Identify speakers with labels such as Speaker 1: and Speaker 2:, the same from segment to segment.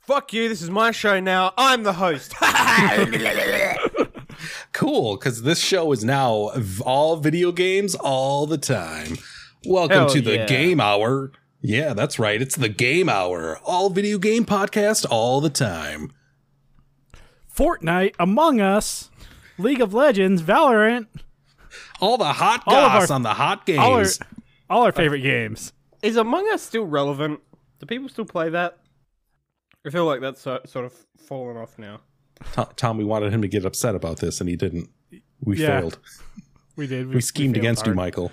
Speaker 1: Fuck you, this is my show now. I'm the host.
Speaker 2: cool, because this show is now v- all video games all the time. Welcome
Speaker 1: Hell
Speaker 2: to the
Speaker 1: yeah.
Speaker 2: Game Hour. Yeah, that's right. It's the Game Hour, all video game podcast all the time.
Speaker 3: Fortnite, Among Us, League of Legends, Valorant,
Speaker 2: All the hot
Speaker 3: All of
Speaker 2: goss
Speaker 3: our-
Speaker 2: on the hot
Speaker 3: all our,
Speaker 2: games.
Speaker 3: all our favorite games.
Speaker 1: is Among Us still relevant? Do people still play that? I feel like that's so, sort of fallen off now.
Speaker 2: To- Tom, we wanted him to get upset about this, and he didn't. We
Speaker 3: Yeah.
Speaker 2: failed.
Speaker 3: We did.
Speaker 2: We schemed
Speaker 3: failed
Speaker 2: against you,
Speaker 3: hard.
Speaker 2: Michael.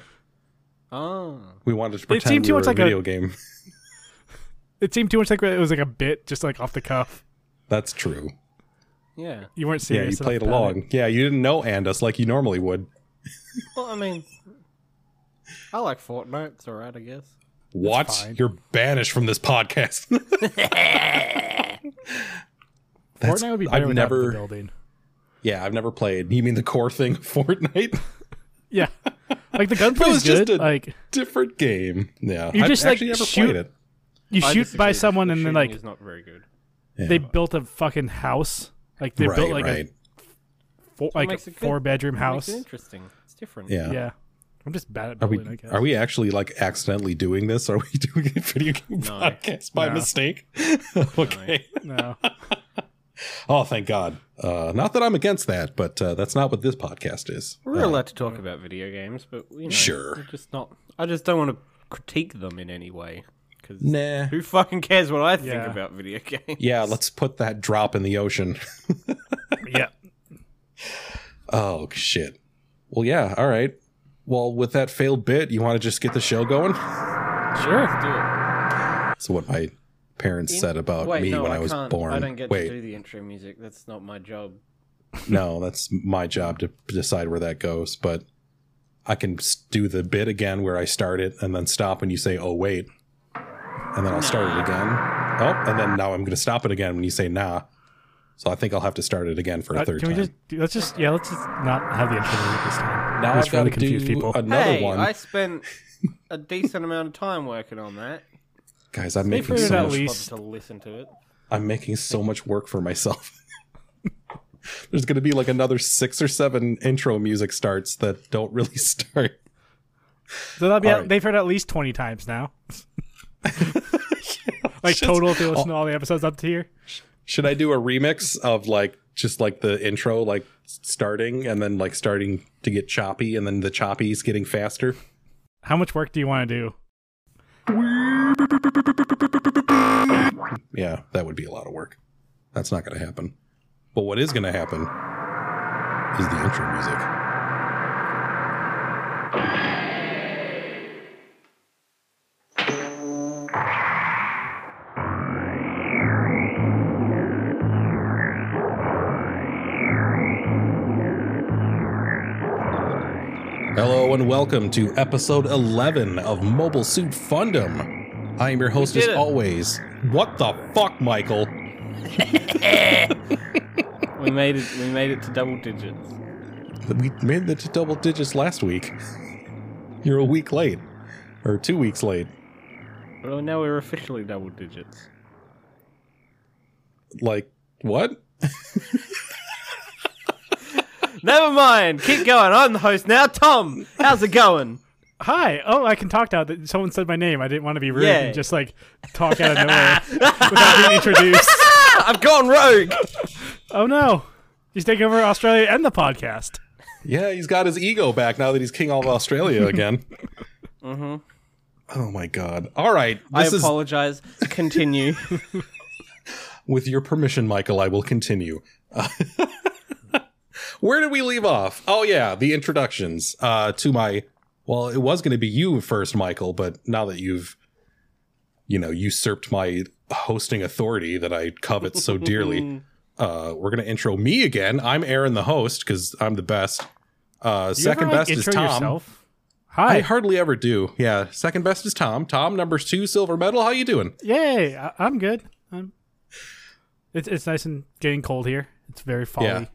Speaker 1: Oh.
Speaker 2: We wanted to
Speaker 3: It
Speaker 2: pretend
Speaker 3: seemed
Speaker 2: we
Speaker 3: too
Speaker 2: were
Speaker 3: much
Speaker 2: a
Speaker 3: like a-
Speaker 2: video game.
Speaker 3: It seemed too much like it was like a bit, just like off the cuff.
Speaker 2: That's true.
Speaker 1: Yeah.
Speaker 3: You weren't
Speaker 2: Yeah,
Speaker 3: serious.
Speaker 2: you
Speaker 3: enough
Speaker 2: played
Speaker 3: about
Speaker 2: along.
Speaker 3: it.
Speaker 2: Yeah, you didn't know Andus like you normally would.
Speaker 1: Well, I mean, I like Fortnite. It's alright, I guess.
Speaker 2: What?
Speaker 3: fine.
Speaker 2: You're banished from this podcast. That's-
Speaker 3: Fortnite would be better
Speaker 2: I've
Speaker 3: without the
Speaker 2: never,
Speaker 3: building.
Speaker 2: yeah, I've never played. You mean the core thing of Fortnite?
Speaker 3: Yeah, like the gunplay
Speaker 2: was
Speaker 3: is
Speaker 2: just
Speaker 3: good.
Speaker 2: a-
Speaker 3: like
Speaker 2: Different game. Yeah,
Speaker 3: You
Speaker 2: I've
Speaker 3: just, like,
Speaker 2: actually never
Speaker 3: shoot-
Speaker 2: played it.
Speaker 3: you
Speaker 1: I
Speaker 3: shoot
Speaker 1: disagree.
Speaker 3: by
Speaker 1: The
Speaker 3: someone and then
Speaker 1: shooting
Speaker 3: like
Speaker 1: is not very good.
Speaker 3: they built a fucking house. Like they
Speaker 2: right,
Speaker 3: built like
Speaker 2: right.
Speaker 3: a four, like a
Speaker 1: makes it good.
Speaker 3: four bedroom
Speaker 1: House.
Speaker 3: house.
Speaker 1: Makes it interesting. It's different.
Speaker 2: yeah.
Speaker 3: Yeah, I'm just bad at
Speaker 2: Are we
Speaker 3: building. I guess.
Speaker 2: are we actually like accidentally doing this? Are we doing a video game
Speaker 1: No.
Speaker 2: podcast by
Speaker 3: No.
Speaker 2: mistake? okay.
Speaker 3: No.
Speaker 2: Oh, thank God. Uh, not that I'm against that, but uh, that's not what this podcast is.
Speaker 1: We're
Speaker 2: Uh,
Speaker 1: allowed to talk about video games, but you know,
Speaker 2: Sure.
Speaker 1: we're just not. I just don't want to critique them in any way. Because
Speaker 2: Nah.
Speaker 1: who fucking cares what I think
Speaker 3: Yeah.
Speaker 1: about video games?
Speaker 2: Yeah, let's put that drop in the ocean.
Speaker 3: yeah.
Speaker 2: Oh shit. Well, yeah. All right. Well, with that failed bit, you want to just get the show going?
Speaker 3: Sure.
Speaker 1: Let's do it.
Speaker 2: That's what my parents said about
Speaker 1: Wait,
Speaker 2: me
Speaker 1: no,
Speaker 2: when
Speaker 1: I,
Speaker 2: I, was
Speaker 1: can't.
Speaker 2: born.
Speaker 1: I don't get to
Speaker 2: Wait,
Speaker 1: do the intro music. That's not my job.
Speaker 2: no, that's my job to decide where that goes. But I can s- do the bit again where I start it and then stop when you say, "Oh wait," and then I'll start it again. Oh, and then now I'm going to stop it again when you say "Nah." So I think I'll have to start it again for a
Speaker 3: Uh,
Speaker 2: third
Speaker 3: can we
Speaker 2: time.
Speaker 3: just let's just yeah let's just not have the intro music this time.
Speaker 2: now
Speaker 3: Just
Speaker 2: I've
Speaker 3: trying
Speaker 2: got
Speaker 3: to
Speaker 2: to
Speaker 3: confuse
Speaker 2: do
Speaker 3: people.
Speaker 2: another
Speaker 1: hey,
Speaker 2: one,
Speaker 1: I spent a decent amount of time working on that.
Speaker 2: guys. I'm
Speaker 3: Stay
Speaker 2: making
Speaker 3: for
Speaker 2: so
Speaker 3: it at
Speaker 2: much
Speaker 3: least.
Speaker 1: to listen to it.
Speaker 2: I'm making so much work for myself. There's going to be like another six or seven intro music starts that don't really start.
Speaker 3: So that'll be
Speaker 2: All right.
Speaker 3: they've heard at least twenty times now. like total if they listen to
Speaker 2: Oh.
Speaker 3: all the episodes up to here.
Speaker 2: Should I do a remix of like just like the intro, like starting and then like starting to get choppy and then the choppies getting faster?
Speaker 3: How much work do you want to do?
Speaker 2: Yeah, that would be a lot of work. That's not going to happen. But what is going to happen is the intro music. Hello and welcome to episode 11 of Mobile Suit Fundum. I am your host as
Speaker 1: did it.
Speaker 2: always. What the fuck, Michael?
Speaker 1: We made it. We made it to double digits.
Speaker 2: We made it to double digits last week. You're a week late, or two weeks late.
Speaker 1: Well, now we're officially double digits.
Speaker 2: Like, what?
Speaker 1: Never mind. Keep going. I'm the host now. Tom, how's it going?
Speaker 3: Hi. Oh, I can talk now. that Someone said my name. I didn't want to be rude
Speaker 1: Yay.
Speaker 3: and just like talk out of nowhere without being introduced.
Speaker 2: Ah!
Speaker 1: I've gone rogue.
Speaker 3: Oh no. He's taking over Australia and the podcast.
Speaker 2: Yeah, he's got his ego back now that he's king of Australia again. mm-hmm. Oh my god! All right,
Speaker 1: I
Speaker 2: this is
Speaker 1: apologize. Continue.
Speaker 2: with your permission, Michael. I will continue. Where did we leave off? Oh yeah, the introductions uh, to my. Well, it was going to be you first, Michael, but now that you've, you know, usurped my hosting authority that I covet so dearly, uh, we're going to intro me again. I'm Aaron, the host, because I'm the best. Uh,
Speaker 3: Do you
Speaker 2: second
Speaker 3: ever, like,
Speaker 2: best is
Speaker 3: intro
Speaker 2: Tom.
Speaker 3: Yourself?
Speaker 2: I
Speaker 3: Hi.
Speaker 2: hardly ever do. Yeah, second best is Tom. Tom, number two, silver medal. How you doing?
Speaker 3: Yay. I- I'm good. I'm. It's it's nice and getting cold here. It's very folly.
Speaker 2: Yeah.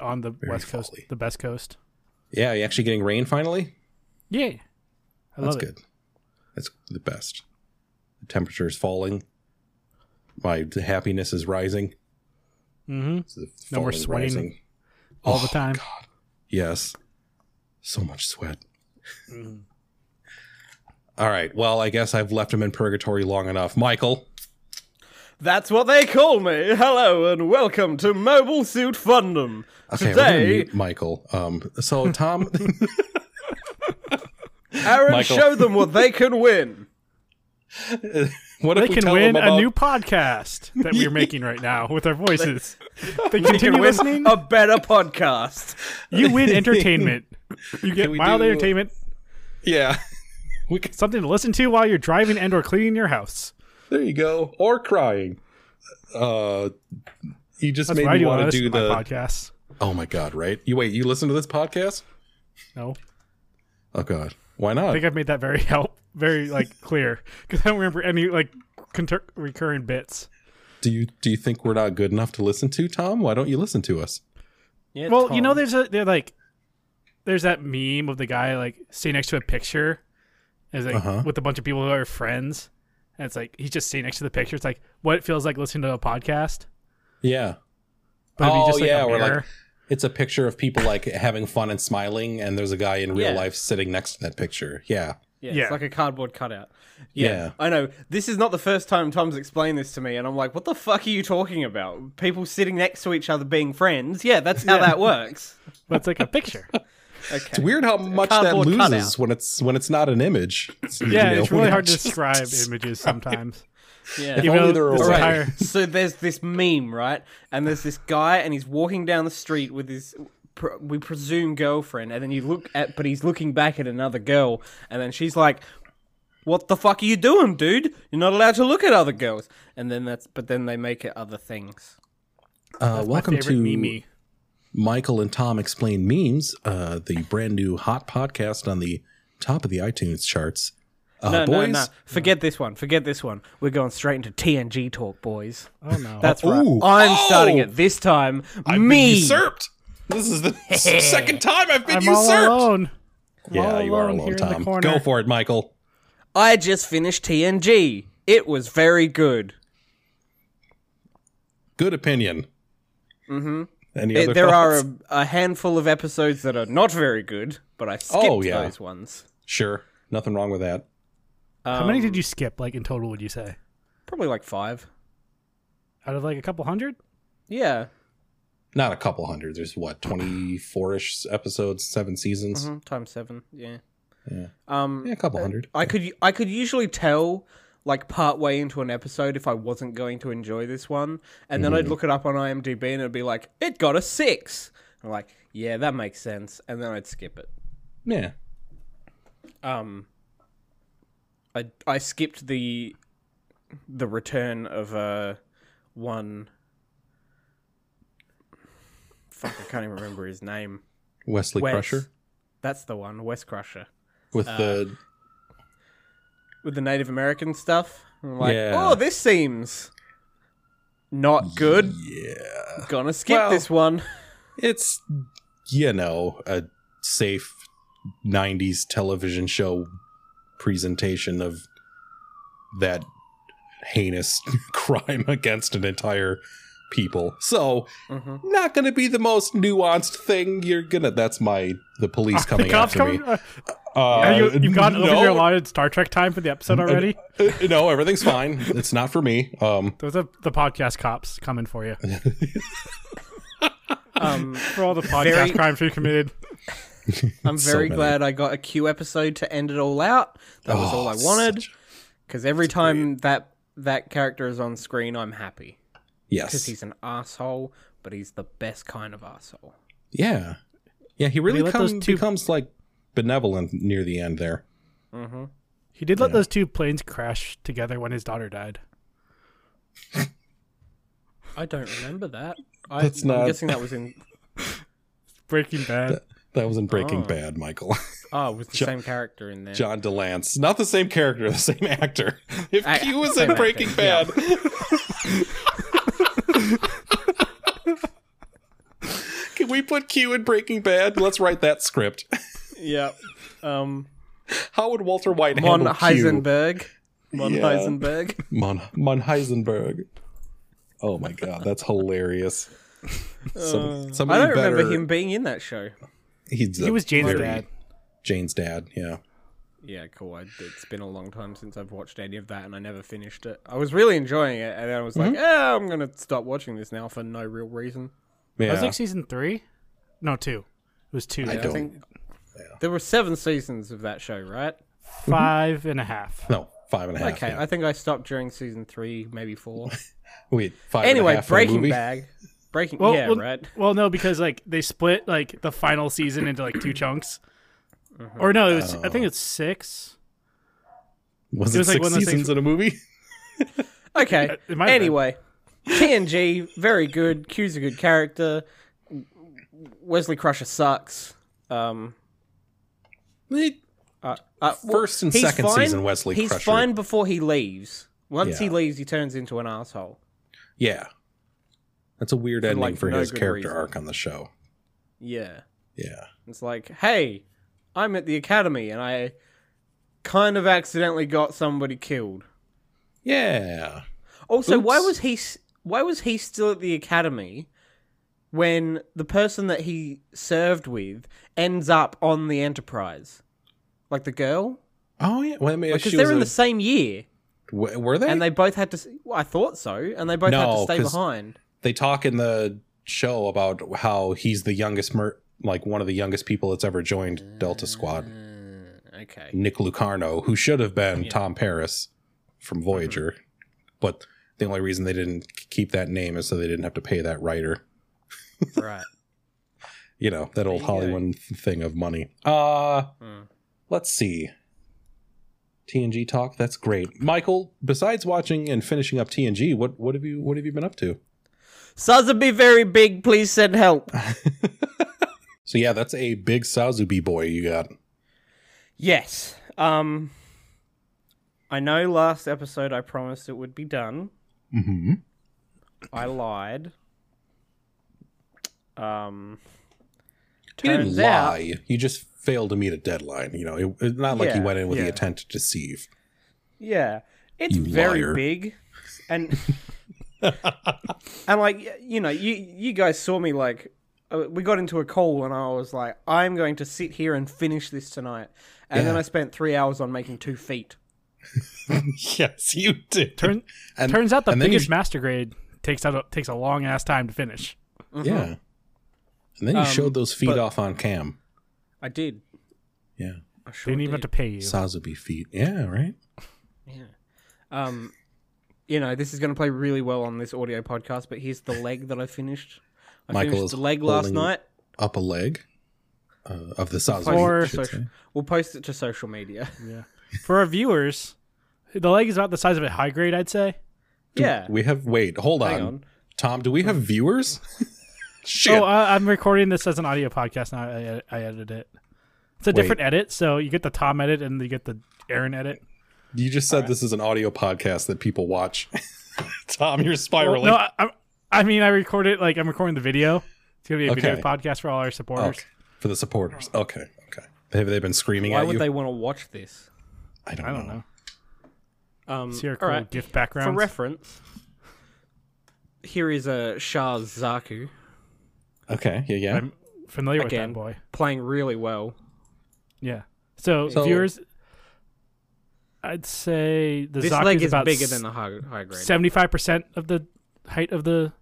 Speaker 3: On the west coast,
Speaker 2: folly.
Speaker 3: the best coast.
Speaker 2: Yeah, you actually getting rain finally.
Speaker 3: Yeah. I
Speaker 2: That's
Speaker 3: love it.
Speaker 2: good. That's the best. The temperature is falling. My happiness is rising.
Speaker 3: Mm-hmm.
Speaker 2: It's the
Speaker 3: No more
Speaker 2: falling,
Speaker 3: sweating all the time.
Speaker 2: Oh God. Yes. So much sweat.
Speaker 3: Mm-hmm.
Speaker 2: All right. Well, I guess I've left him in purgatory long enough. Michael,
Speaker 1: That's what they call me. Hello and welcome to Mobile Suit Fundum.
Speaker 2: Okay, we're gonna
Speaker 1: Today,
Speaker 2: mute Michael. Um, so Tom,
Speaker 1: Aaron
Speaker 2: Michael.
Speaker 1: showed them what they can win.
Speaker 2: what
Speaker 3: They
Speaker 2: if we
Speaker 3: can
Speaker 2: tell
Speaker 3: win
Speaker 2: him about,
Speaker 3: a new podcast that we're making right now with our voices. They
Speaker 1: You can
Speaker 3: continue
Speaker 1: win
Speaker 3: listening.
Speaker 1: a better podcast.
Speaker 3: You win entertainment. You get
Speaker 2: we
Speaker 3: mild
Speaker 2: do-
Speaker 3: entertainment,
Speaker 2: Yeah, we can,
Speaker 3: something to listen to while you're driving and or cleaning your house.
Speaker 2: there you go. Or crying. Uh, you just
Speaker 3: That's
Speaker 2: made
Speaker 3: what I
Speaker 2: me
Speaker 3: do
Speaker 2: want to
Speaker 3: on this
Speaker 2: do
Speaker 3: my
Speaker 2: the.
Speaker 3: podcast.
Speaker 2: Oh my god! Right? You wait. You listen to this podcast?
Speaker 3: No,
Speaker 2: Oh god. Why
Speaker 3: I
Speaker 2: not?
Speaker 3: think I've made that very help, very like clear because I don't remember any like conter- recurring bits.
Speaker 2: do you do you think we're not good enough to listen to Tom? Why don't you listen to us?
Speaker 1: Yeah,
Speaker 3: well, you
Speaker 1: Tom.
Speaker 3: know, there's a they're like there's that meme of the guy like sitting next to a picture, is like
Speaker 2: Uh-huh.
Speaker 3: with a bunch of people who are friends, and it's like he's just sitting next to the picture. It's like what it feels like listening to a podcast.
Speaker 2: Yeah.
Speaker 3: it'd be
Speaker 2: Oh,
Speaker 3: a
Speaker 2: yeah, we're like-
Speaker 3: mirror.
Speaker 2: It's a picture of people like having fun and smiling, and there's a guy in real
Speaker 1: Yeah.
Speaker 2: life sitting next to that picture. Yeah.
Speaker 1: Yeah,
Speaker 3: Yeah.
Speaker 1: it's like a cardboard cutout. Yeah,
Speaker 2: Yeah.
Speaker 1: I know. This is not the first time Tom's explained this to me, and I'm like, "What the fuck are you talking about? People sitting next to each other being friends? Yeah, that's how that works."
Speaker 3: but it's like a picture.
Speaker 1: Okay.
Speaker 2: It's weird how much that
Speaker 1: cardboard
Speaker 2: loses
Speaker 1: cutout.
Speaker 2: when it's when it's not an image. It's, you
Speaker 3: yeah,
Speaker 2: know,
Speaker 3: it's really
Speaker 2: when
Speaker 3: hard to
Speaker 2: it's just-
Speaker 3: describe images sometimes.
Speaker 1: Yeah.
Speaker 2: If only there were
Speaker 3: this
Speaker 2: a way.
Speaker 3: entire-
Speaker 1: so there's this meme, right? And there's this guy, and he's walking down the street with his, pr- we presume, girlfriend. And then you look at, but he's looking back at another girl, and then she's like, "What the fuck are you doing, dude? You're not allowed to look at other girls." And then that's, but then they make it other things.
Speaker 2: Uh, welcome
Speaker 3: My favorite
Speaker 2: to
Speaker 3: meme.
Speaker 2: Michael and Tom explain memes, uh, the brand new hot podcast on the top of the iTunes charts. Uh,
Speaker 1: No,
Speaker 2: boys,
Speaker 1: no, no. Forget this one. Forget this one. We're going straight into TNG talk, boys.
Speaker 3: Oh no,
Speaker 1: That's right.
Speaker 2: Ooh.
Speaker 1: I'm
Speaker 2: Oh!
Speaker 1: starting it this time. Me.
Speaker 2: usurped. This is the s- second time I've been
Speaker 3: I'm all
Speaker 2: usurped.
Speaker 3: alone. I'm
Speaker 2: Yeah,
Speaker 3: all
Speaker 2: you are
Speaker 3: alone here
Speaker 2: alone,
Speaker 3: in the
Speaker 2: Tom.
Speaker 3: corner.
Speaker 2: Go for it, Michael.
Speaker 1: I just finished TNG. It was very good.
Speaker 2: Good opinion. Mm-hmm. Any
Speaker 1: There-
Speaker 2: other
Speaker 1: there are
Speaker 2: thoughts?
Speaker 1: a, a handful of episodes that are not very good, but I skipped
Speaker 2: Oh, yeah.
Speaker 1: those ones. Um,
Speaker 2: sure nothing wrong with that.
Speaker 3: How many
Speaker 2: Um,
Speaker 3: did you skip? Like in total, would you say
Speaker 1: Probably like five.
Speaker 3: out of like a couple hundred?
Speaker 1: Yeah,
Speaker 2: Not a couple hundred. There's what twenty four ish episodes, seven seasons.
Speaker 1: Mhm, times seven. Yeah.
Speaker 2: Yeah.
Speaker 1: Um,
Speaker 2: Yeah, a couple hundred.
Speaker 1: I could I could usually tell like part way into an episode if I wasn't going to enjoy this one, and then I'd look it up on IMDb and it'd be like, it got a six. I'm like, yeah, that makes sense, and then I'd skip it.
Speaker 2: Yeah.
Speaker 1: um I I skipped the the return of uh one fuck I can't even remember his name.
Speaker 2: Wesley
Speaker 1: Wes.
Speaker 2: Crusher
Speaker 1: That's the one, West Crusher.
Speaker 2: with the
Speaker 1: With the Native American stuff. I'm like,
Speaker 2: Yeah.
Speaker 1: oh this seems not Uh, good.
Speaker 2: yeah.
Speaker 1: Gonna skip
Speaker 2: Well-
Speaker 1: this one.
Speaker 2: It's you know a safe '90s television show presentation of that heinous crime against an entire people. So
Speaker 1: Mhm.
Speaker 2: not going to be the most nuanced thing you're gonna. That's my the police
Speaker 3: Are
Speaker 2: coming
Speaker 3: the cops
Speaker 2: after
Speaker 3: coming?
Speaker 2: me.
Speaker 3: Uh,
Speaker 2: Uh,
Speaker 3: Have you, you've gotten
Speaker 2: no,
Speaker 3: over your allotted Star Trek time for the episode already.
Speaker 2: uh, no, everything's fine. It's not for me. Um,
Speaker 3: Those are the podcast cops coming for you
Speaker 1: Um
Speaker 3: for all the podcast
Speaker 1: Very-
Speaker 3: crimes you committed.
Speaker 1: I'm
Speaker 2: So
Speaker 1: very
Speaker 2: many.
Speaker 1: glad I got a Q episode to end it all out. That was
Speaker 2: oh,
Speaker 1: all I wanted.
Speaker 2: such-
Speaker 1: Because every time that that character is on screen I'm happy. because
Speaker 2: yes.
Speaker 1: he's an asshole, but he's the best kind of asshole.
Speaker 2: Yeah. Yeah, he really
Speaker 3: let those
Speaker 2: come,
Speaker 3: two-
Speaker 2: becomes like benevolent near the end there.
Speaker 1: Mm-hmm.
Speaker 3: He did let those two planes crash together when his daughter died.
Speaker 1: I don't remember that. I,
Speaker 2: That's
Speaker 1: am
Speaker 2: not-
Speaker 1: guessing that was in.
Speaker 3: Breaking Bad.
Speaker 2: That was in Breaking
Speaker 1: Oh.
Speaker 2: Bad, Michael.
Speaker 1: Oh, it was the
Speaker 2: Jo-
Speaker 1: same character in there.
Speaker 2: John DeLance. Not the same character, the same actor. If
Speaker 1: I-
Speaker 2: Q was
Speaker 1: same
Speaker 2: in Breaking Bad.
Speaker 1: actor,
Speaker 2: Can we put Q in Breaking Bad? Let's write that script.
Speaker 1: yeah. Um,
Speaker 2: How would Walter White
Speaker 1: Mon
Speaker 2: handle Q?
Speaker 1: Heisenberg. Mon
Speaker 2: Yeah.
Speaker 1: Heisenberg.
Speaker 2: Mon, Mon Heisenberg. Oh my god, that's hilarious.
Speaker 3: Uh,
Speaker 2: Some,
Speaker 1: I
Speaker 2: somebody
Speaker 1: don't
Speaker 2: better,
Speaker 1: remember him being in that show.
Speaker 2: He's
Speaker 3: He
Speaker 2: a
Speaker 3: was Jane's
Speaker 2: very-
Speaker 3: dad.
Speaker 2: Jane's dad. Yeah.
Speaker 1: Yeah, cool. I, it's been a long time since I've watched any of that, and I never finished it. I was really enjoying it, and then I was like,
Speaker 2: Mm-hmm.
Speaker 1: "Eh, I'm gonna stop watching this now for no real reason."
Speaker 2: Yeah.
Speaker 3: I was like season three, no two. It was two.
Speaker 2: I
Speaker 3: yeah.
Speaker 2: don't.
Speaker 1: There were seven seasons of that show, right?
Speaker 3: Five and a half.
Speaker 2: No, five and a half.
Speaker 1: Okay,
Speaker 2: yeah.
Speaker 1: I think I stopped during season three, maybe four.
Speaker 2: Wait, five. and a
Speaker 1: anyway,
Speaker 2: half for a
Speaker 1: Breaking
Speaker 2: movie?
Speaker 1: Bag. Breaking,
Speaker 3: Well,
Speaker 1: yeah,
Speaker 3: well,
Speaker 1: right.
Speaker 3: Well, no, because like they split like the final season into like two chunks. Or no, it
Speaker 2: Oh.
Speaker 3: was I think it's six.
Speaker 2: Was it,
Speaker 3: It was like
Speaker 2: six
Speaker 3: one of those things-
Speaker 2: seasons in a movie?
Speaker 1: Okay.
Speaker 3: it might have been.
Speaker 1: Anyway, TNG, very good. Q's a good character. Wesley Crusher sucks. Um, uh, uh,
Speaker 2: First and
Speaker 1: he's
Speaker 2: second
Speaker 1: fine-
Speaker 2: season Wesley
Speaker 1: He's
Speaker 2: Crusher.
Speaker 1: fine before he leaves. Once he
Speaker 2: Yeah.
Speaker 1: leaves, he turns into an asshole.
Speaker 2: Yeah. That's a weird ending
Speaker 1: like,
Speaker 2: for
Speaker 1: no
Speaker 2: his
Speaker 1: good
Speaker 2: character
Speaker 1: reason.
Speaker 2: arc on the show.
Speaker 1: Yeah.
Speaker 2: Yeah.
Speaker 1: It's like, hey, I'm at the academy and I kind of accidentally got somebody killed.
Speaker 2: Yeah.
Speaker 1: Also, why
Speaker 2: Oops.
Speaker 1: was he s- why was he still at the academy when the person that he served with ends up on the Enterprise? Like the girl?
Speaker 2: Oh yeah. Well, I mean,
Speaker 1: Because
Speaker 2: she
Speaker 1: they're
Speaker 2: was
Speaker 1: in
Speaker 2: a,
Speaker 1: the same year
Speaker 2: w- were they?
Speaker 1: and they both had to s- well, I thought so, and they both had to
Speaker 2: No,
Speaker 1: stay
Speaker 2: 'cause-
Speaker 1: behind.
Speaker 2: they talk in the show about how he's the youngest mer- like one of the youngest people that's ever joined Delta Squad.
Speaker 1: Uh, okay.
Speaker 2: Nick Lucarno, who should have been Tom Paris from
Speaker 1: Mm-hmm.
Speaker 2: Voyager, but the only reason they didn't k- keep that name is so they didn't have to pay that writer.
Speaker 1: right.
Speaker 2: You know, that
Speaker 1: There you
Speaker 2: old
Speaker 1: go.
Speaker 2: Hollywood th- thing of money. Uh
Speaker 1: Hmm.
Speaker 2: let's see. TNG talk, that's great. Michael, besides watching and finishing up TNG, what what have you what have you been up to?
Speaker 1: Sotheby very big, please send help.
Speaker 2: So yeah, that's a big Sazubi boy you got.
Speaker 1: Yes. Um I know last episode I promised it would be done.
Speaker 2: Mm-hmm.
Speaker 1: I lied. Um
Speaker 2: You didn't
Speaker 1: turns out-
Speaker 2: lie. You just failed to meet a deadline. You know, it, it's not like you
Speaker 1: Yeah,
Speaker 2: went in with
Speaker 3: yeah.
Speaker 2: the intent to deceive.
Speaker 1: Yeah. It's
Speaker 2: You
Speaker 1: very
Speaker 2: liar.
Speaker 1: big. And and like y- you know, you you guys saw me like uh, we got into a call and I was like, I'm going to sit here and finish this tonight. And then
Speaker 2: Yeah.
Speaker 1: I spent three hours on making two feet.
Speaker 2: yes, you did.
Speaker 3: Turn,
Speaker 2: And-
Speaker 3: turns out the
Speaker 2: and then you
Speaker 3: biggest master grade takes out a, takes a long ass time to finish.
Speaker 1: Mm-hmm.
Speaker 2: Yeah. And then you
Speaker 1: Um,
Speaker 2: showed those feet
Speaker 1: but-
Speaker 2: off on cam.
Speaker 1: I did.
Speaker 2: Yeah.
Speaker 1: I sure
Speaker 3: Didn't even have
Speaker 1: did.
Speaker 3: to pay you.
Speaker 2: Sazubi feet. Yeah, right?
Speaker 1: um you know this is going to play really well on this audio podcast but here's the leg that i finished i
Speaker 2: Michael is
Speaker 1: finished the leg last
Speaker 2: holding-
Speaker 1: night
Speaker 2: Up a leg uh, of the Sazubi.
Speaker 3: Or-
Speaker 2: I should say.
Speaker 1: we'll post it to social media
Speaker 3: For our viewers, the leg is about the size of a high grade, I'd say.
Speaker 1: yeah
Speaker 2: We have, wait, hold on.
Speaker 1: hang on
Speaker 2: Tom, do we have viewers? Shit.
Speaker 3: Oh, I, I'm recording this as an audio podcast now. I, I edited it. It's a
Speaker 2: Wait.
Speaker 3: different edit, so you get the Tom edit and you get the Aaron edit.
Speaker 2: you just said this is an audio podcast that people watch. Tom, you're spiraling.
Speaker 3: No, I, I, I mean I recorded like I'm recording the video. It's gonna be a
Speaker 2: Okay.
Speaker 3: video podcast for all our supporters.
Speaker 2: Okay. For the supporters. Okay. Okay. Have they been screaming
Speaker 1: why
Speaker 2: at
Speaker 1: would
Speaker 2: you?
Speaker 1: they want to watch this
Speaker 2: I don't,
Speaker 3: I don't
Speaker 2: know.
Speaker 3: know.
Speaker 1: um
Speaker 3: See our
Speaker 1: all
Speaker 3: cool
Speaker 1: right
Speaker 3: gift
Speaker 1: for
Speaker 3: backgrounds.
Speaker 1: reference here is a uh, Shah Zaku
Speaker 2: Okay. Yeah. Yeah.
Speaker 3: I'm familiar
Speaker 1: Again.
Speaker 3: with that boy.
Speaker 1: playing really well.
Speaker 3: Yeah. So,
Speaker 2: So-
Speaker 3: viewers, I'd say the
Speaker 1: This
Speaker 3: Zaku
Speaker 1: leg
Speaker 3: is
Speaker 1: is
Speaker 3: about
Speaker 1: bigger than the high, high grade.
Speaker 3: seventy five percent of the height of the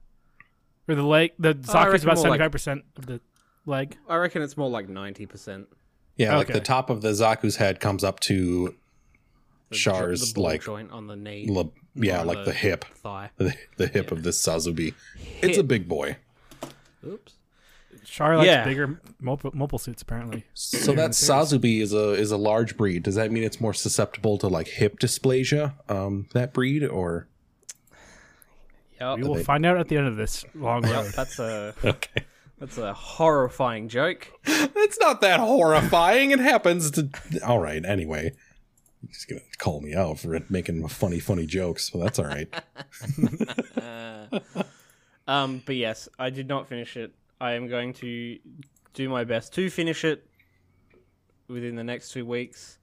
Speaker 3: or the leg. The Zaku is
Speaker 1: Oh, reckon
Speaker 3: about
Speaker 1: more
Speaker 3: seventy
Speaker 1: like-
Speaker 3: five percent of the leg.
Speaker 1: I reckon it's more like ninety percent.
Speaker 2: Yeah. Like
Speaker 3: Okay.
Speaker 2: the top of the Zaku's head comes up to Char's
Speaker 1: the ball
Speaker 2: like,
Speaker 1: joint on the knee,
Speaker 2: le- yeah,
Speaker 1: or
Speaker 2: like the,
Speaker 1: the-
Speaker 2: hip,
Speaker 1: thigh.
Speaker 2: the, the hip of this Sazubi. It's a big boy.
Speaker 1: Oops.
Speaker 3: Char likes
Speaker 1: Yeah.
Speaker 3: bigger mobile, mobile suits apparently.
Speaker 2: So that Sazubi is a is a large breed. Does that mean it's more susceptible to like hip dysplasia? Um, that breed or
Speaker 1: Yep.
Speaker 3: We will find out at the end of this long
Speaker 1: Yep,
Speaker 3: road.
Speaker 1: that's a
Speaker 2: okay,
Speaker 1: that's a horrifying joke.
Speaker 2: that's not that horrifying. It happens to all right. Anyway, he's gonna call me out for making funny funny jokes. Well, that's all right.
Speaker 1: Um, but yes, I did not finish it. I am going to do my best to finish it within the next two weeks,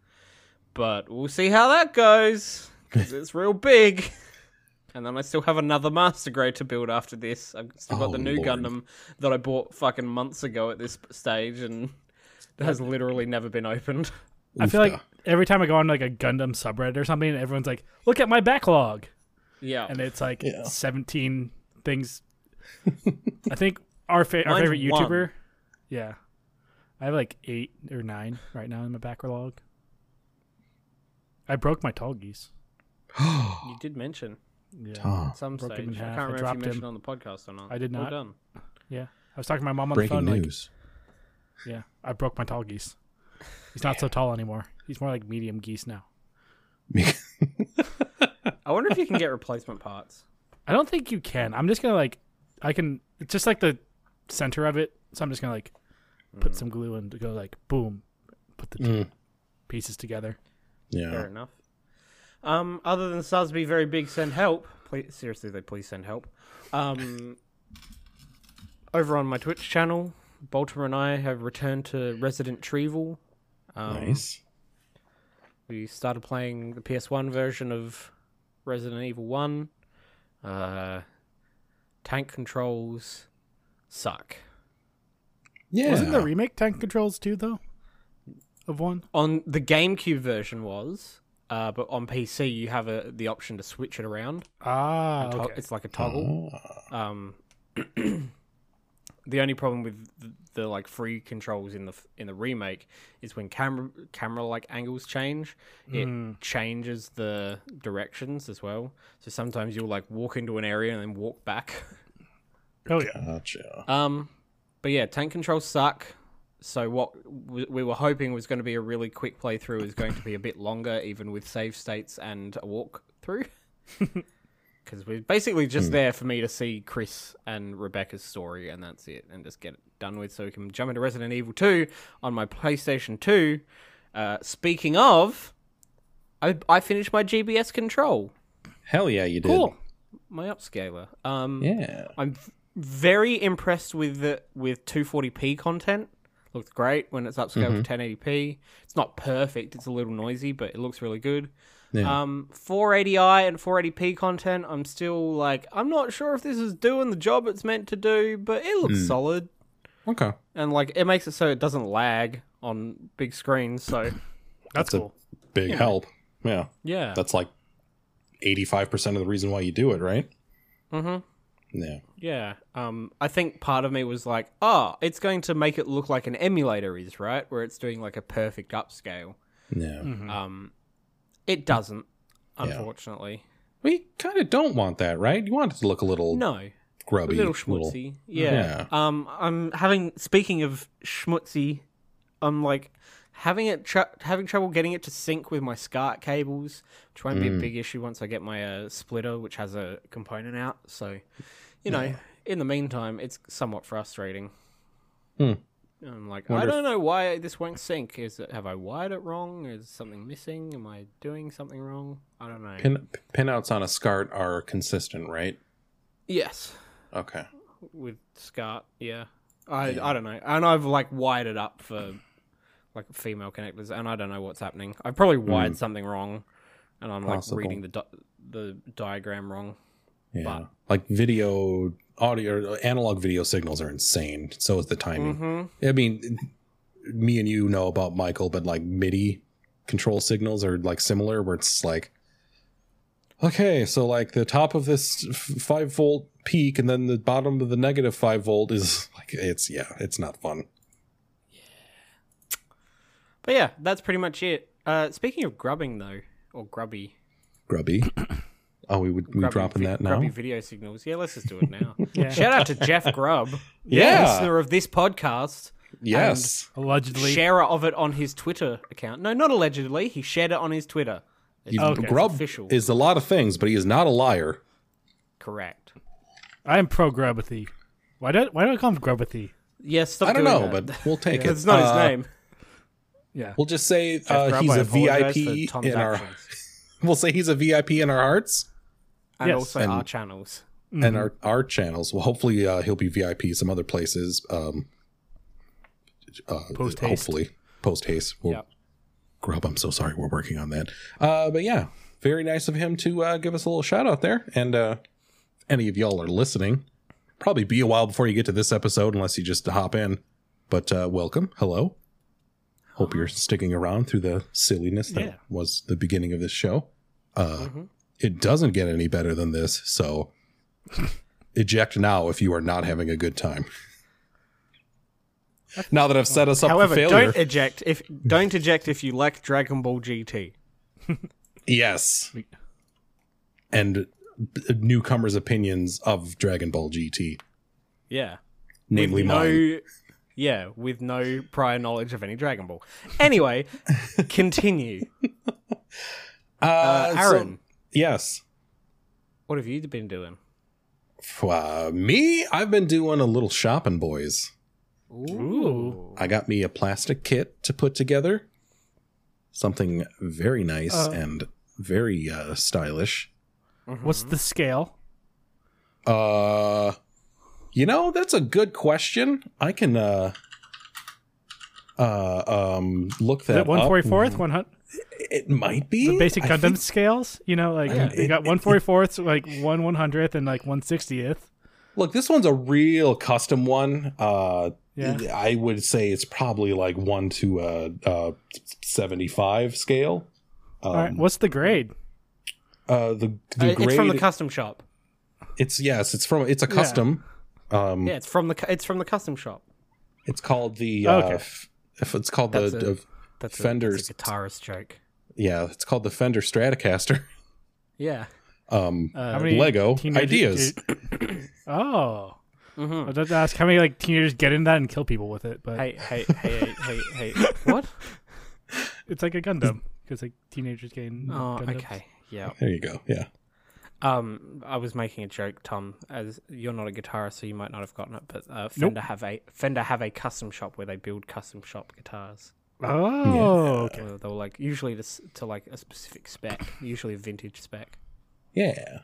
Speaker 1: but we'll see how that goes. 'cause it's real big, and and then I still have another Master Grade to build after this. I've still got
Speaker 2: Oh,
Speaker 1: the new
Speaker 2: Lord.
Speaker 1: Gundam that I bought fucking months ago at this stage, and that has literally never been opened.
Speaker 3: I feel
Speaker 2: Oofda.
Speaker 3: like every time I go on like a Gundam subreddit or something, everyone's like, "Look at my backlog,"
Speaker 1: Yeah,
Speaker 3: and it's like
Speaker 2: Yeah.
Speaker 3: seventeen things. I think our fa- our
Speaker 1: Mine's
Speaker 3: favorite
Speaker 1: one.
Speaker 3: YouTuber. Yeah, I have like eight or nine right now in my backlog. I broke my tall geese.
Speaker 1: you did mention
Speaker 3: Yeah,
Speaker 2: Ah,
Speaker 1: at some
Speaker 3: Broke
Speaker 1: stage.
Speaker 3: him
Speaker 1: I
Speaker 3: in half. I
Speaker 1: can't remember if
Speaker 3: dropped
Speaker 1: you
Speaker 3: him.
Speaker 1: mentioned it on the podcast or not.
Speaker 3: I did
Speaker 1: Well
Speaker 3: not.
Speaker 1: done.
Speaker 3: yeah. I was talking to my mom on
Speaker 2: breaking
Speaker 3: the phone. Like,
Speaker 2: news.
Speaker 3: yeah, I broke my tall geese. He's not so tall anymore. He's more like medium geese now.
Speaker 1: I wonder if you can get replacement parts.
Speaker 3: I don't think you can. I'm just gonna like, I can it's just like the center of it. So I'm just gonna like put some glue and go like boom, put the two
Speaker 2: Mm.
Speaker 3: pieces together.
Speaker 1: Fair
Speaker 2: yeah.
Speaker 1: enough. Um, other than Susby, very big, send help. Please, seriously, they please send help. Um, over on my Twitch channel, Bolter and I have returned to Resident Treevil. Um,
Speaker 2: Nice.
Speaker 1: We started playing the PS1 version of Resident Evil 1. Uh, tank controls suck.
Speaker 2: Yeah.
Speaker 3: Wasn't the remake tank controls too though? Of one.
Speaker 1: On the GameCube version was, uh, but on PC you have a, the option to switch it around.
Speaker 2: Oh,
Speaker 3: Ah,
Speaker 1: To-
Speaker 3: okay.
Speaker 1: It's like a
Speaker 2: Hmm.
Speaker 1: toggle.
Speaker 2: Ah,
Speaker 1: Um, the only problem with the, the like free controls in the f- in the remake is when camera camera like angles change, it changes the directions as well. So sometimes you'll like walk into an area and then walk back.
Speaker 3: Oh yeah.
Speaker 2: Gotcha.
Speaker 1: Um, but yeah, tank controls suck. So what w- we were hoping was going to be a really quick playthrough is going to be a bit longer, even with save states and a walkthrough. Because we're basically just there for me to see Chris and Rebecca's story, and that's it, and just get it done with, so we can jump into Resident Evil 2 on my PlayStation 2. Uh, speaking of, I, I finished my GBS control,
Speaker 2: Hell yeah, you did.
Speaker 3: Cool.
Speaker 1: my upscaler. Um,
Speaker 2: Yeah.
Speaker 1: I'm v- very impressed with the, with 240p content. Looks great when it's
Speaker 2: Mm-hmm.
Speaker 1: upscaled to 1080p. It's not perfect; it's a little noisy, but it looks really good.
Speaker 2: Yeah.
Speaker 1: Um, 480i and 480p content. I'm still like, I'm not sure if this is doing the job it's meant to do, but it
Speaker 2: Hmm.
Speaker 1: looks solid,
Speaker 2: okay.
Speaker 1: and like it makes it so it doesn't lag on big screens. So
Speaker 3: That's, cool.
Speaker 2: Big help. Yeah.
Speaker 1: yeah,
Speaker 2: That's like 85% of the reason why you do it, right?
Speaker 1: Mhm.
Speaker 2: Yeah.
Speaker 1: Yeah. Um, I think part of me was like, oh, it's going to make it look like an emulator is, right? Where it's doing like a perfect upscale.
Speaker 2: Yeah.
Speaker 3: Mm-hmm.
Speaker 1: Um, it doesn't, unfortunately.
Speaker 2: We kind of don't want that, right? You want it to look a little
Speaker 1: No.
Speaker 2: grubby.
Speaker 1: A little schmutzy. Yeah. Um, I'm having, speaking of schmutzy, I'm like having it, tr- having trouble getting it to sync with my SCART cables, which won't
Speaker 2: Hmm.
Speaker 1: be a big issue once I get my uh, splitter, which has a component out. So, you know, in the meantime, it's somewhat frustrating.
Speaker 2: Hmm.
Speaker 1: I'm like,
Speaker 2: Wonder
Speaker 1: I
Speaker 2: if-
Speaker 1: don't know why this won't sync. Is it, have I wired it wrong? Is something missing? Am I doing something wrong? I don't know.
Speaker 2: Pin, pinouts on a SCART are consistent, right?
Speaker 1: yes.
Speaker 2: Okay.
Speaker 1: with Scott. Yeah, I I don't know, and I've like wired it up for like female connectors, and I don't know what's happening. I probably wired something wrong, and I'm like
Speaker 2: Mm. Possible.
Speaker 1: reading the di- the diagram wrong.
Speaker 2: Yeah. like video, audio, analog video signals are insane. So is the timing.
Speaker 1: hmm
Speaker 2: I mean, me and you know about Michael, but like MIDI control signals are like similar, where it's like, okay, so like the top of this f- five volt peak and then the bottom of the negative five volt is like, it's, yeah, it's not fun.
Speaker 1: But yeah, that's pretty much it. Uh, speaking of grubbing though, or grubby,
Speaker 2: Grubby. Oh, we would we
Speaker 1: grubby
Speaker 2: dropping
Speaker 1: vi-
Speaker 2: that now?
Speaker 1: grubby video signals. Yeah, let's just do it now.
Speaker 3: Yeah.
Speaker 1: Shout out to Jeff Grubb,
Speaker 2: Yeah.
Speaker 1: listener of this podcast.
Speaker 2: yes.
Speaker 3: Allegedly.
Speaker 1: Sharer of it on his Twitter account. No, not allegedly. He shared it on his Twitter. It's
Speaker 2: You-
Speaker 3: Okay.
Speaker 2: Grub
Speaker 1: official.
Speaker 2: is a lot of things, but he is not a liar.
Speaker 1: correct.
Speaker 3: I am pro Grubbathy. Why do why do I call him Grubbathy?
Speaker 1: Yeah, stop
Speaker 2: I don't
Speaker 1: doing
Speaker 2: know,
Speaker 1: that.
Speaker 2: but we'll take it.
Speaker 1: it's not his
Speaker 2: Uh,
Speaker 1: name.
Speaker 3: Yeah.
Speaker 2: We'll just say uh,
Speaker 1: Rob,
Speaker 2: he's
Speaker 1: I
Speaker 2: a
Speaker 1: apologize
Speaker 2: VIP
Speaker 1: for Tom's
Speaker 2: in our.
Speaker 1: actions.
Speaker 2: We'll say he's a VIP in our hearts.
Speaker 1: and
Speaker 3: Yes.
Speaker 1: also
Speaker 2: And-
Speaker 1: our channels.
Speaker 3: Mm-hmm.
Speaker 2: and our our channels. Well, hopefully uh, he'll be VIP some other places. Um, uh,
Speaker 3: Post haste.
Speaker 2: hopefully post haste. We'll,
Speaker 1: Yep.
Speaker 2: Grub, I'm so sorry. We're working on that. Uh, but yeah, very nice of him to uh, give us a little shout out there. And uh, if any of y'all are listening, probably be a while before you get to this episode, unless you just hop in. But uh, welcome, hello. Hope you're sticking around through the silliness that
Speaker 3: Yeah.
Speaker 2: was the beginning of this show. Uh,
Speaker 1: Mm-hmm.
Speaker 4: Mhm.
Speaker 2: It doesn't get any better than this, so eject now if you are not having a good time. Now that I've set us up
Speaker 1: However,
Speaker 2: for failure,
Speaker 1: don't eject if don't eject if you like Dragon Ball GT.
Speaker 2: Yes.
Speaker 3: We-
Speaker 2: And b- newcomers' opinions of Dragon Ball GT,
Speaker 1: Yeah.
Speaker 2: namely
Speaker 1: no,
Speaker 2: mine.
Speaker 1: yeah, with no prior knowledge of any Dragon Ball. Anyway, continue.
Speaker 2: Uh,
Speaker 1: Uh,
Speaker 2: so-
Speaker 1: Aaron,
Speaker 2: yes.
Speaker 1: what have you been doing?
Speaker 2: F- Uh, me, I've been doing a little shopping, boys.
Speaker 3: Ooh.
Speaker 1: Mm-hmm.
Speaker 2: I got me a plastic kit to put together. Something very nice
Speaker 3: Uh.
Speaker 2: and very uh, stylish.
Speaker 3: What's the scale?
Speaker 2: Uh, you know, that's a good question. I can uh, uh, um, look
Speaker 3: Is
Speaker 2: that
Speaker 3: it one forty fourth?
Speaker 2: up.
Speaker 3: One hundred.
Speaker 2: It might be
Speaker 3: The basic
Speaker 2: I
Speaker 3: Gundam
Speaker 2: think-
Speaker 3: scales. You know, like
Speaker 2: Yeah.
Speaker 3: they got one forty fourth, like one one hundredth, and like one sixtieth.
Speaker 2: Look, this one's a real custom one. Uh,
Speaker 3: Yeah.
Speaker 2: I would say it's probably like one to uh, uh, seventy-five scale. Um,
Speaker 3: All right. What's the grade?
Speaker 2: uh,
Speaker 1: Uh,
Speaker 2: the the grade.
Speaker 1: It's
Speaker 2: It's,
Speaker 1: from the custom shop.
Speaker 2: yes, it's from it's a custom. Um,
Speaker 1: Yeah, it's from the cu- it's from the custom shop.
Speaker 2: it's called the.
Speaker 3: Oh,
Speaker 2: Uh,
Speaker 3: okay.
Speaker 2: f- if it's called
Speaker 1: That's
Speaker 2: the.
Speaker 1: a-
Speaker 2: of-
Speaker 1: That's a-
Speaker 2: Fender's-
Speaker 1: that's a guitarist joke.
Speaker 2: yeah, it's called the Fender Stratocaster.
Speaker 1: Yeah.
Speaker 2: Um,
Speaker 3: Uh, How many
Speaker 2: Lego
Speaker 3: teenagers
Speaker 2: ideas.
Speaker 3: did- oh, I
Speaker 1: Mm-hmm.
Speaker 3: was about to ask how many like teenagers get in that and kill people with it, but
Speaker 1: Hey, hey, hey, hey, hey, hey. What?
Speaker 3: it's like a Gundam because like teenagers gain.
Speaker 1: Oh,
Speaker 3: Gundams.
Speaker 1: okay. Yeah.
Speaker 2: there you go. Yeah.
Speaker 1: Um, I was making a joke, Tom. As you're not a guitarist, so you might not have gotten it. But uh, Fender have a Fender have a custom shop where they build custom shop guitars.
Speaker 3: Oh, okay.
Speaker 1: Where they'll like usually to, s- to like a specific spec, usually a vintage spec.
Speaker 2: Yeah.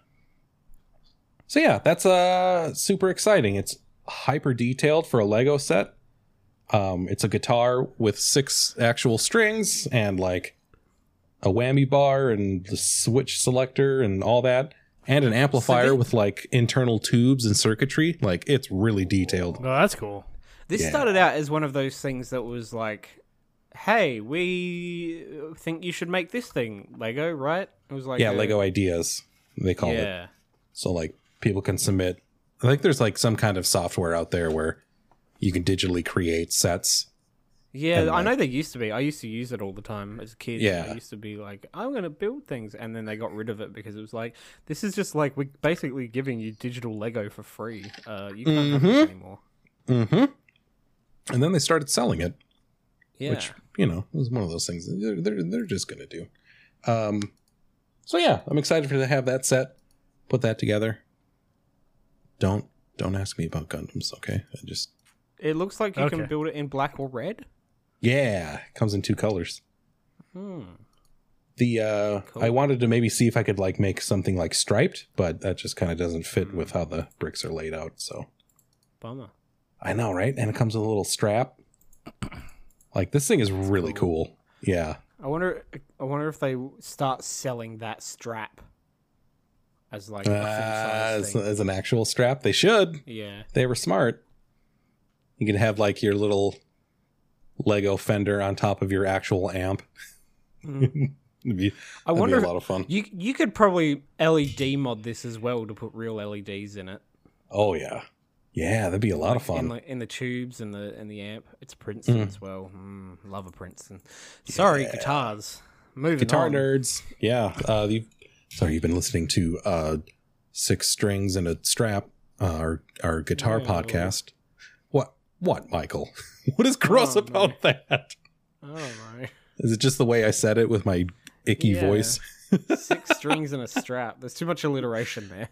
Speaker 2: So yeah, that's uh super exciting. It's hyper detailed for a Lego set. Um it's a guitar with six actual strings and like a whammy bar and the switch selector and all that and an amplifier with like internal tubes and circuitry. Like it's really detailed.
Speaker 3: Oh, that's cool.
Speaker 1: This
Speaker 2: Yeah.
Speaker 1: started out as one of those things that was like, "Hey, we think you should make this thing, Lego, right?" It was like,
Speaker 2: Yeah,
Speaker 1: a-
Speaker 2: Lego ideas they call it.
Speaker 1: Yeah,
Speaker 2: So like people can submit. I think there's like some kind of software out there where you can digitally create sets
Speaker 1: yeah.
Speaker 2: And,
Speaker 1: I
Speaker 2: like-
Speaker 1: know there used to be. I used to use it all the time as a kid.
Speaker 2: Yeah.
Speaker 1: I used to be like, "I'm gonna build things," and then they got rid of it because it was like, "This is just like we're basically giving you digital Lego for free. Uh, you can't have
Speaker 2: Mhm.
Speaker 1: this anymore."
Speaker 2: Mm-hmm. And then they started selling it,
Speaker 1: Yeah.
Speaker 2: which you know was one of those things that they're they're, they're just gonna do. Um, so yeah, I'm excited for to have that set, put that together. Don't don't ask me about Gundams, okay? I just
Speaker 1: It looks like you can
Speaker 3: Okay.
Speaker 1: build it in black or red.
Speaker 2: yeah, comes in two colors.
Speaker 1: Hmm.
Speaker 2: The uh,
Speaker 1: Cool.
Speaker 2: I wanted to maybe see if I could like make something like striped, but that just kind of doesn't fit
Speaker 1: Hmm.
Speaker 2: with how the bricks are laid out. So
Speaker 1: Bummer.
Speaker 2: I know, right? And it comes with a little strap. Like this thing is really
Speaker 1: cool.
Speaker 2: cool. Yeah.
Speaker 1: I wonder. I wonder if they start selling that strap as like a full
Speaker 2: Uh,
Speaker 1: size
Speaker 2: as,
Speaker 1: thing.
Speaker 2: as an actual strap. They should.
Speaker 1: yeah.
Speaker 2: They were smart. You can have like your little Lego fender on top of your actual amp. It'd Hmm. be,
Speaker 1: I
Speaker 2: that'd be
Speaker 1: wonder.
Speaker 2: a lot of fun.
Speaker 1: if- you you could probably LED mod this as well to put real LEDs in it.
Speaker 2: Oh yeah, yeah, that'd be a lot of
Speaker 1: In
Speaker 2: fun.
Speaker 1: the in the tubes and the and the amp. It's Princeton as well. Mm, love a Princeton. Sorry,
Speaker 2: Yeah.
Speaker 1: guitars. Moving
Speaker 2: Guitar
Speaker 1: on.
Speaker 2: nerds. Yeah. Uh, you sorry, you've been listening to uh, six strings and a strap. Uh, our our guitar
Speaker 1: No.
Speaker 2: podcast. What what Michael? what is gross
Speaker 1: Oh, no.
Speaker 2: about that?
Speaker 1: I don't know.
Speaker 2: Is it just the way I said it with my icky
Speaker 1: Yeah.
Speaker 2: voice?
Speaker 1: Six strings and a strap. There's too much alliteration there.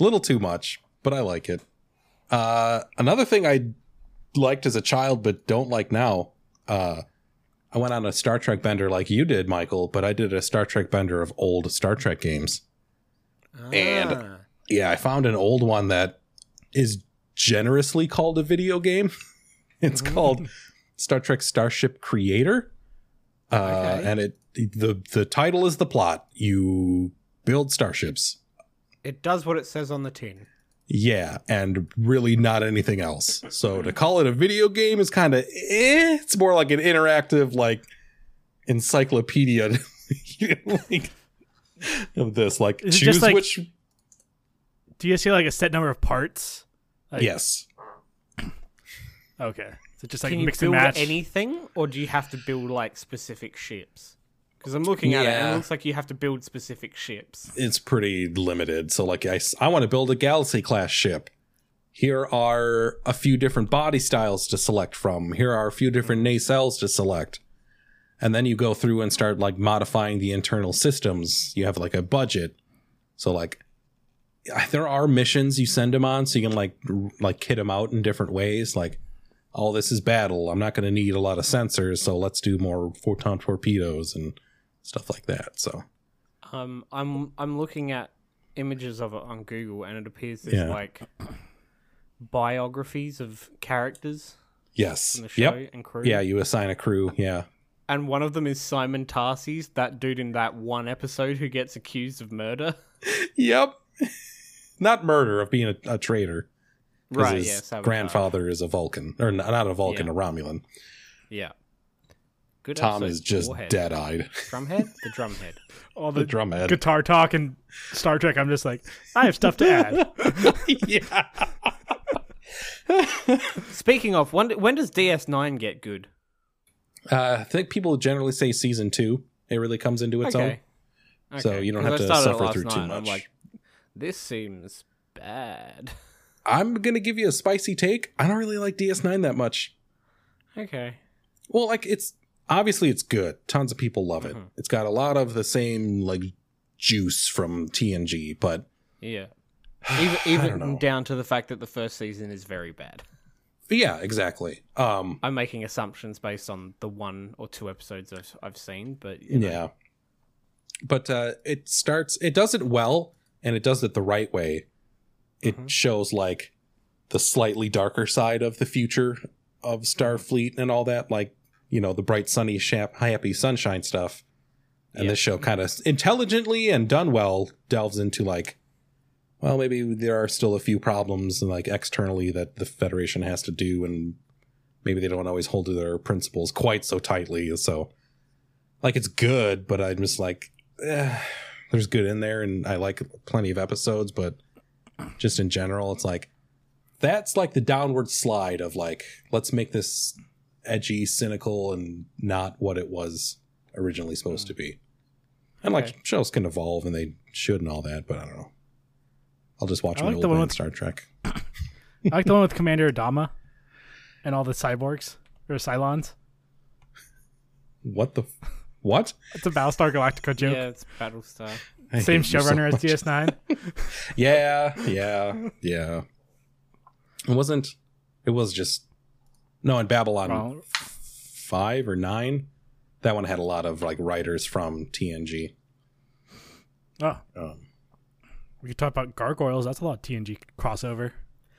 Speaker 2: little too much, but I like it. Uh, another thing I liked as a child but don't like now. Uh, I went on a Star Trek bender like you did, Michael, but I did a Star Trek bender of old Star Trek games. And-
Speaker 1: Ah.
Speaker 2: Yeah, I found an old one that is generously called a video game. it's called Star Trek Starship Creator, uh,
Speaker 1: Okay.
Speaker 2: and it the the title is the plot. You build starships.
Speaker 4: It does what it says on the tin.
Speaker 2: Yeah, and really not anything else. So to call it a video game is kind of eh. It's more like an interactive, like encyclopedia you know, like, of this. Like
Speaker 3: Is it
Speaker 2: choose
Speaker 3: just like-
Speaker 2: which.
Speaker 3: Do you see like a set number of parts? like-
Speaker 2: yes,
Speaker 3: Okay. So just like
Speaker 1: Can you
Speaker 3: mix
Speaker 1: build
Speaker 3: and match.
Speaker 1: anything, or do you have to build like specific ships? Because I'm looking at it, and
Speaker 2: Yeah.
Speaker 1: it looks like you have to build specific ships.
Speaker 2: it's pretty limited. So like I I want to build a galaxy class ship. Here are a few different body styles to select from. Here are a few different nacelles to select. And then you go through and start like modifying the internal systems. You have like a budget. So like there are missions you send them on so you can like r- like kit them out in different ways like oh this is battle. I'm not going to need a lot of sensors, so let's do more photon torpedoes and stuff like that. So
Speaker 1: Um, I'm I'm looking at images of it on Google, and it appears there's
Speaker 2: Yeah.
Speaker 1: like biographies of characters
Speaker 2: yes.
Speaker 1: in the show
Speaker 2: Yep.
Speaker 1: and crew.
Speaker 2: Yeah, you assign a crew. Yeah.
Speaker 1: and one of them is Simon Tarses, that dude in that one episode who gets accused of murder.
Speaker 2: Yep. Not murder of being a, a traitor. 'cause
Speaker 1: Right,
Speaker 2: His
Speaker 1: yeah, sabotage.
Speaker 2: grandfather is a Vulcan, or n- not a Vulcan,
Speaker 1: Yeah.
Speaker 2: a Romulan.
Speaker 1: Yeah. Good
Speaker 2: Tom
Speaker 1: episode.
Speaker 2: is just
Speaker 1: Warhead.
Speaker 2: dead-eyed.
Speaker 1: Drumhead, the drumhead.
Speaker 3: All
Speaker 2: The
Speaker 3: the
Speaker 2: drumhead.
Speaker 3: guitar talk and Star Trek. I'm just like, I have stuff to add.
Speaker 2: yeah.
Speaker 1: Speaking of, when when does DS9 get good?
Speaker 2: Uh, I think people generally say season two. It really comes into its own. So you don't
Speaker 1: 'Cause
Speaker 2: have
Speaker 1: I
Speaker 2: to
Speaker 1: started it
Speaker 2: suffer
Speaker 1: last
Speaker 2: through too
Speaker 1: night, I'm
Speaker 2: much.
Speaker 1: like, this seems bad.
Speaker 2: I'm gonna give you a spicy take. I don't really like DS9 that much.
Speaker 1: Okay.
Speaker 2: Well, like it's obviously it's good. Tons of people love it.
Speaker 1: Mhm.
Speaker 2: It's got a lot of the same like juice from TNG, but
Speaker 1: Yeah. Even,
Speaker 2: I don't know.
Speaker 1: even down to the fact that the first season is very bad.
Speaker 2: Yeah, exactly. Um
Speaker 1: I'm making assumptions based on the one or two episodes I've, I've seen, but you know.
Speaker 2: yeah. But uh it starts it does it well and it does it the right way. It
Speaker 1: Mhm.
Speaker 2: shows like the slightly darker side of the future of Starfleet and all that like, you know, the bright sunny shap- happy sunshine stuff. And
Speaker 1: Yeah.
Speaker 2: this show kind of intelligently and done well delves into like well, maybe there are still a few problems and like externally that the Federation has to do and maybe they don't always hold to their principles quite so tightly. So, like, it's good, but I'm just like, eh, there's good in there, and I like plenty of episodes, but just in general, it's like that's like the downward slide of like, let's make this edgy, cynical, and not what it was originally supposed to be. And
Speaker 1: Okay.
Speaker 2: like shows can evolve and they should and all that, but I don't know. I'll just watch
Speaker 3: I
Speaker 2: my
Speaker 3: like
Speaker 2: old
Speaker 3: the one
Speaker 2: man
Speaker 3: with-
Speaker 2: Star Trek.
Speaker 3: I like the one with Commander Adama and all the cyborgs or Cylons.
Speaker 2: What the? f- What?
Speaker 3: It's a Battlestar Galactica joke.
Speaker 1: Yeah, it's Battlestar.
Speaker 2: I
Speaker 3: Same
Speaker 2: hate you so
Speaker 3: showrunner
Speaker 2: much.
Speaker 3: as DS9.
Speaker 2: Yeah, yeah, yeah. It wasn't. It was just no. In Babylon
Speaker 3: Wrong.
Speaker 2: five or nine, that one had a lot of like writers from TNG.
Speaker 3: Oh,
Speaker 2: Um,
Speaker 3: we could talk about gargoyles. That's a lot of TNG crossover.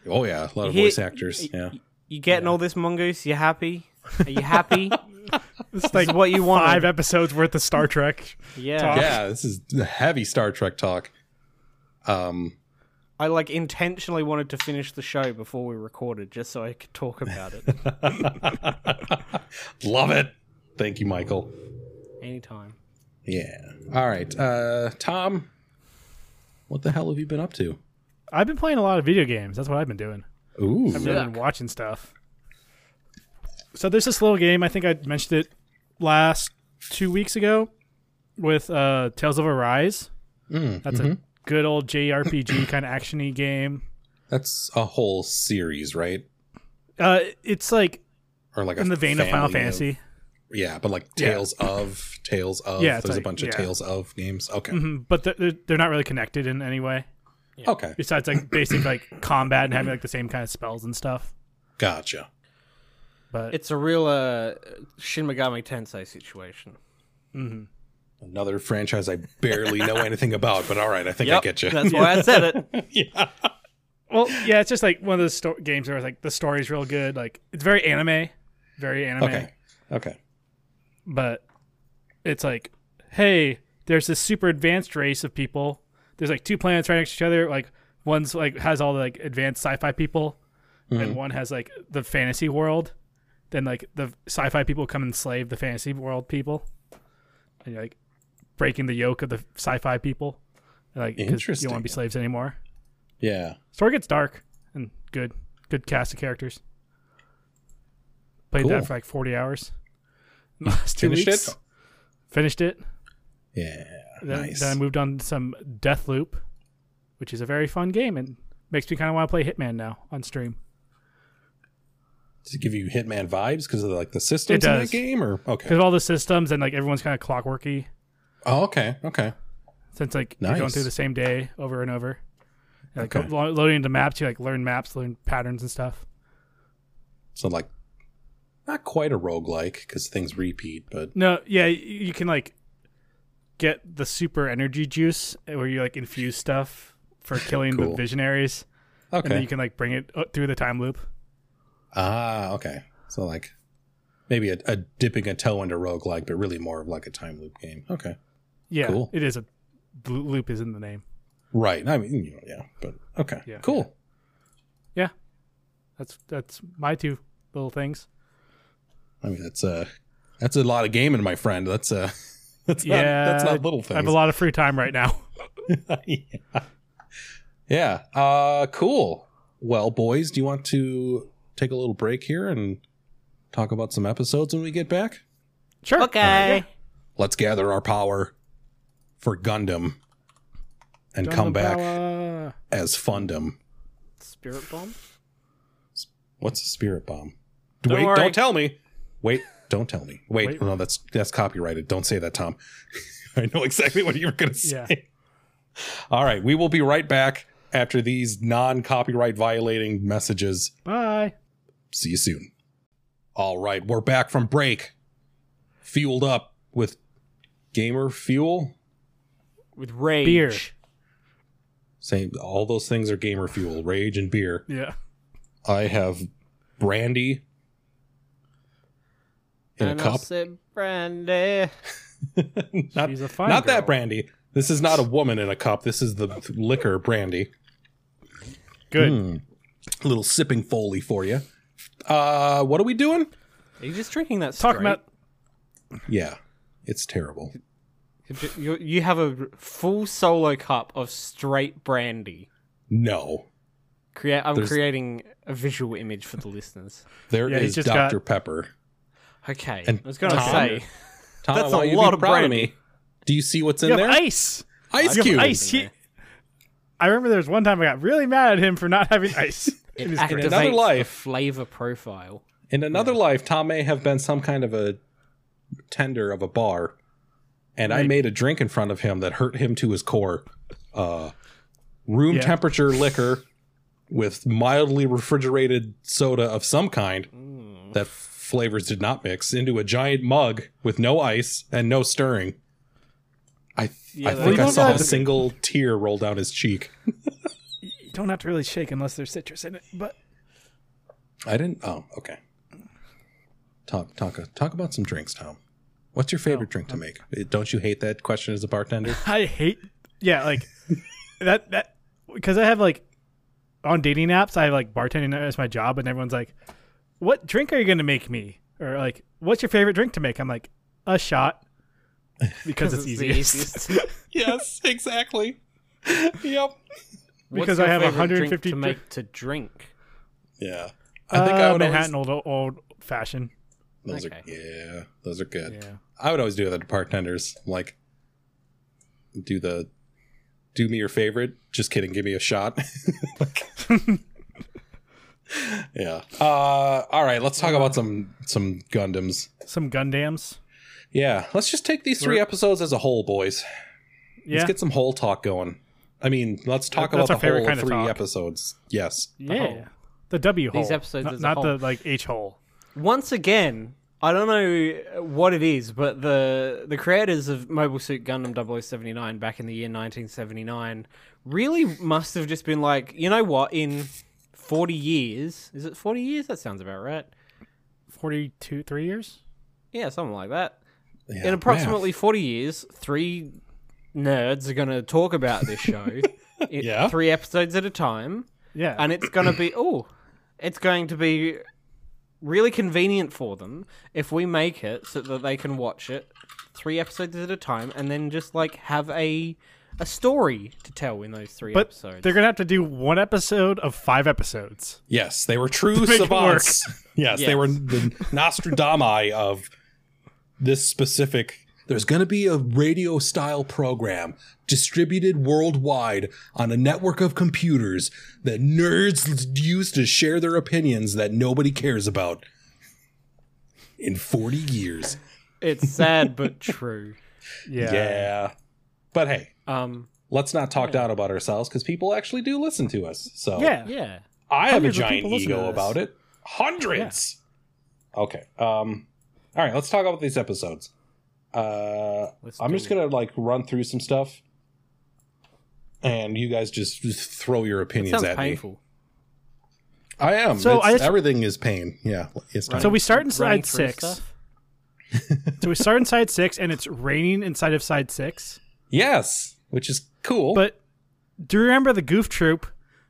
Speaker 2: oh yeah, a lot of
Speaker 1: He-
Speaker 2: voice actors.
Speaker 1: y-
Speaker 2: Yeah,
Speaker 1: You getting all this mongoose? You happy? Are you happy?
Speaker 3: It's
Speaker 1: like
Speaker 3: like
Speaker 1: what you wanted.
Speaker 3: five episodes worth of Star Trek.
Speaker 1: yeah.
Speaker 3: Talk.
Speaker 2: yeah. This is the heavy Star Trek talk. Um,
Speaker 1: I like intentionally wanted to finish the show before we recorded just so I could talk about it
Speaker 2: love it. Thank you, Michael.
Speaker 1: anytime.
Speaker 2: Yeah. All right, uh, Tom. What the hell have you been up to?
Speaker 3: I've been playing a lot of video games. That's what I've been doing.
Speaker 2: Ooh,
Speaker 3: I've really been watching stuff. So there's this little game. I think I mentioned it last two weeks ago with uh, Tales of Arise.
Speaker 2: Mm,
Speaker 3: That's a good old JRPG kind of actiony game.
Speaker 2: that's a whole series, right?
Speaker 3: Uh, it's like
Speaker 2: or like
Speaker 3: in
Speaker 2: a
Speaker 3: the vein of Final
Speaker 2: family
Speaker 3: Fantasy.
Speaker 2: yeah, but like
Speaker 3: Yeah.
Speaker 2: Tales of Tales of.
Speaker 3: Yeah, it's
Speaker 2: there's a
Speaker 3: like-
Speaker 2: bunch of
Speaker 3: yeah.
Speaker 2: Tales of games. Okay,
Speaker 3: Mhm, but they're- they're, they're not really connected in any way Mm-hmm.
Speaker 2: okay,
Speaker 3: besides like basic like combat and having like the same kind of spells and stuff
Speaker 2: gotcha.
Speaker 3: but
Speaker 1: It's a real uh, Shin Megami Tensei situation.
Speaker 3: mhm.
Speaker 2: Another franchise I barely know anything about, but all right, I think I get you.
Speaker 1: That's why I said it.
Speaker 2: yeah,
Speaker 3: well yeah it's just like one of those sto- games where like the story's real good like it's very anime very anime
Speaker 2: okay, okay.
Speaker 3: but it's like hey, there's this super advanced race of people. There's like two planets right next to each other. Like one's like has all the like advanced sci-fi people, and one has like the fantasy world. Then like the sci-fi people come and slave the fantasy world people, and you're like breaking the yoke of the sci-fi people. And, like 'cause you
Speaker 2: Interesting.
Speaker 3: don't want to be slaves anymore.
Speaker 2: Yeah.
Speaker 3: Story gets dark and good. Good cast of characters. Played
Speaker 2: Cool.
Speaker 3: that for like 40 hours. Last two
Speaker 2: Finished
Speaker 3: weeks.
Speaker 2: it?
Speaker 3: Finished it.
Speaker 2: Yeah.
Speaker 3: Then,
Speaker 2: nice.
Speaker 3: then I moved on to some Deathloop, which is a very fun game and makes me kind of want to play Hitman now on stream.
Speaker 2: Does it give you Hitman vibes because of like the systems
Speaker 3: It
Speaker 2: in
Speaker 3: does.
Speaker 2: that game, or okay?
Speaker 3: Because of all the systems and like everyone's kind of clockworky
Speaker 2: Oh, okay, okay.
Speaker 3: since like you're going
Speaker 2: Nice.
Speaker 3: through the same day over and over. And, like
Speaker 2: Okay.
Speaker 3: lo- loading into maps, you like learn maps, learn patterns and stuff.
Speaker 2: So like, not quite a roguelike because things repeat, but
Speaker 3: No, yeah, y- you can like get the super energy juice where you like infuse stuff for killing the
Speaker 2: Cool.
Speaker 3: visionaries, and then
Speaker 2: okay.
Speaker 3: you can like bring it uh, through the time loop.
Speaker 2: ah, okay. So like, maybe a, a dipping a toe into roguelike, but really more of like a time loop game. Okay.
Speaker 3: Yeah,
Speaker 2: Cool.
Speaker 3: it is a the loop is in the name.
Speaker 2: Right. I mean, you know, yeah, but okay.
Speaker 3: Yeah.
Speaker 2: cool.
Speaker 3: That's that's my two little things.
Speaker 2: I mean, that's uh that's a lot of gaming, my friend. That's uh that's not
Speaker 3: yeah,
Speaker 2: that's not little things.
Speaker 3: I have a lot of free time right now.
Speaker 2: yeah. yeah. Uh cool. Well, boys, do you want to take a little break here and talk about some episodes when we get back?
Speaker 3: Sure.
Speaker 1: Okay.
Speaker 2: Let's gather our power for Gundam and come back
Speaker 3: back.
Speaker 2: as Fundum.
Speaker 1: Spirit bomb.
Speaker 2: What's a spirit bomb?
Speaker 4: Don't
Speaker 2: Wait,
Speaker 4: worry.
Speaker 2: don't tell me. Wait, don't tell me. Wait,
Speaker 3: Wait.
Speaker 2: no, that's that's copyrighted. Don't say that, Tom. I know exactly what you were going to say.
Speaker 3: Yeah.
Speaker 2: All right, we will be right back after these non-copyright violating messages.
Speaker 3: Bye.
Speaker 2: See you soon. All right, we're back from break. Fueled up with gamer fuel.
Speaker 4: with rage.
Speaker 3: Beer.
Speaker 2: Same all those things are gamer fuel, rage and beer.
Speaker 3: Yeah.
Speaker 2: I have brandy in
Speaker 1: And
Speaker 2: a
Speaker 1: I
Speaker 2: cup.
Speaker 1: said brandy.
Speaker 2: Not-
Speaker 3: She's a fine
Speaker 2: not that
Speaker 3: girl.
Speaker 2: brandy. This is not a woman in a cup. This is the liquor brandy.
Speaker 3: Good.
Speaker 2: hmm, A little sipping foley for you. Uh, what are we doing?
Speaker 1: Are you just drinking that straight?
Speaker 3: Talking about
Speaker 2: Yeah, it's terrible.
Speaker 1: You, you have a full solo cup of straight brandy.
Speaker 2: No,
Speaker 1: Create. I'm
Speaker 2: There's-
Speaker 1: creating a visual image for the listeners.
Speaker 2: there is
Speaker 3: Yeah, he's just got-
Speaker 2: Dr Pepper.
Speaker 1: Okay.
Speaker 2: And
Speaker 1: I was gonna
Speaker 2: Tom?
Speaker 1: say.
Speaker 2: Tom,
Speaker 1: That's
Speaker 2: I want
Speaker 1: a
Speaker 2: you to be
Speaker 1: lot of
Speaker 2: proud
Speaker 1: brandy.
Speaker 2: me. Do you see what's in
Speaker 3: you
Speaker 2: there?
Speaker 3: have ice.
Speaker 2: Ice
Speaker 3: You have
Speaker 2: cube.
Speaker 3: ice. He- I remember there was one time I got really mad at him for not having ice.
Speaker 1: It
Speaker 3: was
Speaker 1: activates
Speaker 2: great. Another
Speaker 1: the
Speaker 2: life.
Speaker 1: flavor profile.
Speaker 2: In another life, Tom may have been some kind of a tender of a bar, and I
Speaker 3: Right.
Speaker 2: made a drink in front of him that hurt him to his core. Uh, room
Speaker 3: Yeah.
Speaker 2: temperature liquor with mildly refrigerated soda of some kind
Speaker 3: Mm.
Speaker 2: that flavors did not mix into a giant mug with no ice and no stirring. I, I
Speaker 1: that-
Speaker 2: think
Speaker 3: Well,
Speaker 2: I
Speaker 3: you
Speaker 2: saw
Speaker 3: don't
Speaker 2: a
Speaker 3: have-
Speaker 2: single tear roll down his cheek.
Speaker 3: you don't have to really shake unless there's citrus in it. But
Speaker 2: I didn't. Oh, okay. Talk, talk, talk about some drinks, Tom. What's your favorite drink to make? Uh, Don't you hate that question as a bartender?
Speaker 3: I hate, yeah, like that that because I have like on dating apps, I have like bartending as my job, and everyone's like, "What drink are you gonna make me?" Or like, "What's your favorite drink to make?" I'm like, "A shot," because it's
Speaker 1: the
Speaker 3: easiest.
Speaker 1: easiest.
Speaker 2: yes, exactly. yep.
Speaker 1: What's
Speaker 3: Because
Speaker 1: your
Speaker 3: I have
Speaker 1: favorite drink
Speaker 3: 150
Speaker 1: to make to drink.
Speaker 2: Yeah. I think
Speaker 3: uh,
Speaker 2: I would
Speaker 3: Manhattan old old fashioned.
Speaker 2: always. Those
Speaker 1: Okay.
Speaker 2: are yeah, those are good.
Speaker 3: Yeah,
Speaker 2: I would always do that to bartenders. Like, do the, do me your favorite. Just kidding. Give me a shot. Like- yeah. Uh, all right. Let's talk about some some Gundams.
Speaker 3: some Gundams.
Speaker 2: Yeah, let's just take these 3
Speaker 3: We're-
Speaker 2: episodes as a whole, boys.
Speaker 3: Yeah,
Speaker 2: Let's get some whole talk going. I mean, let's talk about
Speaker 3: That's our
Speaker 2: the
Speaker 3: favorite
Speaker 2: whole
Speaker 3: kind of
Speaker 2: three
Speaker 3: talk.
Speaker 2: episodes. Yes.
Speaker 1: Yeah.
Speaker 3: the W hole.
Speaker 1: These episodes
Speaker 3: not,
Speaker 1: as a
Speaker 3: not
Speaker 1: whole.
Speaker 3: the like H hole.
Speaker 1: Once again, I don't know what it is, but the the creators of Mobile Suit Gundam 0079 back in the year 1979 really must have just been like, you know what, in 40 years, is it 40 years? That sounds about right.
Speaker 3: Forty two, three years.
Speaker 1: Yeah, something like that.
Speaker 2: Yeah,
Speaker 1: in approximately 40 years, three nerds are going to talk about this show, in
Speaker 2: Yeah.
Speaker 1: three episodes at a time,
Speaker 3: Yeah.
Speaker 1: and it's going to be oh, it's going to be really convenient for them if we make it so that they can watch it three episodes at a time and then just like have a a story to tell in those three
Speaker 3: but
Speaker 1: episodes.
Speaker 3: they're gonna have to do one episode of five episodes.
Speaker 2: Yes, they were true
Speaker 3: make it
Speaker 2: savants. Yes, they
Speaker 1: Yes.
Speaker 2: were the Nostradamus of this specific. There's going to be a radio style program distributed worldwide on a network of computers that nerds use to share their opinions that nobody cares about. In 40 years.
Speaker 1: It's sad but true.
Speaker 3: Yeah.
Speaker 2: yeah. But hey,
Speaker 1: Um,
Speaker 2: let's not talk down about ourselves because people actually do listen to us. So
Speaker 3: Yeah.
Speaker 1: yeah.
Speaker 2: I have a
Speaker 3: Hundreds of
Speaker 2: giant
Speaker 3: people listen to
Speaker 2: ego
Speaker 3: this.
Speaker 2: about it. Hundreds. Okay. Um. All right. Let's talk about these episodes. Uh,
Speaker 1: Let's
Speaker 2: I'm
Speaker 1: do
Speaker 2: just gonna like run through some stuff, and you guys just, just throw your opinions
Speaker 1: Sounds
Speaker 2: at
Speaker 1: painful.
Speaker 2: me. I am.
Speaker 3: So
Speaker 2: So
Speaker 3: I just-
Speaker 2: everything is pain. Yeah. It's not.
Speaker 3: So we start
Speaker 1: Running
Speaker 3: inside
Speaker 1: through
Speaker 3: six.
Speaker 1: stuff?
Speaker 3: So we start inside six, and it's raining inside of side six.
Speaker 2: yes, which is cool.
Speaker 3: But do you remember the Goof Troop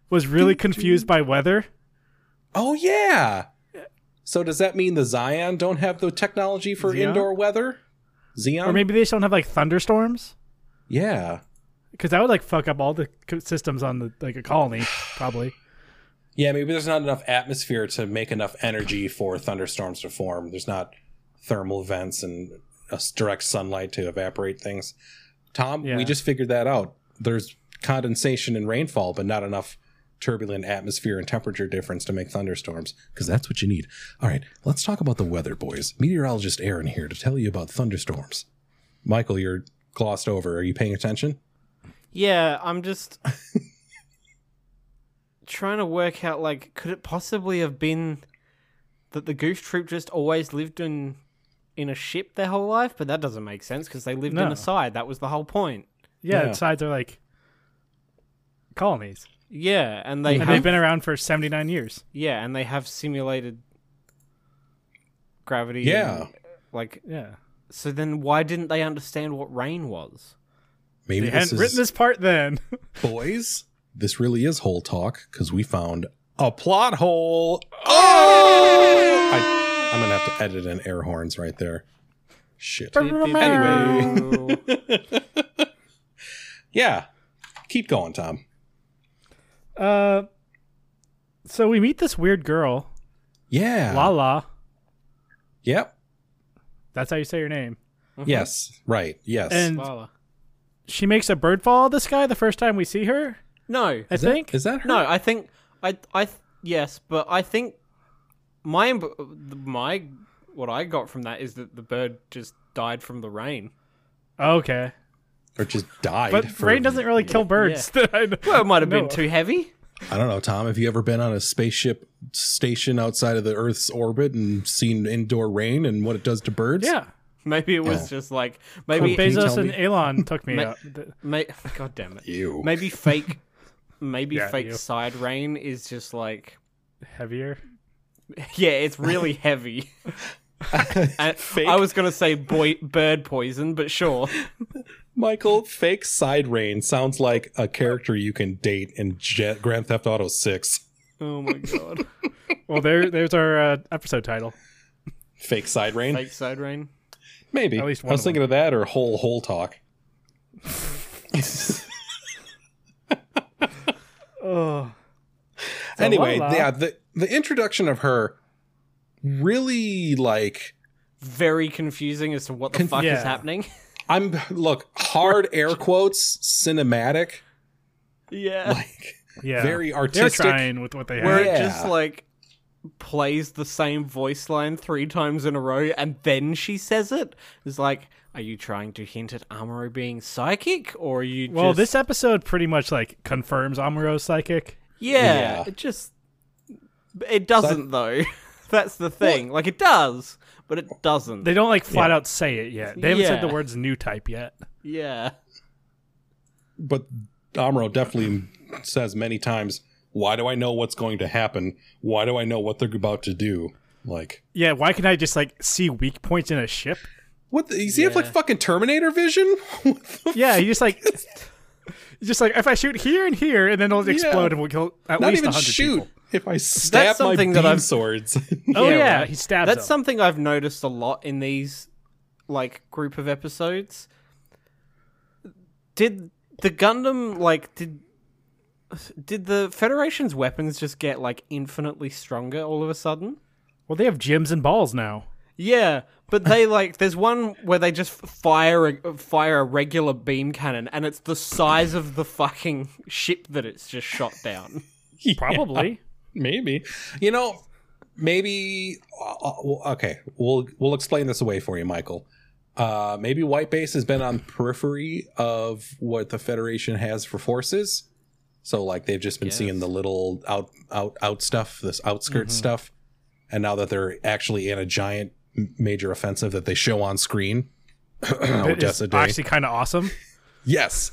Speaker 3: was really confused by weather?
Speaker 2: oh yeah. So does that mean the Zion don't have the technology for
Speaker 3: Xeon?
Speaker 2: indoor weather? Xeon.
Speaker 3: Or maybe they just don't have like thunderstorms?
Speaker 2: Yeah.
Speaker 3: Because that would like fuck up all the co- systems on the like a colony, probably.
Speaker 2: Yeah, maybe there's not enough atmosphere to make enough energy for thunderstorms to form. There's not thermal vents and uh, s- direct sunlight to evaporate things. Tom,
Speaker 3: Yeah.
Speaker 2: we just figured that out. There's condensation and rainfall, but not enough turbulent atmosphere and temperature difference to make thunderstorms because that's what you need. All right, let's talk about the weather, boys. Meteorologist Aaron here to tell you about thunderstorms. Michael, you're glossed over. Are you paying attention?
Speaker 1: Yeah, I'm just trying to work out like could it possibly have been that the goof troop just always lived in in a ship their whole life, but that doesn't make sense because they lived in
Speaker 3: No.
Speaker 1: a side. That was the whole point.
Speaker 3: Yeah,
Speaker 2: Yeah.
Speaker 3: sides are like colonies.
Speaker 1: Yeah, and they
Speaker 3: And
Speaker 1: have
Speaker 3: they've been around for 79 years.
Speaker 1: yeah, and they have simulated gravity.
Speaker 2: Yeah.
Speaker 1: and, like
Speaker 3: Yeah.
Speaker 1: so, then why didn't they understand what rain was?
Speaker 2: Maybe
Speaker 3: They
Speaker 2: this
Speaker 3: hadn't
Speaker 2: is-
Speaker 3: written this part then.
Speaker 2: boys, this really is whole talk because we found a plot hole. Oh!
Speaker 3: Oh!
Speaker 2: I, I'm gonna have to edit in air horns right there. Shit. Anyway. Yeah, keep going, Tom.
Speaker 3: Uh, so we meet this weird girl,
Speaker 2: Yeah.
Speaker 3: Lala.
Speaker 2: Yep.
Speaker 3: That's how you say your name.
Speaker 2: Yes. Right. Yes.
Speaker 3: Uh-huh. And
Speaker 1: Lala.
Speaker 3: she makes a bird follow this guy the first time we see her,
Speaker 1: No,
Speaker 3: I
Speaker 2: is that-
Speaker 3: think.
Speaker 2: is that her?
Speaker 1: No, I think I I th- yes, but I think my imb- my what I got from that is that the bird just died from the rain.
Speaker 3: okay.
Speaker 2: Or just died.
Speaker 3: But
Speaker 2: for-
Speaker 3: rain doesn't really kill birds.
Speaker 1: Well, it might have
Speaker 3: Oh, No.
Speaker 1: been too heavy.
Speaker 2: I don't know, Tom. Have you ever been on a spaceship station outside of the Earth's orbit and seen indoor rain and what it does to birds?
Speaker 3: yeah.
Speaker 1: Maybe it was just like maybe
Speaker 3: Well,
Speaker 2: Can you
Speaker 3: Bezos
Speaker 2: tell
Speaker 3: and
Speaker 2: me?
Speaker 3: Elon took me
Speaker 1: Ma-
Speaker 3: up. Th-
Speaker 1: may, God damn it.
Speaker 2: Ew.
Speaker 1: Maybe fake maybe
Speaker 3: Yeah,
Speaker 1: fake
Speaker 3: you.
Speaker 1: side rain is just like
Speaker 3: Heavier.
Speaker 1: yeah, it's really heavy. And I was gonna say boy, bird poison, but sure.
Speaker 2: Michael, fake side rain sounds like a character you can date in Je- Grand Theft Auto 6.
Speaker 1: Oh my god,
Speaker 3: Well, there, there's our uh, episode title.
Speaker 2: Fake side rain?
Speaker 1: fake side rain.
Speaker 2: Maybe.
Speaker 3: at least
Speaker 2: I
Speaker 3: one
Speaker 2: was
Speaker 3: of
Speaker 2: thinking of that or whole whole talk.
Speaker 3: Oh,
Speaker 2: anyway,
Speaker 3: Lala-
Speaker 2: yeah, the the introduction of her really like
Speaker 1: Very confusing as to what the fuck
Speaker 3: Yeah.
Speaker 1: is happening.
Speaker 2: I'm look, hard air quotes, cinematic,
Speaker 1: Yeah.
Speaker 2: like
Speaker 3: yeah.
Speaker 2: very
Speaker 3: They're
Speaker 2: artistic.
Speaker 3: trying with what they
Speaker 1: where
Speaker 3: have.
Speaker 2: Yeah.
Speaker 1: it just like plays the same voice line three times in a row and then she says it. It's like, are you trying to hint at Amuro being psychic or are you
Speaker 3: Well,
Speaker 1: just
Speaker 3: this episode pretty much like confirms Amuro's psychic.
Speaker 1: yeah,
Speaker 2: Yeah.
Speaker 1: it just it doesn't though. That's the thing. Like it does, but it doesn't.
Speaker 3: They don't like flat out say it yet. They haven't said the
Speaker 1: Yeah.
Speaker 3: words new type yet.
Speaker 1: yeah.
Speaker 2: but Amuro definitely says many times, "Why do I know what's going to happen? Why do I know what they're about to do?" Like
Speaker 3: Yeah, why can I just like see weak points in a ship?
Speaker 2: What? The, does he have like fucking Terminator vision? What the
Speaker 3: Yeah, you just like, just like if I shoot here and here, and then it'll explode and we'll kill at
Speaker 2: not
Speaker 3: least
Speaker 2: even
Speaker 3: hundred
Speaker 2: shoot.
Speaker 3: people.
Speaker 2: If I stab my
Speaker 1: something
Speaker 2: beam
Speaker 1: that I've-
Speaker 2: swords,
Speaker 3: Oh yeah,
Speaker 1: right.
Speaker 3: he stabs.
Speaker 1: That's
Speaker 3: him.
Speaker 1: something I've noticed a lot in these like group of episodes. Did the Gundam like did did the Federation's weapons just get like infinitely stronger all of a sudden?
Speaker 3: Well, they have gyms and balls now.
Speaker 1: Yeah, but they like there's one where they just fire a, fire a regular beam cannon and it's the size of the fucking ship that it's just shot down.
Speaker 3: Probably.
Speaker 2: maybe. You know, maybe. Uh, uh, okay, we'll we'll explain this away for you, Michael. Uh, maybe White Base has been on the periphery of what the Federation has for forces. So like they've just been seeing the little out out out stuff, this outskirts
Speaker 3: Mm-hmm.
Speaker 2: stuff, and now that they're actually in a giant m- major offensive that they show on screen,
Speaker 3: That is
Speaker 2: Oh, Odessa Day.
Speaker 3: actually kind of awesome.
Speaker 2: Yes.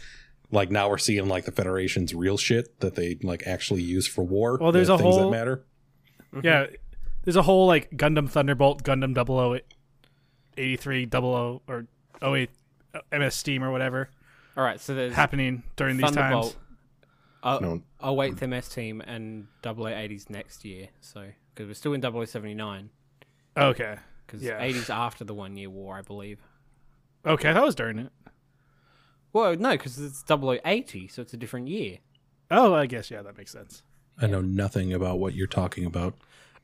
Speaker 2: Like now we're seeing like the Federation's real shit that they like actually use for war.
Speaker 3: Well, there's
Speaker 2: the
Speaker 3: a
Speaker 2: things
Speaker 3: whole-
Speaker 2: that matter.
Speaker 3: Yeah, there's a whole like Gundam Thunderbolt, Gundam 00, 83, 00, or 08 uh, MS Steam or whatever
Speaker 1: All right, so there's
Speaker 3: happening during these times.
Speaker 1: Thunderbolt. I'll,
Speaker 2: No.
Speaker 1: Uh, I'll wait the MS team and 0080s next year, so because we're still in 0079
Speaker 3: Okay,
Speaker 1: because
Speaker 3: Yeah.
Speaker 1: 80s after the one year war, I believe.
Speaker 3: okay, that was during it.
Speaker 1: Well, no, because it's 0080, so it's a different year.
Speaker 3: Oh, I guess yeah, that makes sense.
Speaker 2: I know nothing about what you're talking about.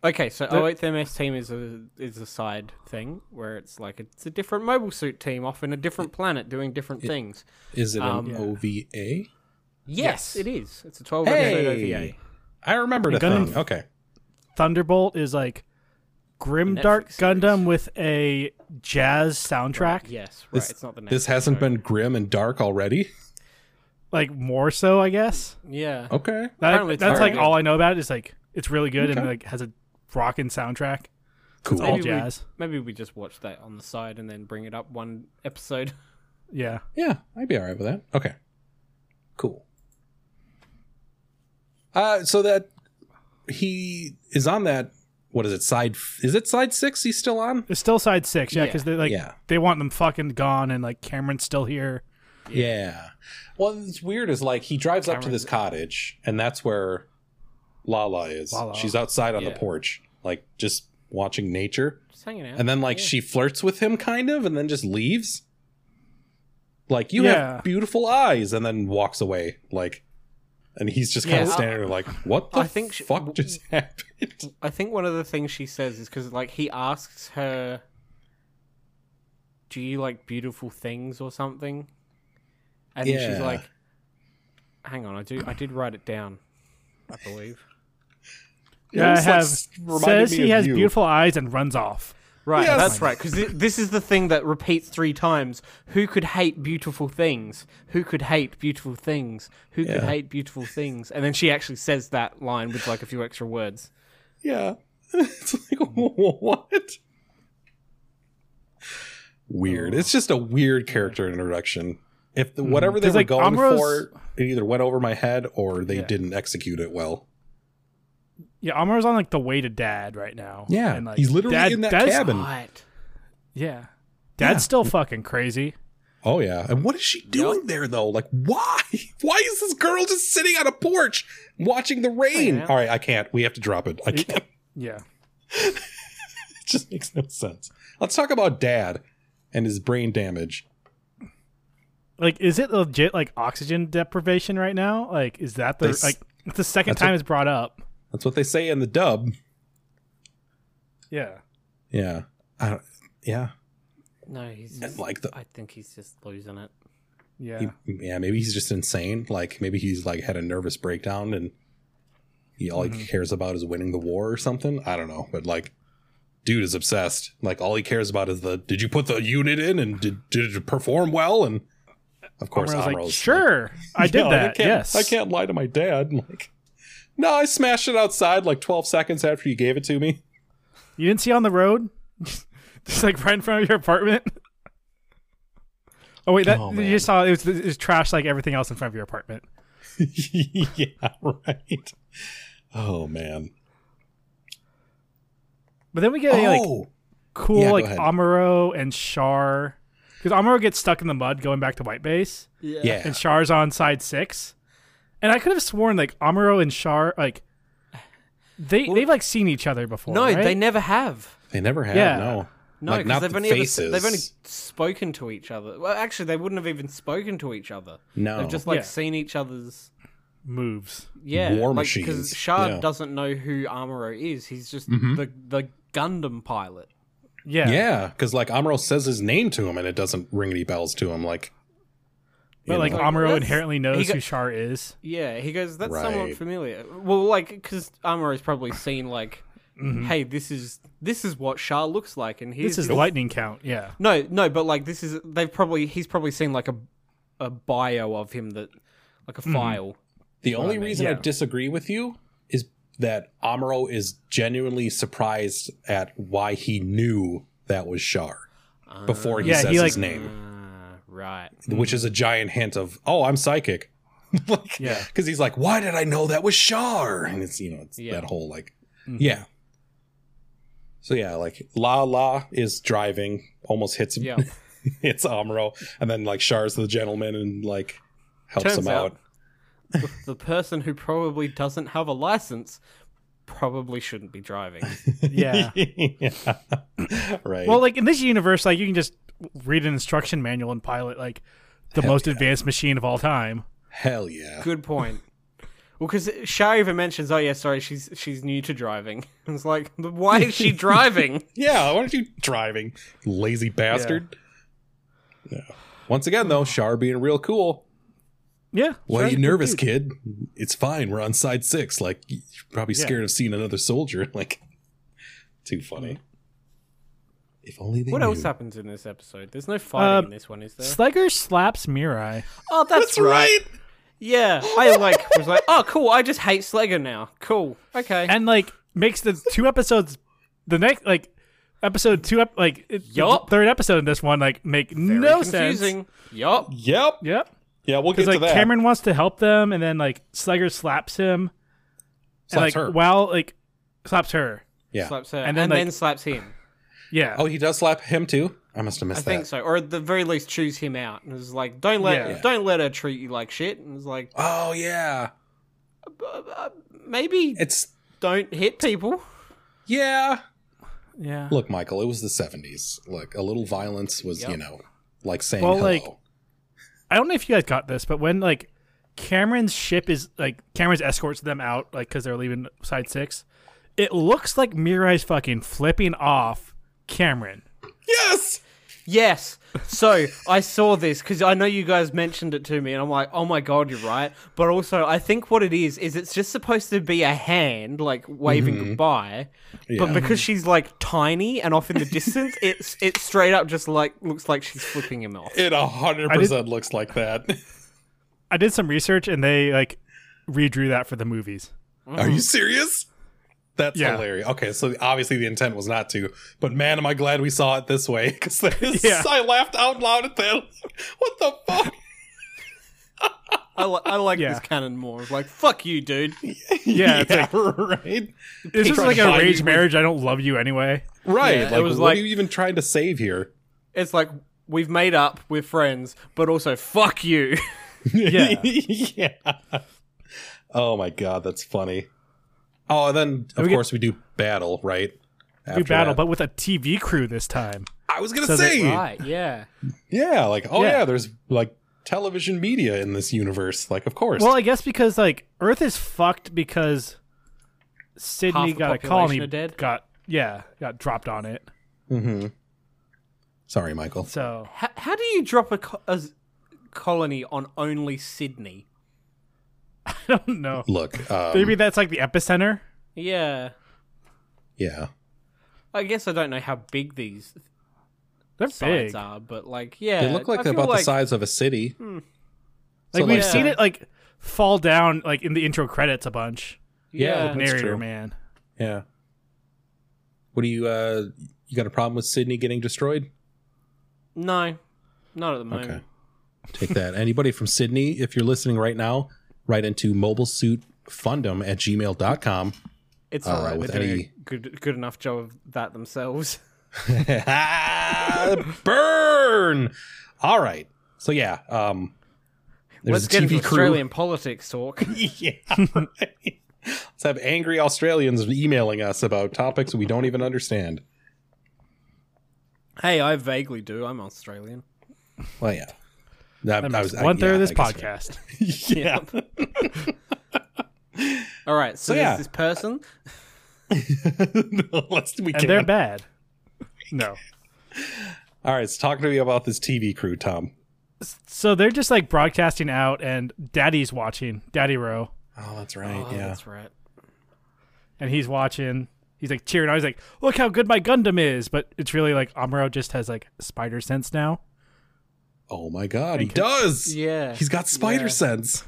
Speaker 1: Okay, so 08 the MS team is a is a side thing where it's like it's a different mobile suit team off in a different planet doing different things.
Speaker 2: Is it
Speaker 1: Um, Oh,
Speaker 2: an OVA?
Speaker 1: Yes, it is. It's a 12 episode
Speaker 2: Hey,
Speaker 1: OVA.
Speaker 2: I remembered a
Speaker 3: Gundam-
Speaker 2: thing. Okay,
Speaker 3: Thunderbolt is like Grim Dark
Speaker 1: Netflix series.
Speaker 3: Gundam with a jazz soundtrack,
Speaker 1: Yes, right.
Speaker 2: This-
Speaker 1: it's not the next.
Speaker 2: this hasn't been grim and dark already.
Speaker 3: like more so, I guess.
Speaker 1: Yeah.
Speaker 2: Okay,
Speaker 3: That,
Speaker 1: Apparently it's
Speaker 3: that's
Speaker 1: very
Speaker 3: like
Speaker 1: good.
Speaker 3: all I know about it is like it's really good and
Speaker 2: Okay.
Speaker 3: like has a rockin' soundtrack.
Speaker 2: cool.
Speaker 3: all
Speaker 1: Maybe we-
Speaker 3: jazz.
Speaker 1: Maybe we just watch that on the side and then bring it up one episode.
Speaker 3: Yeah.
Speaker 2: Yeah, I'd be all right with that. Okay, cool. Uh, so that he is on that. What is it? Side? f- Is it side six? He's still on?
Speaker 3: It's still side six, yeah, because they like
Speaker 2: Yeah.
Speaker 3: they want them fucking gone, and like Cameron's still here.
Speaker 2: Yeah. Well, it's weird is like he drives up to this cottage, and that's where Lala is.
Speaker 3: Lala.
Speaker 2: She's outside on the
Speaker 1: Yeah.
Speaker 2: porch, like just watching nature.
Speaker 1: Just hanging out.
Speaker 2: And then like
Speaker 1: Yeah.
Speaker 2: she flirts with him kind of and then just leaves. Like you
Speaker 3: Yeah.
Speaker 2: have beautiful eyes and then walks away like and he's just kind
Speaker 1: Yeah,
Speaker 2: of
Speaker 1: I-
Speaker 2: standing there like what the
Speaker 1: I think she-
Speaker 2: fuck just happened?
Speaker 1: I think one of the things she says is because like he asks her, "Do you like beautiful things or something?" And then she's
Speaker 2: Yeah.
Speaker 1: like, "Hang on, I do. I did write it down. I believe."
Speaker 3: Yeah, I
Speaker 2: Just, like,
Speaker 3: have
Speaker 2: s- reminded
Speaker 3: says
Speaker 2: me
Speaker 3: he
Speaker 2: of
Speaker 3: has
Speaker 2: you.
Speaker 3: beautiful eyes and runs off.
Speaker 1: Right,
Speaker 2: Yes.
Speaker 1: that's right. Because this is the thing that repeats three times. Who could hate beautiful things? Who could hate beautiful things? Who could
Speaker 2: Yeah.
Speaker 1: hate beautiful things? And then she actually says that line with like a few extra words.
Speaker 2: Yeah. it's like, what? Weird. It's just a weird character introduction. If the, whatever they
Speaker 3: 'Cause,
Speaker 2: were
Speaker 3: like,
Speaker 2: going
Speaker 3: Amuro's-
Speaker 2: for, it either went over my head or they didn't execute it well.
Speaker 3: Yeah, Amaro's on like the way to Dad right now.
Speaker 2: Yeah,
Speaker 3: and, like,
Speaker 2: he's literally
Speaker 3: Dad-
Speaker 2: in that
Speaker 3: Dad's-
Speaker 2: cabin.
Speaker 1: Right.
Speaker 3: Yeah, Dad's still fucking crazy.
Speaker 2: Oh yeah. And what is she doing there though? Like, why? Why is this girl just sitting on a porch watching the rain?
Speaker 1: Yeah.
Speaker 2: All right, I can't. We have to drop it. I can't.
Speaker 3: Yeah,
Speaker 2: It just makes no sense. Let's talk about Dad and his brain damage.
Speaker 3: like is it legit like oxygen deprivation right now? Like is that the
Speaker 2: They s-
Speaker 3: like it's the second
Speaker 2: that's
Speaker 3: time
Speaker 2: what-
Speaker 3: it's brought up?
Speaker 2: That's what they say in the dub.
Speaker 3: Yeah,
Speaker 2: Yeah. I don't, yeah.
Speaker 1: No, he's
Speaker 2: And
Speaker 1: just,
Speaker 2: like the
Speaker 1: I think he's just losing it.
Speaker 3: yeah.
Speaker 2: he- yeah, maybe he's just insane. Like maybe he's like had a nervous breakdown and he all
Speaker 3: Mm-hmm.
Speaker 2: he cares about is winning the war or something. I don't know, but like dude is obsessed. Like all he cares about is the did you put the unit in and did did it perform well and of course
Speaker 3: Amaro's like,
Speaker 2: Amaro's
Speaker 3: sure, I did
Speaker 2: "No,
Speaker 3: that.
Speaker 2: can't,
Speaker 3: yes,
Speaker 2: I can't lie to my dad. And, like no, I smashed it outside like 12 seconds after you gave it to me.
Speaker 3: You didn't see on the road, just like right in front of your apartment. Oh wait, that
Speaker 2: Oh,
Speaker 3: you
Speaker 2: man.
Speaker 3: just saw it was, it was trash like everything else in front of your apartment.
Speaker 2: yeah, right. Oh man.
Speaker 3: But then we get a, like
Speaker 2: oh,
Speaker 3: cool
Speaker 2: Yeah, go
Speaker 3: like
Speaker 2: ahead.
Speaker 3: Amuro and Char. Because Amuro gets stuck in the mud going back to White Base,
Speaker 2: Yeah.
Speaker 3: and Char's on side six. And I could have sworn like Amuro and Char like they they've like seen each other before.
Speaker 1: No,
Speaker 3: right?
Speaker 1: they never have.
Speaker 2: They never have.
Speaker 3: Yeah.
Speaker 2: No.
Speaker 1: No,
Speaker 2: like,
Speaker 1: because
Speaker 2: not
Speaker 1: they've
Speaker 2: the
Speaker 1: only ever s-
Speaker 2: faces.
Speaker 1: they've only spoken to each other. Well, actually, they wouldn't have even spoken to each other.
Speaker 2: No.
Speaker 1: they've just like
Speaker 3: Yeah.
Speaker 1: seen each other's
Speaker 3: moves.
Speaker 1: yeah
Speaker 2: War machines.
Speaker 1: Because Shard
Speaker 2: Yeah. Mm-hmm.
Speaker 1: doesn't know who Armoro is. He's just the the Gundam pilot.
Speaker 3: Yeah,
Speaker 2: yeah, because like Amuro says his name to him and it doesn't ring any bells to him. Like, you
Speaker 3: but like
Speaker 2: know.
Speaker 3: Amuro
Speaker 1: that's-
Speaker 3: inherently
Speaker 1: he
Speaker 3: knows
Speaker 1: got-
Speaker 3: who Char is.
Speaker 1: Yeah, he goes. That's somewhat
Speaker 2: Right.
Speaker 1: familiar. Well, like because Armoro's probably seen like, hey, this is this is what Shard looks like, and here's
Speaker 3: Mm-hmm. This is
Speaker 1: his-
Speaker 3: lightning count. Yeah,
Speaker 1: No, no, but like this is they've probably he's probably seen like a a bio of him that like
Speaker 2: Mm-hmm.
Speaker 1: a file.
Speaker 2: the only reason I
Speaker 3: yeah.
Speaker 2: disagree with you is that Amuro is genuinely surprised at why he knew that was Shar before he
Speaker 3: Yeah,
Speaker 2: says
Speaker 3: he,
Speaker 2: his
Speaker 3: like-
Speaker 2: name,
Speaker 1: Ah, right.
Speaker 2: which is a giant hint of, oh, I'm psychic. like,
Speaker 3: Yeah.
Speaker 2: Because he's like, why did I know that was Shar? And it's, you know, it's
Speaker 1: Yeah.
Speaker 2: that whole like, yeah. So yeah, like La La is driving, almost hits him.
Speaker 1: Yeah.
Speaker 2: it's Amuro, and then like Char's the gentleman and like helps
Speaker 1: Turns
Speaker 2: him
Speaker 1: out,
Speaker 2: out.
Speaker 1: the, the person who probably doesn't have a license probably shouldn't be driving.
Speaker 3: yeah.
Speaker 2: Yeah. right.
Speaker 3: Well, like in this universe, like you can just read an instruction manual and pilot like the most advanced machine of all time.
Speaker 2: Hell yeah.
Speaker 1: Good point. Well, because Shar even mentions, oh yeah, sorry, she's she's new to driving. And it's like, but why is she driving?
Speaker 2: Yeah. Why aren't you driving, lazy bastard? Yeah. Once again, though, Char being real cool.
Speaker 3: Yeah.
Speaker 2: Why
Speaker 3: sure.
Speaker 2: are you nervous, kid? It's fine. We're on side six. Like, you're probably
Speaker 3: Yeah.
Speaker 2: scared of seeing another soldier. Like, too funny. If only they
Speaker 1: what
Speaker 2: knew.
Speaker 1: else happens in this episode? There's no fighting
Speaker 3: Um,
Speaker 1: in this one, is there?
Speaker 3: Slugger slaps Mirai.
Speaker 1: Oh, that's,
Speaker 2: That's right.
Speaker 1: Yeah, I like was like, oh, cool. I just hate Slager now. Cool. Okay.
Speaker 3: and like makes the two episodes the next like episode two up like it,
Speaker 1: Yup.
Speaker 3: the third episode in this one like make no sense
Speaker 1: confusing. Yup.
Speaker 2: Yep.
Speaker 3: yep
Speaker 2: Yeah, we'll get
Speaker 3: because
Speaker 2: to
Speaker 3: like
Speaker 2: that.
Speaker 3: cameron wants to help them and then like slugger slaps him and
Speaker 2: Slaps
Speaker 3: like
Speaker 2: her.
Speaker 3: while like slaps her
Speaker 2: yeah.
Speaker 1: Slaps her, and
Speaker 3: And then,
Speaker 1: then,
Speaker 3: like-
Speaker 1: slaps him.
Speaker 3: yeah
Speaker 2: Oh, he does slap him too. I must have missed
Speaker 1: I
Speaker 2: that.
Speaker 1: think so, or at the very least, choose him out. And it's like, don't let
Speaker 3: Yeah.
Speaker 1: don't let her treat you like shit. And it's like,
Speaker 2: Oh yeah,
Speaker 1: maybe
Speaker 2: it's
Speaker 1: don't hit people.
Speaker 2: yeah.
Speaker 3: yeah
Speaker 2: Look, Michael, it was the seventies. Look, a little violence was you
Speaker 1: Yep.
Speaker 2: know like saying
Speaker 3: Well,
Speaker 2: hello.
Speaker 3: like- i don't know if you guys got this but when like cameron's ship is like cameron's escorts them out like because they're leaving side six it looks like mirai's fucking flipping off cameron
Speaker 2: yes,
Speaker 1: Yes. So I saw this because I know you guys mentioned it to me, and I'm like, oh my god, you're right. But also, I think what it is is it's just supposed to be a hand like waving goodbye,
Speaker 2: Mm-hmm. Yeah.
Speaker 1: but because she's like tiny and off in the distance, it's it straight up just like looks like she's flipping him off.
Speaker 2: it a hundred
Speaker 3: I did-
Speaker 2: percent looks like that.
Speaker 3: I did some research and they like redrew that for the movies.
Speaker 2: Are you serious? That's
Speaker 3: Mm-hmm. Yeah.
Speaker 2: hilarious. Okay, so obviously the intent was not to, but man, am I glad we saw it this way because
Speaker 3: Yeah.
Speaker 2: I laughed out loud at that. What the fuck?
Speaker 1: I, li- I like
Speaker 3: Yeah.
Speaker 1: this canon more. It's like, fuck you, dude.
Speaker 3: Yeah, it's like
Speaker 2: right,
Speaker 3: it's just
Speaker 2: Trying
Speaker 3: like
Speaker 2: to
Speaker 3: a
Speaker 2: find
Speaker 3: rage
Speaker 2: you-
Speaker 3: marriage. I don't love you anyway.
Speaker 2: right.
Speaker 1: Yeah, it
Speaker 2: like,
Speaker 1: was
Speaker 2: what
Speaker 1: like-
Speaker 2: are you even trying to save here?
Speaker 1: It's like we've made up, we're friends, but also fuck you.
Speaker 3: Yeah.
Speaker 2: yeah. Oh my god, that's funny. Oh, and then of
Speaker 3: we get-
Speaker 2: course we do battle, right?
Speaker 3: We
Speaker 2: After
Speaker 3: battle,
Speaker 2: that.
Speaker 3: but with a TV crew this time.
Speaker 2: I was gonna
Speaker 3: so that-
Speaker 2: say,
Speaker 1: right? Yeah.
Speaker 2: yeah, like oh
Speaker 3: Yeah.
Speaker 2: yeah. there's like television media in this universe, like of course.
Speaker 3: Well, I guess because like Earth is fucked because Sydney
Speaker 1: Half the
Speaker 3: got a
Speaker 1: population
Speaker 3: colony
Speaker 1: are dead.
Speaker 3: got yeah got dropped on it.
Speaker 2: Mhm. Sorry, Michael.
Speaker 3: So
Speaker 1: How, how do you drop a, co- a s- colony on only Sydney?
Speaker 3: I don't know.
Speaker 2: Look, um,
Speaker 3: Maybe that's like the epicenter.
Speaker 1: Yeah.
Speaker 2: yeah,
Speaker 1: I guess I don't know how big these
Speaker 3: They're
Speaker 1: sites
Speaker 3: big.
Speaker 1: are, but like, yeah.
Speaker 2: they look like
Speaker 1: I feel
Speaker 2: about
Speaker 1: like, Hmm.
Speaker 2: the size of a city.
Speaker 3: Like
Speaker 2: So,
Speaker 3: we've
Speaker 2: like,
Speaker 3: seen
Speaker 1: yeah.
Speaker 3: it like fall down like in the intro credits a bunch.
Speaker 2: Yeah,
Speaker 1: Yeah.
Speaker 2: with That's
Speaker 3: Narrator
Speaker 2: true.
Speaker 3: man.
Speaker 2: Yeah. What do you? uh You got a problem with Sydney getting destroyed?
Speaker 1: No, not at the moment.
Speaker 2: Okay. Take that. Anybody from Sydney, if you're listening right now, write into mobilesuitfundum at gmail.com.
Speaker 1: It's
Speaker 2: Uh,
Speaker 1: alright.
Speaker 2: with
Speaker 1: They're doing
Speaker 2: any-
Speaker 1: a good, good enough job of that themselves.
Speaker 2: Burn. All right. So yeah, um,
Speaker 1: Let's
Speaker 2: there's
Speaker 1: get
Speaker 2: a TV
Speaker 1: into
Speaker 2: crew.
Speaker 1: Australian politics talk.
Speaker 2: yeah, right. Let's have angry Australians emailing us about topics we don't even understand.
Speaker 1: hey, I vaguely do. I'm Australian.
Speaker 2: Well, yeah. That,
Speaker 3: That
Speaker 2: I
Speaker 3: makes
Speaker 2: was- I-
Speaker 3: one third
Speaker 2: yeah,
Speaker 3: of this
Speaker 2: I guess
Speaker 3: podcast.
Speaker 2: you're right. Yeah.
Speaker 1: All right, so,
Speaker 2: So, yeah.
Speaker 1: there's this person.
Speaker 2: No, let's- we
Speaker 3: and they're
Speaker 2: can't.
Speaker 3: bad. No.
Speaker 2: All right, so talk to me about this TV crew, Tom.
Speaker 3: So they're just like broadcasting out, and Daddy's watching, Daddy Row,
Speaker 2: Oh, that's right.
Speaker 1: Oh,
Speaker 2: yeah.
Speaker 1: that's right.
Speaker 3: and he's watching. He's like cheering. I was like, "Look how good my Gundam is!" But it's really like Amuro just has like spider sense now.
Speaker 2: Oh my god, he does.
Speaker 1: Yeah.
Speaker 2: He's got spider
Speaker 1: Yeah.
Speaker 2: sense.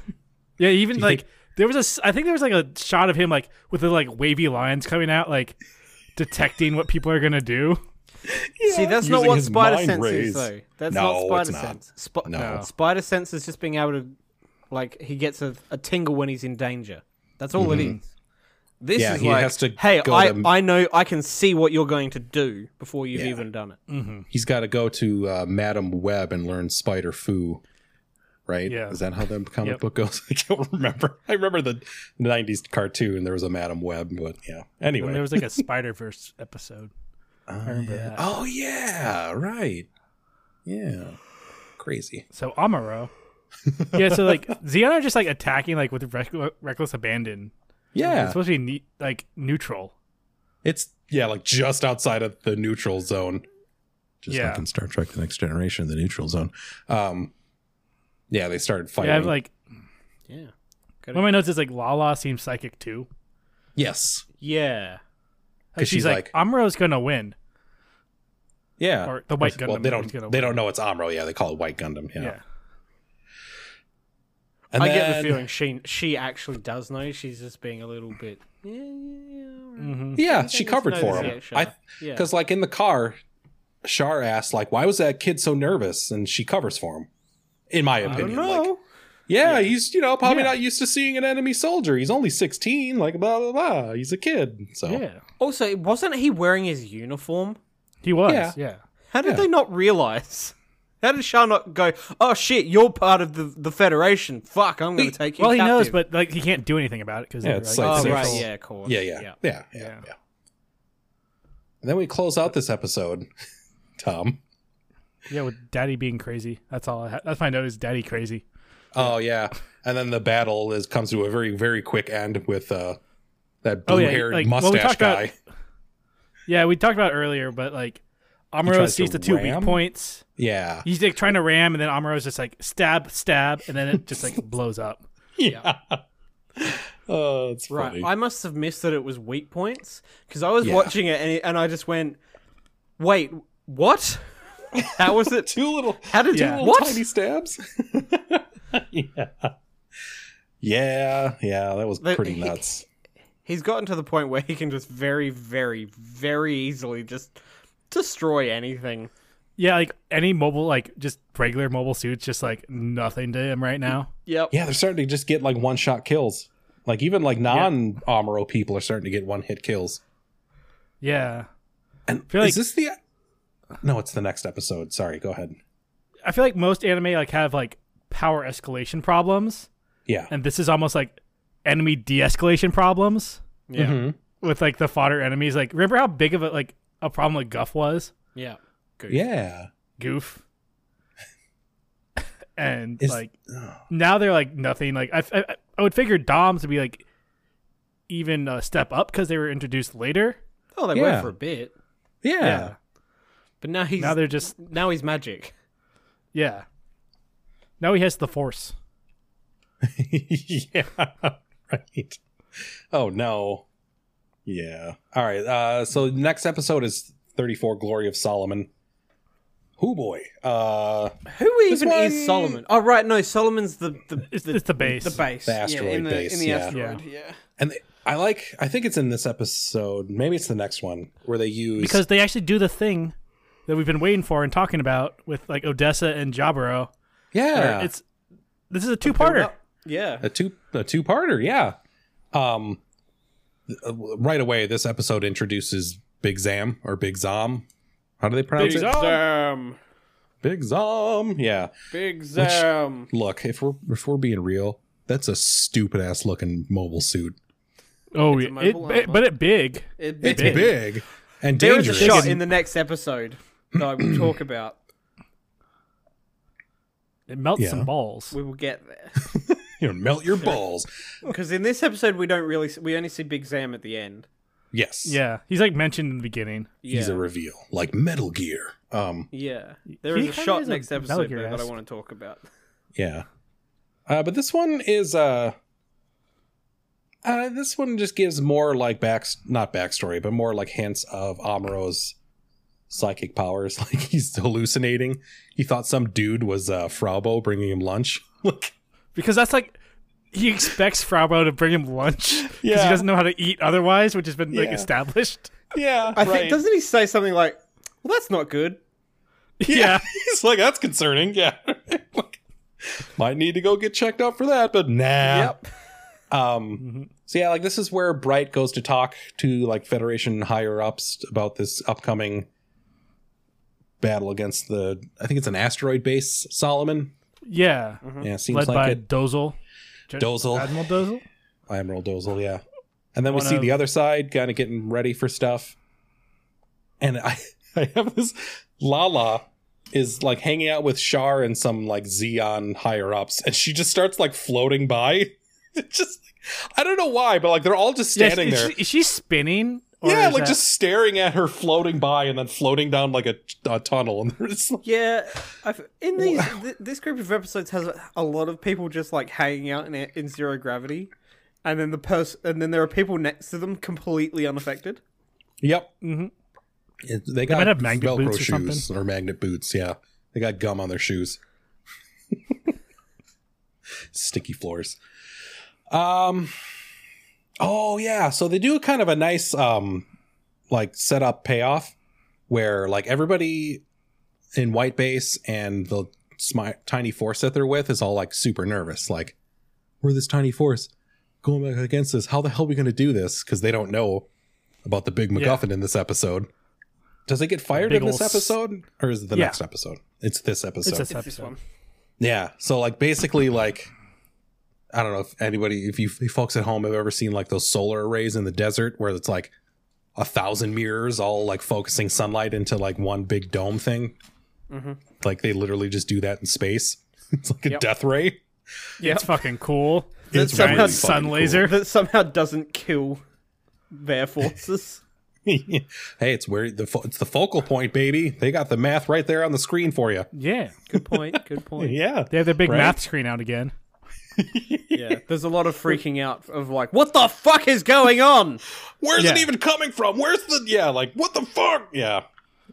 Speaker 3: Yeah, even
Speaker 2: you
Speaker 3: like there was a, s- I think there was like a shot of him like with the like wavy lines coming out, like detecting what people are gonna do.
Speaker 1: See, that's
Speaker 2: Using
Speaker 1: not what
Speaker 2: his
Speaker 1: spider
Speaker 2: mind
Speaker 1: sense
Speaker 2: rays.
Speaker 1: is, though. That's
Speaker 2: No,
Speaker 1: not
Speaker 2: it's
Speaker 1: spider
Speaker 2: not.
Speaker 1: sense. Sp-
Speaker 2: No.
Speaker 1: Spider sense is just being able to, like, he gets a, a tingle when he's in danger. That's all it is. This
Speaker 2: Mm-hmm. Yeah,
Speaker 1: is
Speaker 2: he
Speaker 1: like,
Speaker 2: has to
Speaker 1: hey,
Speaker 2: go
Speaker 1: I,
Speaker 2: to-
Speaker 1: I know, I can see what you're going to do before you've even done it.
Speaker 2: He's got to go to uh, Madam Web and learn Spider Foo, right?
Speaker 3: Yeah.
Speaker 2: Is that how the comic
Speaker 3: Yep.
Speaker 2: book goes? I can't remember. I remember the '90s cartoon. There was a Madam Web, but yeah. Anyway.
Speaker 3: And there was like a Spider Verse episode. I remember that.
Speaker 2: oh yeah, right. Yeah. Crazy.
Speaker 3: So Amuro. yeah, so like Xenon are just like attacking like with reck- reckless abandon. It's
Speaker 2: Yeah.
Speaker 3: supposed to be ne- like neutral.
Speaker 2: It's yeah, like just outside of the neutral zone. Just
Speaker 3: Yeah.
Speaker 2: like in Star Trek: The Next Generation, the neutral zone. Um, yeah, they started fighting.
Speaker 3: Yeah, I have like
Speaker 1: Yeah.
Speaker 3: one of my notes is like Lala seems psychic too.
Speaker 2: yes,
Speaker 1: Yeah.
Speaker 3: Like,
Speaker 2: 'Cause
Speaker 3: she's,
Speaker 2: she's
Speaker 3: like, Amuro's gonna win.
Speaker 2: yeah.
Speaker 3: Or the White Gundam.
Speaker 2: well, they don't.
Speaker 3: is gonna
Speaker 2: They
Speaker 3: win.
Speaker 2: don't know it's Amro. Yeah, they call it White Gundam. Yeah.
Speaker 3: Yeah.
Speaker 2: And
Speaker 1: I get the
Speaker 2: then-
Speaker 1: feeling she she actually does know. She's just being a little bit. Yeah, yeah, yeah. all right.
Speaker 3: hmm
Speaker 2: Yeah, she covered
Speaker 1: no,
Speaker 2: for
Speaker 1: yeah,
Speaker 2: him.
Speaker 1: sure.
Speaker 2: I
Speaker 1: Yeah.
Speaker 2: because like in the car, Shar asked like, "Why was that kid so nervous?" And she covers for him. In my
Speaker 1: I don't
Speaker 2: opinion,
Speaker 1: know.
Speaker 2: like, yeah,
Speaker 1: Yeah.
Speaker 2: he's you know probably
Speaker 3: Yeah.
Speaker 2: not used to seeing an enemy soldier. He's only sixteen. Like blah blah blah. He's a kid. So
Speaker 3: Yeah.
Speaker 1: also, wasn't he wearing his uniform?
Speaker 3: He was.
Speaker 2: Yeah.
Speaker 3: Yeah.
Speaker 1: How did
Speaker 2: Yeah.
Speaker 1: they not realize? How did Shah not go? Oh shit! You're part of the the Federation. Fuck! I'm going to take you.
Speaker 3: Well, he knows,
Speaker 1: captive."
Speaker 3: but like he can't do anything about it because
Speaker 2: Yeah,
Speaker 3: yeah,
Speaker 2: it's
Speaker 3: like,
Speaker 2: like-
Speaker 1: oh
Speaker 2: it's
Speaker 1: right,
Speaker 2: neutral.
Speaker 1: yeah, of course.
Speaker 2: Yeah, yeah, yeah, yeah, yeah.
Speaker 3: Yeah.
Speaker 2: And then we close out this episode, Tom.
Speaker 3: yeah, with Daddy being crazy. That's all. I ha- that's my note is Daddy crazy.
Speaker 2: Oh yeah, and then the battle is comes to a very very quick end with uh that
Speaker 3: Oh,
Speaker 2: blue
Speaker 3: yeah,
Speaker 2: haired
Speaker 3: like, well, we
Speaker 2: mustache
Speaker 3: talked about-
Speaker 2: guy.
Speaker 3: Yeah, we talked about it earlier, but like Amuro
Speaker 2: tries to
Speaker 3: sees the two
Speaker 2: ram?
Speaker 3: weak points.
Speaker 2: yeah,
Speaker 3: He's like trying to ram, and then Amuro's just like stab, stab, and then it just like blows up.
Speaker 2: yeah. Oh, it's
Speaker 1: Right.
Speaker 2: funny.
Speaker 1: I must have missed that it was weak points because I was
Speaker 2: Yeah.
Speaker 1: watching it and, it and I just went, "Wait, what? How was it?
Speaker 2: two little
Speaker 1: How did
Speaker 3: Yeah.
Speaker 1: you
Speaker 2: little
Speaker 1: what?
Speaker 2: tiny stabs. yeah. Yeah, yeah, that was
Speaker 1: The-
Speaker 2: pretty
Speaker 1: he-
Speaker 2: nuts.
Speaker 1: He's gotten to the point where he can just very, very, very easily just destroy anything.
Speaker 3: Yeah, like any mobile, like just regular mobile suits, just like nothing to him right now.
Speaker 1: Yep.
Speaker 2: Yeah, they're starting to just get like one shot kills. Like even like non Amuro people are starting to get one hit kills.
Speaker 3: Yeah,
Speaker 2: And
Speaker 3: feel
Speaker 2: is
Speaker 3: like-
Speaker 2: this the? e-, No, it's the next episode. Sorry, go ahead.
Speaker 3: I feel like most anime like have like power escalation problems,
Speaker 2: Yeah,
Speaker 3: and this is almost like enemy de-escalation problems
Speaker 1: Yeah.
Speaker 2: Mhm.
Speaker 3: with like the fodder enemies. Like, remember how big of a like a problem like Guff was?
Speaker 1: Yeah.
Speaker 2: Mm-hmm. yeah.
Speaker 3: Goof. and
Speaker 2: Is-
Speaker 3: like
Speaker 2: Oh.
Speaker 3: now they're like nothing. Like I, I, I would figure Doms would be like even a step up because they were introduced later.
Speaker 1: Oh, they
Speaker 2: Yeah.
Speaker 1: were for a bit,
Speaker 2: yeah,
Speaker 1: but now he's
Speaker 3: Now
Speaker 1: now,
Speaker 3: they're just
Speaker 1: he's magic.
Speaker 3: yeah. Now he has the force.
Speaker 2: yeah, right. Oh no. Yeah. All right. Uh, so next episode is 34 Glory of Solomon. Who boy? Uh,
Speaker 1: Who even
Speaker 2: one-
Speaker 1: is Solomon? Oh, right, no, Solomon's the the
Speaker 3: It's
Speaker 1: the,
Speaker 3: it's the base.
Speaker 1: the base,
Speaker 2: The
Speaker 1: Yeah,
Speaker 2: asteroid
Speaker 1: in the,
Speaker 2: base,
Speaker 1: in the
Speaker 2: yeah.
Speaker 1: asteroid. Yeah.
Speaker 2: and th- I like. I think it's in this episode. Maybe it's the next one where they use
Speaker 3: because they actually do the thing that we've been waiting for and talking about with like Odessa and Jaburo.
Speaker 2: yeah,
Speaker 3: It's this is a two-parter.
Speaker 1: yeah,
Speaker 2: a two a two parter yeah um th- uh, right away this episode introduces big zam or big zom How do they pronounce
Speaker 3: Big
Speaker 2: it?
Speaker 3: Zom.
Speaker 1: Zam,
Speaker 2: Big Zom. Yeah.
Speaker 1: big Zam.
Speaker 2: Look, if we're if we're being real, that's a stupid ass looking mobile suit.
Speaker 3: Oh,
Speaker 1: It's a
Speaker 3: yeah. it,
Speaker 1: mobile
Speaker 3: it,
Speaker 1: app.
Speaker 3: but it big.
Speaker 1: It-
Speaker 2: It's
Speaker 3: Big.
Speaker 2: big, and
Speaker 1: there is a
Speaker 2: dangerous.
Speaker 1: shot in the next episode that I will talk about.
Speaker 3: It melts
Speaker 2: Yeah.
Speaker 3: some balls.
Speaker 1: We will get there
Speaker 2: you know, melt your balls.
Speaker 1: because in this episode we don't really s- we only see Big Zam at the end.
Speaker 2: Yes.
Speaker 3: Yeah, he's like mentioned in the beginning.
Speaker 1: Yeah,
Speaker 2: He's a reveal like Metal Gear. Um.
Speaker 1: yeah. There
Speaker 3: He
Speaker 1: is a
Speaker 3: kinda
Speaker 1: shot
Speaker 3: is a
Speaker 1: next
Speaker 3: Metal
Speaker 1: episode
Speaker 3: Gear
Speaker 1: though, that I
Speaker 3: esque.
Speaker 1: want to talk about.
Speaker 2: Yeah. Uh, but this one is uh, uh this one just gives more like back not backstory, but more like hints of Amuro's psychic powers. Like he's hallucinating. He thought some dude was uh Fraubo bringing him lunch. Like
Speaker 3: Because that's like he expects Frabo to bring him lunch because
Speaker 2: Yeah.
Speaker 3: he doesn't know how to eat otherwise, which has been like
Speaker 2: Yeah.
Speaker 3: established.
Speaker 2: yeah,
Speaker 1: I think doesn't he say something like, "Well, that's not good."
Speaker 3: yeah.
Speaker 2: he's like that's concerning. Yeah. Like, might need to go get checked out for that, but nah.
Speaker 1: Yep.
Speaker 2: Um,
Speaker 3: Mm-hmm.
Speaker 2: so yeah, like this is where Bright goes to talk to like Federation higher ups about this upcoming battle against the I think it's an asteroid base Solomon.
Speaker 3: Yeah.
Speaker 2: Yeah, seems
Speaker 3: Mm-hmm. Led
Speaker 2: like
Speaker 3: by
Speaker 2: it.
Speaker 3: Dozel. Gen-
Speaker 2: Dozel.
Speaker 3: Admiral Dozel?
Speaker 2: Admiral Dozel, yeah. And then we
Speaker 3: One
Speaker 2: see
Speaker 3: of-
Speaker 2: the other side kind of getting ready for stuff. And I I have this Lala is like hanging out with Shar and some like Xeon higher ups, and she just starts like floating by. It's just I don't know why, but like they're all just
Speaker 3: Yeah,
Speaker 2: standing
Speaker 3: is,
Speaker 2: there.
Speaker 3: She, is she spinning? Or
Speaker 2: yeah,
Speaker 3: is
Speaker 2: like
Speaker 3: that-
Speaker 2: just staring at her floating by and then floating down like a, a tunnel. And there's like,
Speaker 1: Yeah, I've, in these th- this group of episodes has a lot of people just like hanging out in, in zero gravity, and then the person and then there are people next to them completely unaffected.
Speaker 2: yep,
Speaker 3: Mhm.
Speaker 2: It- they got
Speaker 3: might have magnet
Speaker 2: Velcro
Speaker 3: boots or
Speaker 2: shoes or magnet boots. Yeah, they got gum on their shoes. Sticky floors. Um. Oh yeah, so they do kind of a nice um, like setup payoff where like everybody in white base and the smi- tiny force that they're with is all like super nervous like we're this tiny force going back against this how the hell are we going to do this because they don't know about the big macguffin in this episode does it get fired
Speaker 3: Big
Speaker 2: in this
Speaker 3: ol' s-
Speaker 2: episode or is it the
Speaker 3: Yeah.
Speaker 2: next episode it's this episode
Speaker 3: It's this
Speaker 1: It's this
Speaker 3: episode.
Speaker 1: one.
Speaker 2: yeah. So like basically like I don't know if anybody if you folks at home have ever seen like those solar arrays in the desert where it's like a thousand mirrors all like focusing sunlight into like one big dome thing.
Speaker 1: Mhm.
Speaker 2: Like they literally just do that in space. It's like a
Speaker 1: Yep.
Speaker 2: death ray.
Speaker 3: Yeah, it's fucking cool.
Speaker 1: That
Speaker 2: It's really
Speaker 1: somehow-
Speaker 2: fucking
Speaker 3: sun
Speaker 2: cool.
Speaker 3: laser.
Speaker 1: that somehow doesn't kill their forces.
Speaker 2: hey, it's where the fo- it's the focal point, baby. They got the math right there on the screen for you.
Speaker 3: Yeah.
Speaker 1: good point. Good point.
Speaker 2: Yeah.
Speaker 3: They have their big
Speaker 2: Right?
Speaker 3: math screen out again.
Speaker 1: Yeah, there's a lot of freaking out of like, what the fuck is going on?
Speaker 2: Where's it
Speaker 3: Yeah.
Speaker 2: even coming from? Where's the yeah? Like what the fuck? Yeah,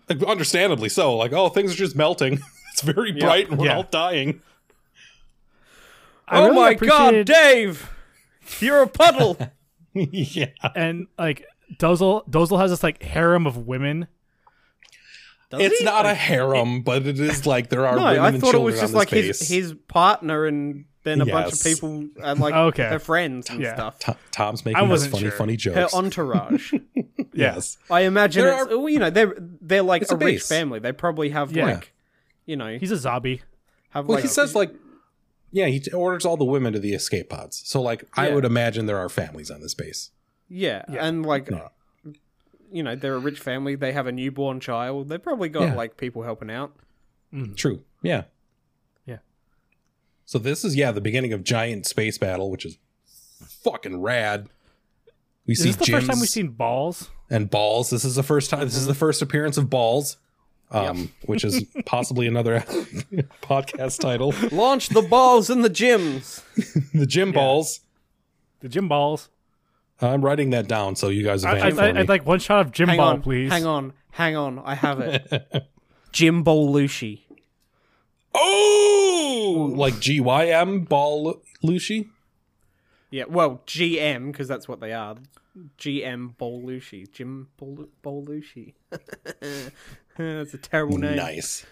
Speaker 2: Like, understandably so. Like oh, things are just melting. it's very bright and we're
Speaker 3: Yeah.
Speaker 2: all dying.
Speaker 3: I
Speaker 1: oh
Speaker 3: really
Speaker 1: my god,
Speaker 3: appreciated-
Speaker 1: Dave, you're a puddle.
Speaker 2: yeah,
Speaker 3: and like Dozel Dozel has this like harem of women.
Speaker 2: it's not a harem, but it is like there are
Speaker 1: No,
Speaker 2: women
Speaker 1: I
Speaker 2: and
Speaker 1: thought it
Speaker 2: children
Speaker 1: was just
Speaker 2: on this
Speaker 1: like
Speaker 2: base.
Speaker 1: his, his partner and then a bunch of
Speaker 2: Yes.
Speaker 1: people and like
Speaker 3: Okay.
Speaker 1: her friends and
Speaker 3: Yeah.
Speaker 1: stuff.
Speaker 2: To- Tom's
Speaker 3: I
Speaker 2: making his
Speaker 3: wasn't
Speaker 2: funny,
Speaker 3: sure.
Speaker 2: funny
Speaker 1: Her
Speaker 2: jokes.
Speaker 1: entourage.
Speaker 2: yes,
Speaker 1: I imagine
Speaker 2: There
Speaker 1: it's,
Speaker 2: are-
Speaker 1: well, you know, they're they're like
Speaker 2: It's
Speaker 1: a,
Speaker 2: a
Speaker 1: rich
Speaker 2: base.
Speaker 1: family. They probably have
Speaker 3: Yeah.
Speaker 1: like you know
Speaker 3: He's a zombie.
Speaker 1: have
Speaker 2: well,
Speaker 1: like
Speaker 2: he says like. Yeah, he t- orders all the women to the escape pods. So, like, I
Speaker 1: Yeah.
Speaker 2: would imagine there are families on this base.
Speaker 1: yeah,
Speaker 3: Yeah.
Speaker 1: and like
Speaker 2: No.
Speaker 1: you know, they're a rich family, they have a newborn child, they've probably got
Speaker 2: Yeah.
Speaker 1: like people helping out.
Speaker 2: True. Yeah.
Speaker 3: Yeah.
Speaker 2: So this is yeah the beginning of giant space battle, which is fucking rad. We
Speaker 3: Is
Speaker 2: see
Speaker 3: this the first time
Speaker 2: gyms
Speaker 3: we've seen balls?
Speaker 2: and balls. This is the first time. This is the first appearance of balls, um, which is possibly another podcast title.
Speaker 1: Launch the balls in the gyms.
Speaker 2: The gym balls.
Speaker 3: The gym balls.
Speaker 2: I'm writing that down so you guys have
Speaker 3: I, I,
Speaker 2: it for
Speaker 3: I,
Speaker 2: me.
Speaker 3: would like one shot of gym
Speaker 1: Hang
Speaker 3: ball,
Speaker 1: on,
Speaker 3: please.
Speaker 1: hang on, hang on, I have it. Jim Bolushi.
Speaker 2: oh, like gym ball Lucy.
Speaker 1: Yeah, well, GM because that's what they are. GM Bolushi, Jim Bol- Bolushi. that's a terrible name.
Speaker 2: Nice.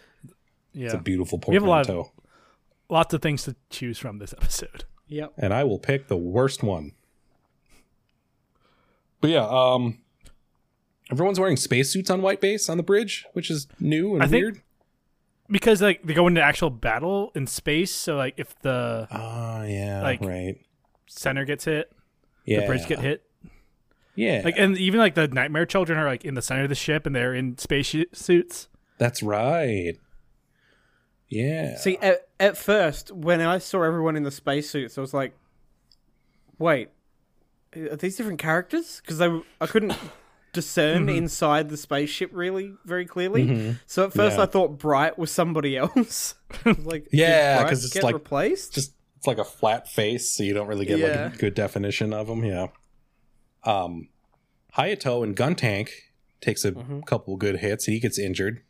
Speaker 3: Yeah.
Speaker 2: It's a beautiful
Speaker 3: We have a lot of-
Speaker 2: portmanteau.
Speaker 3: Lots of things to choose from this episode.
Speaker 1: Yep.
Speaker 2: and I will pick the worst one. But yeah, um Everyone's wearing spacesuits on white base on the bridge, which is new and
Speaker 3: I think-
Speaker 2: weird.
Speaker 3: because like they go into actual battle in space. So like if the
Speaker 2: Oh yeah,
Speaker 3: Like-
Speaker 2: right.
Speaker 3: center gets hit,
Speaker 2: Yeah,
Speaker 3: the bridge get hit.
Speaker 2: Yeah,
Speaker 3: Like and even like the nightmare children are like in the center of the ship and they're in space shi- suits.
Speaker 2: that's right. Yeah,
Speaker 1: See, at, at first, when I saw everyone in the spacesuits, I was like, "Wait, are these different characters?" Because I I couldn't discern
Speaker 2: Mm-hmm.
Speaker 1: inside the spaceship really very clearly. So at first,
Speaker 2: Yeah.
Speaker 1: I thought Bright was somebody else. I was like, did
Speaker 2: Yeah,
Speaker 1: Bright
Speaker 2: 'cause it's
Speaker 1: get
Speaker 2: like-
Speaker 1: replaced.
Speaker 2: just it's like a flat face, so you don't really get
Speaker 1: Yeah.
Speaker 2: like a good definition of them. Yeah. Um, Hayato and Gun Tank takes a
Speaker 3: Mm-hmm.
Speaker 2: couple good hits. He gets injured.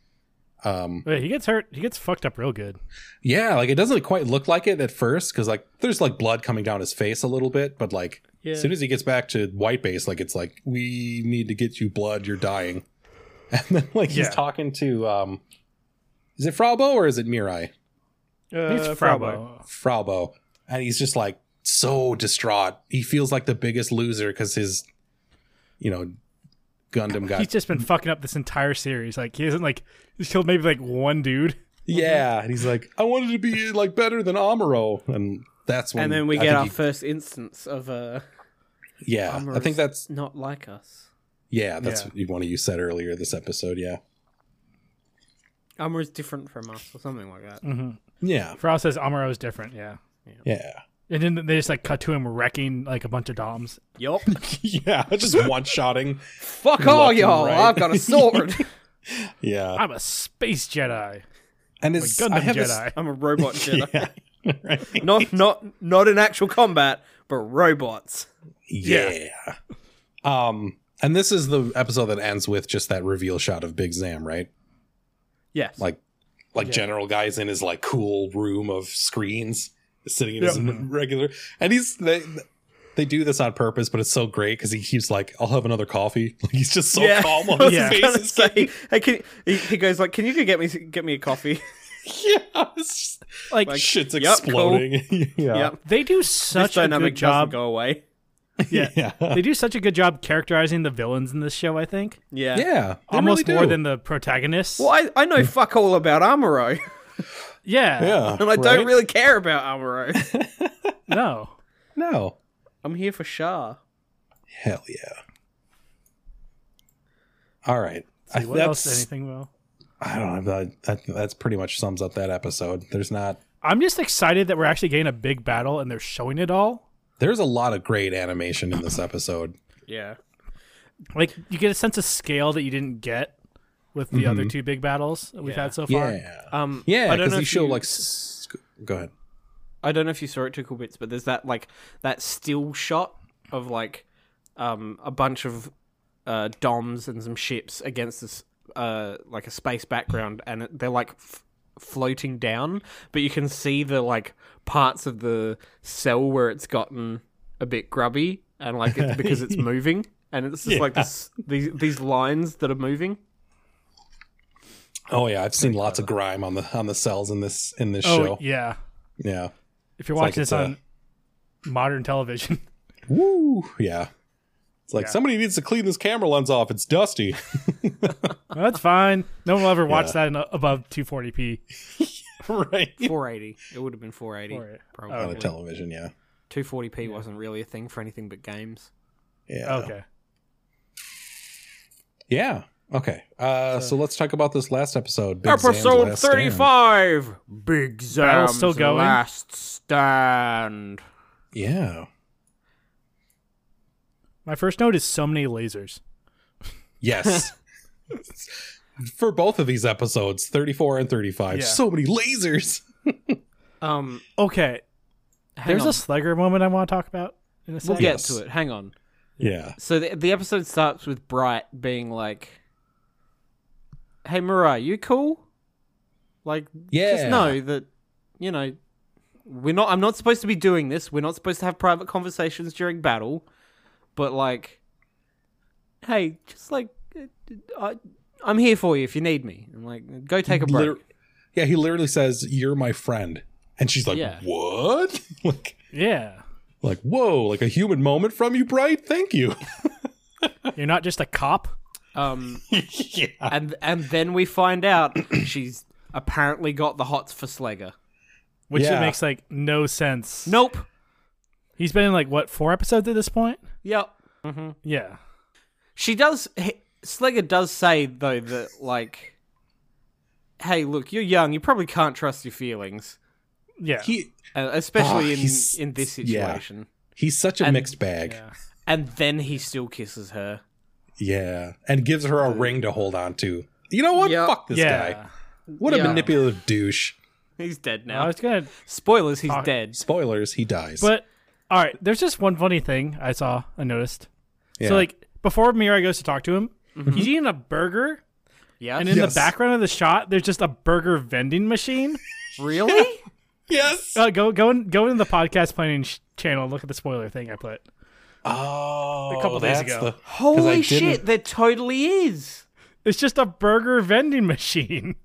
Speaker 2: Um,
Speaker 3: Wait, he gets hurt. He gets fucked up real good.
Speaker 2: yeah, like it doesn't quite look like it at first because like there's like blood coming down his face a little bit, but like
Speaker 3: Yeah.
Speaker 2: as soon as he gets back to White Base, like it's like we need to get you blood. You're dying. And then like he's
Speaker 3: Yeah.
Speaker 2: talking to um, is it Fraubo or is it Mirai?
Speaker 1: Uh,
Speaker 3: it's Fraubo.
Speaker 2: Fraubo, and he's just like so distraught. He feels like the biggest loser because his, you know, Gundam got
Speaker 3: He's just been fucking up this entire series. Like he isn't like he's killed maybe like one dude.
Speaker 2: yeah, and he's like, I wanted to be like better than Amuro, and that's when
Speaker 1: and then we
Speaker 2: I
Speaker 1: get
Speaker 2: think
Speaker 1: our
Speaker 2: he-
Speaker 1: first instance of uh,
Speaker 2: yeah. I
Speaker 1: Amuro's
Speaker 2: think that's
Speaker 1: not like us.
Speaker 2: yeah, that's
Speaker 3: Yeah.
Speaker 2: what you one of you said earlier this episode. Yeah,
Speaker 1: Amura's different from us, or something like that.
Speaker 2: yeah,
Speaker 3: Frau says Amuro is different. Yeah.
Speaker 2: yeah,
Speaker 3: And then they just like cut to him wrecking like a bunch of doms.
Speaker 1: Yup.
Speaker 2: yeah. Just one shotting.
Speaker 1: Fuck all
Speaker 2: and
Speaker 1: y'all.
Speaker 2: right.
Speaker 1: I've got a sword.
Speaker 2: Yeah,
Speaker 3: I'm a space Jedi.
Speaker 2: and
Speaker 3: Like
Speaker 2: it's
Speaker 3: Gundam
Speaker 2: I have
Speaker 3: Jedi.
Speaker 2: this-
Speaker 1: I'm a robot Jedi.
Speaker 2: yeah. Right.
Speaker 1: Not not not in actual combat, but robots.
Speaker 2: Yeah. Um, and this is the episode that ends with just that reveal shot of Big Zam, right?
Speaker 1: Yes.
Speaker 2: Like, like General Guy's in his like cool room of screens, sitting in his
Speaker 3: Yeah.
Speaker 2: regular, and he's they they do this on purpose, but it's so great because he, he's like, "I'll have another coffee." Like he's just so
Speaker 1: Yeah.
Speaker 2: calm on his
Speaker 3: Yeah.
Speaker 2: face.
Speaker 1: gonna
Speaker 2: is
Speaker 1: say, hey, can, he, he goes like, "Can you go get me get me a coffee?"
Speaker 2: yeah, it's just-
Speaker 3: Like,
Speaker 1: Like,
Speaker 2: shit's
Speaker 1: yep,
Speaker 2: exploding. yeah,
Speaker 1: Yep.
Speaker 3: they do
Speaker 1: This
Speaker 3: such a
Speaker 1: dynamic
Speaker 3: good job.
Speaker 1: doesn't go away.
Speaker 3: Yeah.
Speaker 2: yeah, yeah.
Speaker 3: they do such a good job characterizing the villains in this show. I think
Speaker 1: Yeah.
Speaker 2: they
Speaker 3: almost
Speaker 2: really
Speaker 3: more
Speaker 2: do.
Speaker 3: than the protagonists.
Speaker 1: Well, I, I know fuck all about Amuro,
Speaker 3: Yeah.
Speaker 2: yeah,
Speaker 1: and I
Speaker 2: right?
Speaker 1: don't really care about Amuro.
Speaker 3: No.
Speaker 2: no.
Speaker 1: I'm here for Shah.
Speaker 2: Hell yeah. All right. I,
Speaker 3: See, what else?
Speaker 2: that's,
Speaker 3: Anything? Well,
Speaker 2: I don't know. That, that, that's pretty much sums up that episode. There's not,
Speaker 3: I'm just excited that we're actually getting a big battle and they're showing it all.
Speaker 2: there's a lot of great animation in this episode.
Speaker 1: Yeah.
Speaker 3: Like you get a sense of scale that you didn't get with the other two big battles that we've
Speaker 1: Yeah.
Speaker 3: had so far.
Speaker 2: Yeah.
Speaker 1: Um.
Speaker 2: yeah.
Speaker 1: I don't
Speaker 2: Because
Speaker 1: know
Speaker 2: they
Speaker 1: if
Speaker 2: show
Speaker 1: you-
Speaker 2: like, s- go ahead.
Speaker 1: I don't know if you saw it, Tickle Bits, but there's that like that still shot of like um a bunch of uh doms and some ships against this uh like a space background, and it, they're like f- floating down, but you can see the like parts of the cell where it's gotten a bit grubby, and like it's because it's moving, and it's just like this these these lines that are moving.
Speaker 2: Oh yeah. I've seen lots of grime on the, on the cells in this, in this
Speaker 3: Oh
Speaker 2: show. Yeah.
Speaker 3: yeah. If you're
Speaker 2: like
Speaker 3: watching
Speaker 2: it's
Speaker 3: this on modern television,
Speaker 2: Woo. Yeah. It's like somebody needs to clean this camera lens off. It's dusty.
Speaker 3: Well, that's fine. No one will ever watch
Speaker 2: Yeah.
Speaker 3: that in a, above 240p.
Speaker 2: right.
Speaker 1: 480. It would have been 480.
Speaker 3: 480.
Speaker 1: Probably.
Speaker 2: On the television. Yeah.
Speaker 1: 240p wasn't really a thing for anything but games.
Speaker 2: Yeah.
Speaker 3: Okay.
Speaker 2: Yeah. Okay. Uh, so, let's talk about this last episode. Big Zam's
Speaker 1: Episode
Speaker 2: Last Stand.
Speaker 1: 35 Big Zam's
Speaker 3: Battle's still going?
Speaker 1: Last Stand.
Speaker 2: Yeah.
Speaker 3: My first note is so many lasers.
Speaker 2: Yes. For both of these episodes, 34 and 35.
Speaker 3: Yeah.
Speaker 2: So many lasers.
Speaker 1: Um,
Speaker 3: Okay.
Speaker 1: hang
Speaker 3: There's
Speaker 1: on.
Speaker 3: a Slegger moment I want to talk about in a
Speaker 1: We'll
Speaker 3: second.
Speaker 1: get
Speaker 2: Yes.
Speaker 1: to it. Hang on.
Speaker 2: Yeah.
Speaker 1: So the, the episode starts with Bright being like, Hey, Mariah, you cool? Like, just
Speaker 2: Yeah.
Speaker 1: know that, you know, we're not, I'm not supposed to be doing this. We're not supposed to have private conversations during battle. But, like, hey, just like, uh, I, I'm here for you if you need me. And, like, go take a break.
Speaker 2: Liter- yeah. He literally says, You're my friend. And she's like,
Speaker 1: Yeah.
Speaker 2: What? like,
Speaker 3: Yeah.
Speaker 2: like, whoa, like a human moment from you, Bright? Thank you.
Speaker 3: You're not just a cop.
Speaker 1: Um,
Speaker 2: yeah.
Speaker 1: and and then we find out she's apparently got the hots for Slager.
Speaker 3: which
Speaker 2: Yeah.
Speaker 3: makes like no sense.
Speaker 1: Nope.
Speaker 3: He's been in like what four episodes at this point?
Speaker 1: Yep.
Speaker 3: Yeah,
Speaker 1: She does. He, Slager does say though that like, hey, look, you're young. You probably can't trust your feelings,
Speaker 3: yeah.
Speaker 2: He
Speaker 1: uh, especially
Speaker 2: Oh,
Speaker 1: in
Speaker 2: he's-
Speaker 1: in this
Speaker 2: yeah.
Speaker 1: situation.
Speaker 2: he's such a mixed bag. Yeah.
Speaker 3: yeah.
Speaker 1: And then he still kisses her.
Speaker 2: And gives her a ring to hold on to. You know what?
Speaker 4: Yeah.
Speaker 2: Fuck this
Speaker 3: yeah.
Speaker 2: guy. What a
Speaker 4: Yeah.
Speaker 2: manipulative douche.
Speaker 1: He's dead
Speaker 3: I
Speaker 1: now.
Speaker 3: was gonna,
Speaker 1: Spoilers. He's
Speaker 3: Oh.
Speaker 1: dead.
Speaker 2: Spoilers, he dies.
Speaker 3: but all right. There's just one funny thing I saw. I noticed.
Speaker 2: Yeah.
Speaker 3: So like before Mirai goes to talk to him, he's eating a burger,
Speaker 1: Yeah.
Speaker 3: and in
Speaker 2: Yes.
Speaker 3: the background of the shot, there's just a burger vending machine.
Speaker 1: Really?
Speaker 2: yes.
Speaker 3: Uh, go go in, go into the podcast planning sh- channel. and Look at the spoiler thing I put.
Speaker 2: Oh,
Speaker 3: A couple days
Speaker 2: that's
Speaker 3: ago.
Speaker 2: the- 'cause I
Speaker 1: Holy
Speaker 2: didn't-
Speaker 1: shit! There totally is.
Speaker 3: It's just a burger vending machine.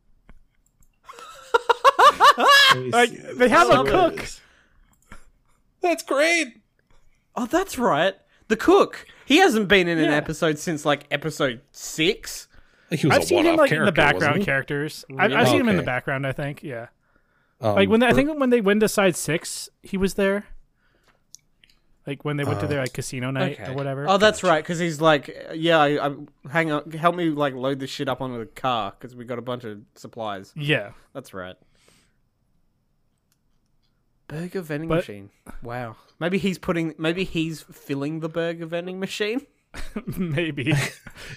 Speaker 2: Let me
Speaker 3: Like
Speaker 2: see.
Speaker 3: they have a
Speaker 2: That's where it
Speaker 3: cook.
Speaker 2: is. That's great.
Speaker 1: Oh, that's right. The cook. He hasn't been in an
Speaker 3: Yeah.
Speaker 1: episode since like episode six.
Speaker 2: He was
Speaker 3: I've
Speaker 2: a
Speaker 3: seen him
Speaker 2: one-off
Speaker 3: like
Speaker 2: character,
Speaker 3: in the
Speaker 2: wasn't
Speaker 3: background
Speaker 2: he?
Speaker 3: characters. I've, I've seen him in the
Speaker 2: Okay.
Speaker 3: background. I think. Yeah.
Speaker 2: Um,
Speaker 3: Like when they, I think when they went to side six, he was there. Like when they
Speaker 2: Uh,
Speaker 3: went to their like casino night or whatever.
Speaker 1: Oh, that's right. Because he's like, yeah, I, I, hang on, help me like load this shit up onto the car because we got a bunch of supplies.
Speaker 3: yeah.
Speaker 1: That's right. Burger vending
Speaker 3: But-
Speaker 1: machine. Wow. Maybe he's putting. Maybe he's filling the burger vending machine.
Speaker 3: Maybe.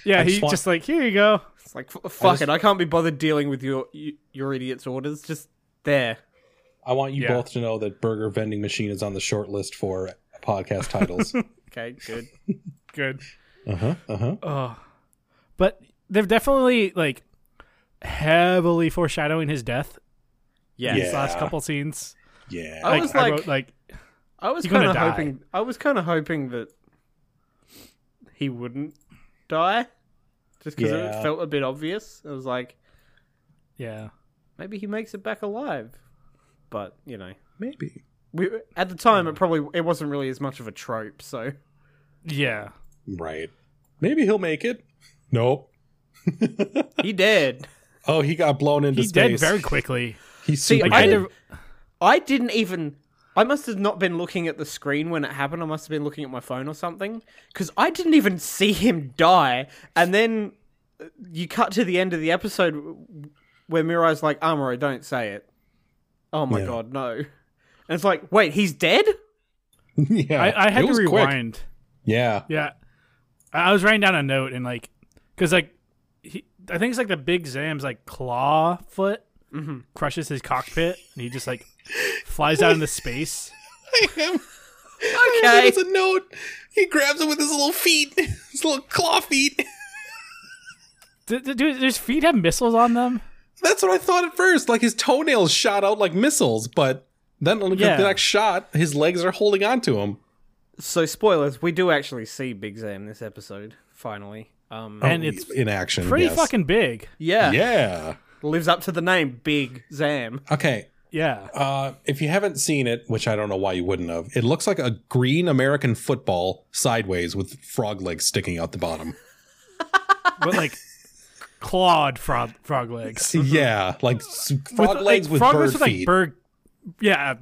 Speaker 3: yeah,
Speaker 2: just
Speaker 3: he
Speaker 2: want-
Speaker 3: just like, here you go.
Speaker 1: It's like f- fuck it. I can't be bothered dealing with your y- your idiot's orders. Just there.
Speaker 2: I want you
Speaker 3: Yeah.
Speaker 2: both to know that burger vending machine is on the short list for podcast titles.
Speaker 1: Okay. Good.
Speaker 3: Good.
Speaker 2: uh huh. Uh huh.
Speaker 3: Oh. But they're definitely like heavily foreshadowing his death
Speaker 1: Yeah.
Speaker 3: in these last couple scenes.
Speaker 2: Yeah.
Speaker 1: I
Speaker 3: Like,
Speaker 1: was
Speaker 3: I
Speaker 1: like-
Speaker 3: wrote, like
Speaker 1: I was
Speaker 3: You're gonna
Speaker 1: kind of
Speaker 3: die.
Speaker 1: hoping. I was kind of hoping that he wouldn't die, just because
Speaker 2: Yeah.
Speaker 1: it felt a bit obvious. It was like
Speaker 3: yeah.
Speaker 1: maybe he makes it back alive, but you know,
Speaker 2: maybe.
Speaker 1: we at the
Speaker 3: Hmm.
Speaker 1: time it probably it wasn't really as much of a trope. So
Speaker 3: Yeah.
Speaker 2: Right. Maybe he'll make it. Nope.
Speaker 1: he dead.
Speaker 2: Oh, he got blown into
Speaker 3: He dead
Speaker 2: space.
Speaker 3: very quickly.
Speaker 2: He's
Speaker 1: See,
Speaker 2: super
Speaker 1: I
Speaker 2: dead.
Speaker 1: never- I didn't even. I must have not been looking at the screen when it happened. I must have been looking at my phone or something because I didn't even see him die. And then uh, you cut to the end of the episode where Mirai's like, "Amuro, don't say it." Oh my
Speaker 2: Yeah.
Speaker 1: god, no! And it's like, wait, he's dead.
Speaker 2: yeah.
Speaker 3: I, I had
Speaker 2: It
Speaker 3: to
Speaker 2: was quick.
Speaker 3: rewind.
Speaker 2: Yeah.
Speaker 3: Yeah, I I was writing down a note and like, cause like, he, I think it's like the big Zam's like claw foot
Speaker 1: Mm-hmm.
Speaker 3: crushes his cockpit and he just like flies out into space.
Speaker 1: Okay.
Speaker 2: a note. He grabs it with his little feet, his little claw feet.
Speaker 3: Do, do, do his feet have missiles on them?
Speaker 2: That's what I thought at first. Like his toenails shot out like missiles, but then on
Speaker 3: Yeah.
Speaker 2: the next shot, his legs are holding onto him.
Speaker 1: So spoilers, we do actually see Big Zam this episode finally. Um,
Speaker 3: And it's
Speaker 2: Oh, in action.
Speaker 3: pretty
Speaker 2: yes.
Speaker 3: fucking big.
Speaker 1: yeah,
Speaker 2: Yeah.
Speaker 1: lives up to the name, Big Zam.
Speaker 2: Okay.
Speaker 3: Yeah,
Speaker 2: Uh, if you haven't seen it, which I don't know why you wouldn't have, it looks like a green American football sideways with frog legs sticking out the bottom.
Speaker 3: but like clawed frog frog legs.
Speaker 2: yeah, like s- frog legs with,
Speaker 3: frog
Speaker 2: bird
Speaker 3: legs with like
Speaker 2: feet.
Speaker 3: bird. Yeah,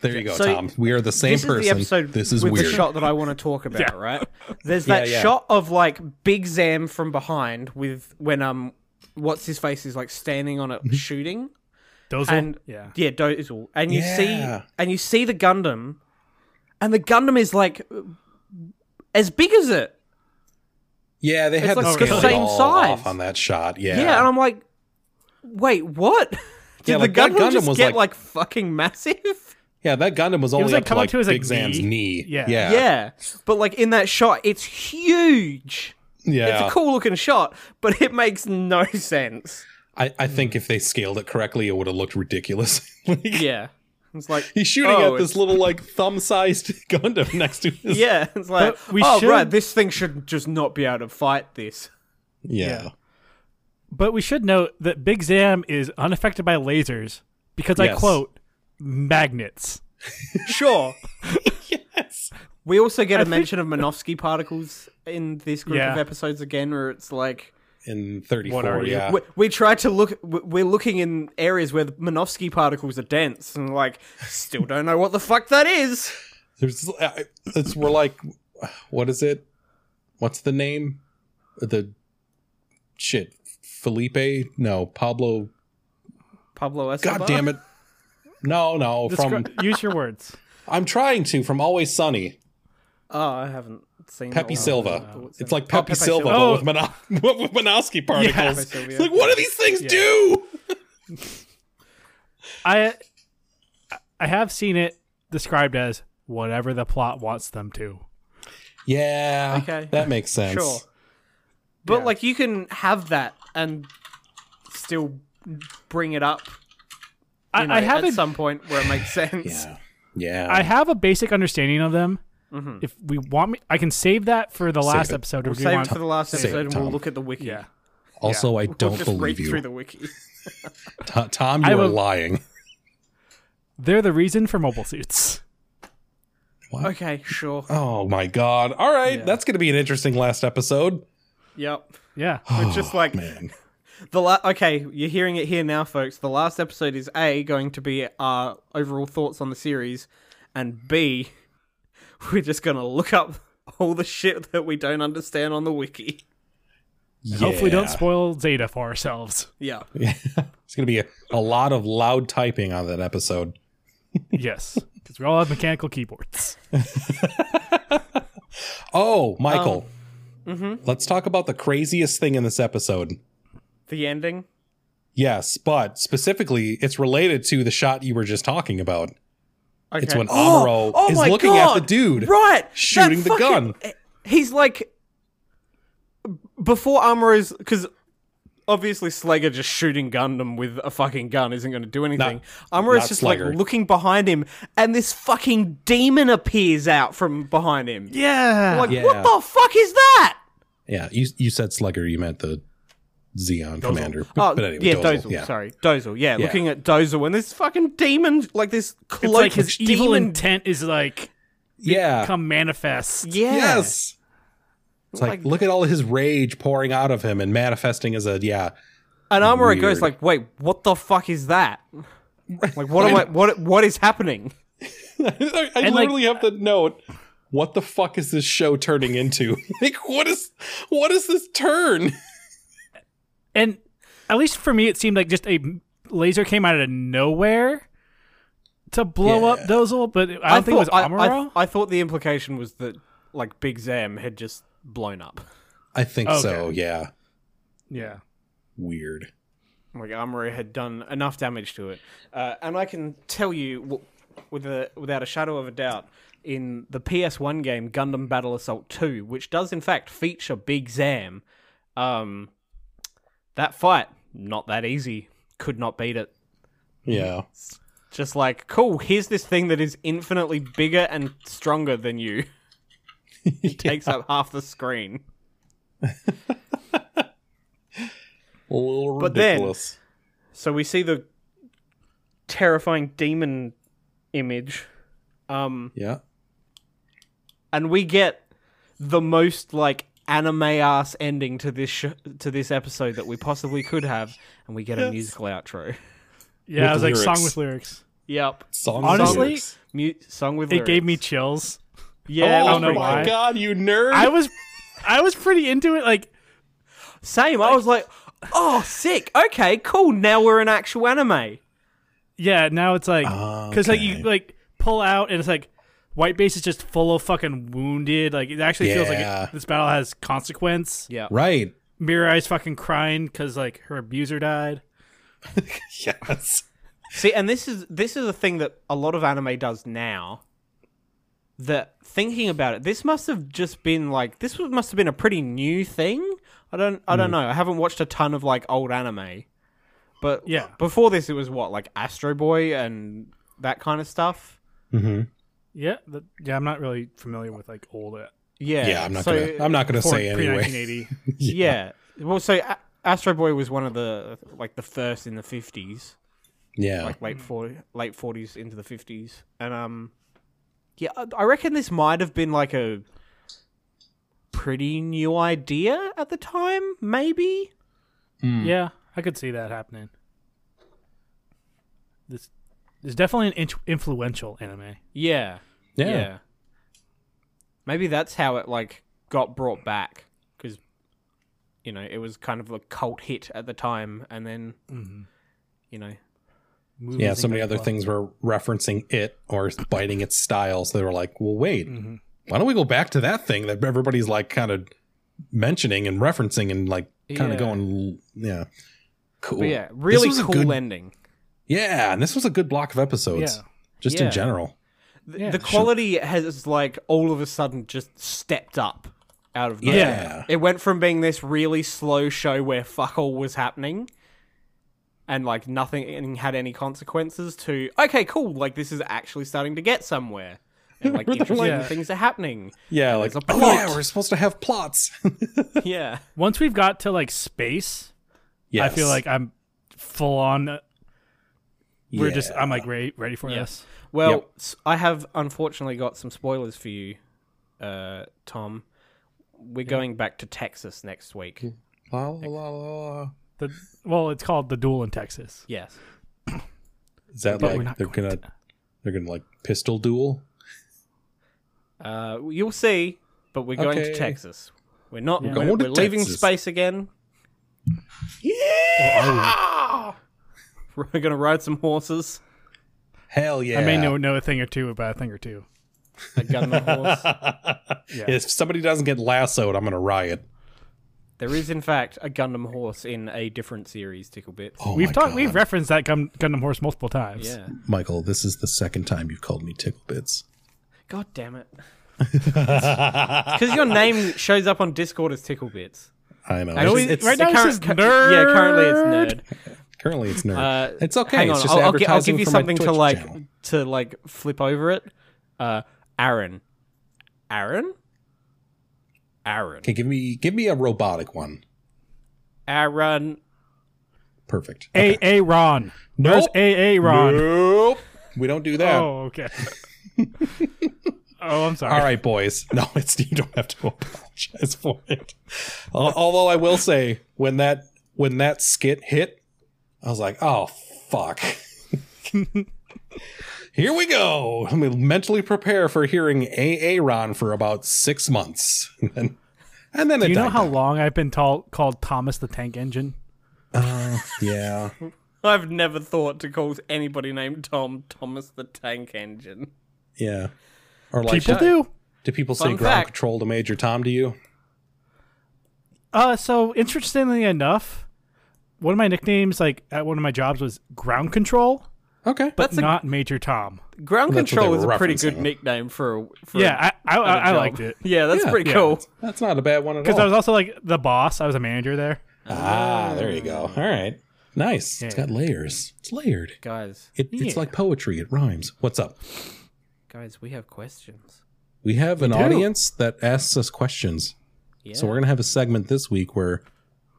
Speaker 2: there you go,
Speaker 1: So,
Speaker 2: Tom. We are the same
Speaker 1: this
Speaker 2: person.
Speaker 1: is the episode
Speaker 2: this is
Speaker 1: with
Speaker 2: weird.
Speaker 1: the shot that I want to talk about,
Speaker 3: Yeah.
Speaker 1: right? There's
Speaker 2: Yeah,
Speaker 1: that
Speaker 2: yeah.
Speaker 1: shot of like Big Zam from behind with when um what's his face is like standing on it
Speaker 2: Mm-hmm.
Speaker 1: shooting
Speaker 3: those.
Speaker 1: and
Speaker 3: yeah,
Speaker 1: yeah Dozel and you
Speaker 2: Yeah.
Speaker 1: see and you see the Gundam and the Gundam is like as big as it
Speaker 2: Yeah, they had
Speaker 1: like
Speaker 2: the
Speaker 1: the
Speaker 2: scale
Speaker 1: same
Speaker 2: all
Speaker 1: size.
Speaker 2: off on that shot. Yeah,
Speaker 1: yeah, and I'm like wait what did
Speaker 2: Yeah, like,
Speaker 1: the
Speaker 2: that
Speaker 1: Gundam,
Speaker 2: Gundam
Speaker 1: just
Speaker 2: was,
Speaker 1: get
Speaker 2: like-
Speaker 1: like, fucking massive
Speaker 2: yeah. That Gundam was only
Speaker 3: was, like,
Speaker 2: up to
Speaker 3: coming
Speaker 2: like
Speaker 3: to his, like,
Speaker 2: Big Zam's
Speaker 3: knee.
Speaker 2: knee.
Speaker 3: Yeah.
Speaker 2: yeah,
Speaker 1: yeah but like in that shot it's huge
Speaker 2: yeah.
Speaker 1: It's a cool looking shot, but it makes no sense.
Speaker 2: I, I think if they scaled it correctly, it would have looked ridiculous. Like,
Speaker 1: Yeah. It's like
Speaker 2: He's shooting
Speaker 1: Oh,
Speaker 2: at this little like thumb-sized Gundam next to his.
Speaker 1: Yeah, it's like
Speaker 3: But we
Speaker 1: oh
Speaker 3: should-
Speaker 1: right, this thing should just not be able to fight this.
Speaker 2: yeah.
Speaker 3: But we should note that Big Zam is unaffected by lasers because I
Speaker 2: Yes.
Speaker 3: quote magnets.
Speaker 1: Sure.
Speaker 2: Yes.
Speaker 1: We also get a
Speaker 3: think-
Speaker 1: mention of Minovsky particles in this group
Speaker 3: Yeah.
Speaker 1: of episodes again where it's like
Speaker 2: in 34.
Speaker 3: What are you?
Speaker 2: yeah.
Speaker 1: we, we tried to look we- we're looking in areas where the Minovsky particles are dense and like still don't know what the fuck that is
Speaker 2: There's, uh, it's, we're like, what is it? What's the name? The shit, Felipe? No, Pablo.
Speaker 1: Pablo Escobar
Speaker 2: God damn it! No, no. From
Speaker 3: Descri- use your words.
Speaker 2: I'm trying to from Always Sunny.
Speaker 1: oh I haven't seen
Speaker 2: Pepe
Speaker 1: that one.
Speaker 2: Silva.
Speaker 1: Oh,
Speaker 2: It's like Pepe,
Speaker 1: Pepe
Speaker 2: Silva, Oh.
Speaker 1: Silva.
Speaker 2: but with, Mono- with Minoski particles.
Speaker 1: Pepe Silva,
Speaker 2: It's like, what do these things do?
Speaker 3: I I have seen it described as whatever the plot wants them to.
Speaker 2: Yeah,
Speaker 1: Okay.
Speaker 2: that makes sense.
Speaker 1: sure but like you can have that and still bring it up
Speaker 3: I,
Speaker 1: you know,
Speaker 3: I have
Speaker 1: at
Speaker 3: a,
Speaker 1: some point where it makes sense
Speaker 2: Yeah, yeah.
Speaker 3: I have a basic understanding of them.
Speaker 1: Mm-hmm.
Speaker 3: If we want me, I can save that for the last
Speaker 2: it.
Speaker 3: episode. Or do you
Speaker 1: Save
Speaker 3: want-
Speaker 1: it for the last
Speaker 2: Save
Speaker 1: episode,
Speaker 2: it,
Speaker 1: and we'll
Speaker 2: Tom.
Speaker 1: look at the wiki.
Speaker 3: yeah.
Speaker 2: also, I
Speaker 1: we'll
Speaker 2: don't
Speaker 1: just read
Speaker 2: believe
Speaker 1: through
Speaker 2: you,
Speaker 1: the wiki.
Speaker 2: To- Tom.
Speaker 3: I
Speaker 2: You are
Speaker 3: will-
Speaker 2: lying.
Speaker 3: They're the reason for mobile suits.
Speaker 2: What?
Speaker 1: Okay, sure.
Speaker 2: Oh my god! All right,
Speaker 1: Yeah.
Speaker 2: that's going to be an interesting last episode.
Speaker 1: Yep.
Speaker 3: Yeah.
Speaker 1: We're just like
Speaker 2: Oh, Man,
Speaker 1: the la- okay. You're hearing it here now, folks. The last episode is a going to be our overall thoughts on the series, and b we're just gonna look up all the shit that we don't understand on the wiki.
Speaker 3: Hopefully,
Speaker 2: Yeah.
Speaker 3: don't spoil Zeta for ourselves.
Speaker 1: Yeah.
Speaker 2: It's going to be a, a lot of loud typing on that episode.
Speaker 3: yes, because we all have mechanical keyboards.
Speaker 2: Oh, Michael.
Speaker 1: Um, mm-hmm.
Speaker 2: Let's talk about the craziest thing in this episode.
Speaker 1: The ending.
Speaker 2: Yes, but specifically, it's related to the shot you were just talking about.
Speaker 1: Okay. Oh,
Speaker 2: It's when Amuro is
Speaker 1: my
Speaker 2: looking at the
Speaker 1: God!
Speaker 2: dude.
Speaker 1: right eh,
Speaker 2: shooting the gun.
Speaker 1: He's like before Amuro's because obviously Slager just shooting Gundam with a fucking gun isn't going to do anything. Amuro's
Speaker 2: not
Speaker 1: just
Speaker 2: Slager.
Speaker 1: like looking behind him, and this fucking demon appears out from behind him.
Speaker 3: Yeah.
Speaker 1: Like
Speaker 2: Yeah.
Speaker 1: what the fuck is that?
Speaker 2: Yeah, you you said Slugger, you meant the Xeon commander.
Speaker 1: Oh,
Speaker 2: But anyway,
Speaker 1: yeah,
Speaker 2: Dozel,
Speaker 1: Dozel. Sorry, Dozel. Yeah, looking at Dozel and this fucking demon, like this cloak,
Speaker 3: it's like his
Speaker 1: demon.
Speaker 3: evil intent is like
Speaker 2: Yeah.
Speaker 3: come manifest.
Speaker 1: yeah.
Speaker 2: Yes. It's like,
Speaker 1: Like-
Speaker 2: look at all his rage pouring out of him and manifesting as a yeah.
Speaker 1: And Amuro
Speaker 2: Weird.
Speaker 1: goes like, "Wait, what the fuck is that? Like, what am I? What what is happening?"
Speaker 2: I,
Speaker 3: And, like-
Speaker 2: literally have the note. What the fuck is this show turning into? like, what is what is this turn?
Speaker 3: and at least for me, it seemed like just a laser came out of nowhere to blow up
Speaker 2: Yeah.
Speaker 3: Dozel, but I don't think it was
Speaker 1: I-
Speaker 3: Amuro.
Speaker 1: I, I thought the implication was that like Big Zam had just blown up.
Speaker 2: I think so.
Speaker 3: Okay.
Speaker 2: Yeah,
Speaker 3: yeah,
Speaker 2: weird.
Speaker 1: Like Amuro had done enough damage to it, uh, and I can tell you w- with a without a shadow of a doubt. In the PS1 game Gundam Battle Assault 2, which does in fact feature Big Zam, um, that fight not that easy. Could not beat it.
Speaker 2: Yeah,
Speaker 1: just like cool here's this thing that is infinitely bigger and stronger than you it takes up half the screen
Speaker 2: a little
Speaker 1: But then-
Speaker 2: ridiculous.
Speaker 1: so we see the terrifying demon image um
Speaker 2: yeah,
Speaker 1: and we get the most like anime ass ending to this sh- to this episode that we possibly could have and we get a musical outro
Speaker 3: yeah.
Speaker 2: With
Speaker 3: I was like
Speaker 2: lyrics.
Speaker 3: song with lyrics.
Speaker 1: yep
Speaker 2: song
Speaker 3: Honestly,
Speaker 2: lyrics.
Speaker 1: Mu- song with
Speaker 3: It gave me
Speaker 1: lyrics.
Speaker 3: chills.
Speaker 1: yeah
Speaker 2: oh
Speaker 1: it was
Speaker 3: know
Speaker 1: pretty
Speaker 3: why.
Speaker 2: my god, you nerd!
Speaker 3: I was, I was pretty into it. Like
Speaker 1: Same. I was like, oh, sick. Okay, cool. Now we're an actual anime.
Speaker 3: Yeah, now it's like because like
Speaker 2: Okay.
Speaker 3: you like pull out and it's like white base is just full of fucking wounded. Like it actually feels like
Speaker 2: Yeah.
Speaker 3: it, this battle has consequence.
Speaker 1: Yeah.
Speaker 2: right.
Speaker 3: Mirai is fucking crying because like her abuser died.
Speaker 2: Yes.
Speaker 1: See, and this is this is a thing that a lot of anime does now. That thinking about it, this must have just been like this was, must have been a pretty new thing. I don't I don't know. I haven't watched a ton of like old anime. But
Speaker 3: Yeah.
Speaker 1: before this it was what, like Astro Boy and that kind of stuff?
Speaker 2: Mm-hmm.
Speaker 3: Yeah, the, yeah. I'm not really familiar with like old uh,
Speaker 1: Yeah.
Speaker 2: Yeah, I'm not
Speaker 1: so-
Speaker 2: gonna. I'm not gonna
Speaker 3: pre
Speaker 2: say anyway.
Speaker 3: 1980.
Speaker 1: Yeah. Well, so A- Astro Boy was one of the like the first in the 50s.
Speaker 2: Yeah,
Speaker 1: like late 40, late forties into the fifties, and um, yeah, I- I reckon this might have been like a pretty new idea at the time, maybe?
Speaker 2: Hmm.
Speaker 3: Yeah, I could see that happening. This is definitely an in- influential anime.
Speaker 1: Yeah.
Speaker 2: Yeah.
Speaker 1: Maybe that's how it like got brought back cuz you know, it was kind of a cult hit at the time and then you know,
Speaker 3: Mm-hmm. Movies
Speaker 2: Yeah,
Speaker 3: and
Speaker 2: so many
Speaker 3: blah,
Speaker 2: other
Speaker 3: blah.
Speaker 2: things were referencing it or biting its style. So they were like, well, wait,
Speaker 3: Mm-hmm.
Speaker 2: why don't we go back to that thing that everybody's like kind of mentioning and referencing and like kind
Speaker 1: Yeah.
Speaker 2: of going, yeah, cool.
Speaker 1: but yeah,
Speaker 2: This
Speaker 1: really
Speaker 2: was a
Speaker 1: cool
Speaker 2: good-
Speaker 1: ending.
Speaker 2: yeah, and this was a good block of episodes,
Speaker 3: Yeah.
Speaker 2: just
Speaker 1: Yeah.
Speaker 2: in general.
Speaker 1: The,
Speaker 3: Yeah.
Speaker 1: the quality has like all of a sudden just stepped up out of nowhere.
Speaker 2: Yeah.
Speaker 1: It went from being this really slow show where fuck all was happening and like nothing had any consequences to okay, cool, like this is actually starting to get somewhere. And like interesting
Speaker 3: Yeah.
Speaker 1: things are happening.
Speaker 2: Yeah, like,
Speaker 1: there's a
Speaker 2: oh,
Speaker 1: plot.
Speaker 2: yeah, we're supposed to have plots.
Speaker 1: Yeah.
Speaker 3: Once we've got to like space, I feel
Speaker 2: Yes.
Speaker 3: like I'm full on. We're just.
Speaker 2: Yeah.
Speaker 3: I'm like ready, ready for this.
Speaker 1: Well,
Speaker 2: Yep.
Speaker 1: s- I have unfortunately got some spoilers for you, uh, Tom. We're going back to Texas next week.
Speaker 2: La, la, la, la, la.
Speaker 3: The well, it's called the duel in Texas.
Speaker 1: Yes.
Speaker 2: Is that
Speaker 3: But we're
Speaker 2: like
Speaker 3: not
Speaker 2: they're
Speaker 3: going
Speaker 2: gonna they're gonna like pistol duel?
Speaker 1: Uh, you'll see, but we're going to
Speaker 2: Okay.
Speaker 1: Texas. We're not. We're,
Speaker 2: Going to
Speaker 1: we're leaving
Speaker 2: Texas. Oh.
Speaker 1: space again. Ah! We're going to ride some horses.
Speaker 2: Hell yeah!
Speaker 3: I may know know a thing or two about a thing or two.
Speaker 1: A gunman horse.
Speaker 2: If somebody doesn't get lassoed, I'm gonna riot.
Speaker 1: There is, in fact, a Gundam horse in a different series, Tickle Bits.
Speaker 2: Oh
Speaker 3: we've
Speaker 2: my
Speaker 3: talked.
Speaker 2: God.
Speaker 3: We've referenced that Gun, Gundam Horse multiple times.
Speaker 1: Yeah.
Speaker 2: Michael, this is the second time you've called me tickle bits.
Speaker 1: God damn it. Because your name shows up on Discord as Tickle Bits.
Speaker 2: I know.
Speaker 1: I
Speaker 2: It's-
Speaker 1: always-
Speaker 2: it's,
Speaker 3: right now it
Speaker 1: current-
Speaker 3: says
Speaker 1: cu-
Speaker 3: nerd.
Speaker 1: Yeah, currently it's nerd.
Speaker 2: currently it's nerd.
Speaker 1: Uh,
Speaker 2: it's okay.
Speaker 1: Hang on,
Speaker 2: it's just
Speaker 1: I'll, I'll, gi-
Speaker 2: advertising
Speaker 1: I'll give you
Speaker 2: for my
Speaker 1: something to
Speaker 2: Twitch
Speaker 1: like
Speaker 2: channel.
Speaker 1: to like flip over it. Uh, Aaron, Aaron, Aaron,
Speaker 2: Okay, give me give me a robotic one.
Speaker 1: Aaron.
Speaker 2: Perfect.
Speaker 3: A A Ron. There's
Speaker 2: Nope.
Speaker 3: A A Ron.
Speaker 2: Nope. We don't do that.
Speaker 3: Oh okay. oh, I'm sorry.
Speaker 2: All right, boys. No, it's you don't have to apologize for it. Al- Although I will say, when that when that skit hit, I was like, oh fuck. Here we go. I'm gonna mentally prepare for hearing AA Ron for about six months, and then, and then
Speaker 3: Do
Speaker 2: it
Speaker 3: you know
Speaker 2: died
Speaker 3: how
Speaker 2: down.
Speaker 3: long I've been tall, called Thomas the Tank Engine?
Speaker 2: Yeah,
Speaker 1: I've never thought to call anybody named Tom Thomas the Tank Engine.
Speaker 2: yeah. Or like,
Speaker 3: People do.
Speaker 2: do people say
Speaker 1: Fun
Speaker 2: ground
Speaker 1: fact.
Speaker 2: control to Major Tom to you?
Speaker 3: Uh, so interestingly enough, one of my nicknames, like at one of my jobs, was ground control,
Speaker 2: Okay,
Speaker 3: but
Speaker 1: That's a-
Speaker 3: not Major Tom.
Speaker 1: Ground
Speaker 2: That's what
Speaker 1: control
Speaker 2: they
Speaker 1: is
Speaker 2: were
Speaker 1: a pretty
Speaker 2: referencing.
Speaker 1: good nickname for a for a-
Speaker 3: Yeah, I I, I,
Speaker 1: at a
Speaker 3: I
Speaker 1: job.
Speaker 3: liked it
Speaker 1: Yeah, that's
Speaker 2: Yeah.
Speaker 1: pretty
Speaker 3: Yeah.
Speaker 1: cool.
Speaker 2: that's not a bad one at all.
Speaker 3: because I was also like the boss. I was a manager there.
Speaker 2: Ah, there you go. All right. Nice. It's got layers. It's layered.
Speaker 1: Guys,
Speaker 2: It, It's like poetry. It rhymes. What's up?
Speaker 1: guys, we have questions.
Speaker 2: We have an audience that asks us questions.
Speaker 1: Yeah.
Speaker 2: So we're going to have a segment this week where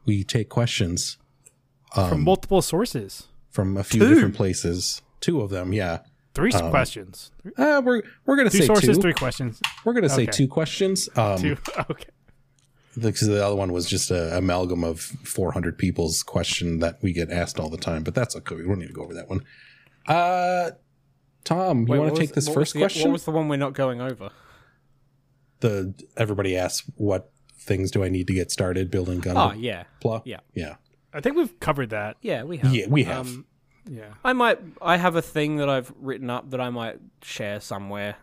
Speaker 2: we take questions Um,
Speaker 3: from multiple sources.
Speaker 2: from a few
Speaker 1: Two.
Speaker 2: different places. Two of them, yeah.
Speaker 3: Three questions.
Speaker 2: Uh, we're we're going to
Speaker 3: Two
Speaker 2: um, say
Speaker 3: sources,
Speaker 2: two.
Speaker 3: three questions.
Speaker 2: We're going to say
Speaker 3: Okay.
Speaker 2: two questions. Um,
Speaker 3: Two. Okay.
Speaker 2: Because the other one was just a amalgam of 400 people's question that we get asked all the time, but that's okay. We don't need to go over that one. Uh, Tom, you want to take this first question? Oh.
Speaker 1: What was the one we're not going over?
Speaker 2: the everybody asks what things do I need to get started building gun
Speaker 1: Oh yeah,
Speaker 2: blah.
Speaker 1: yeah.
Speaker 2: yeah,
Speaker 3: I think we've covered that.
Speaker 1: yeah, we have.
Speaker 2: Yeah, we have.
Speaker 1: Um,
Speaker 3: Yeah.
Speaker 1: I might. I have a thing that I've written up that I might share somewhere.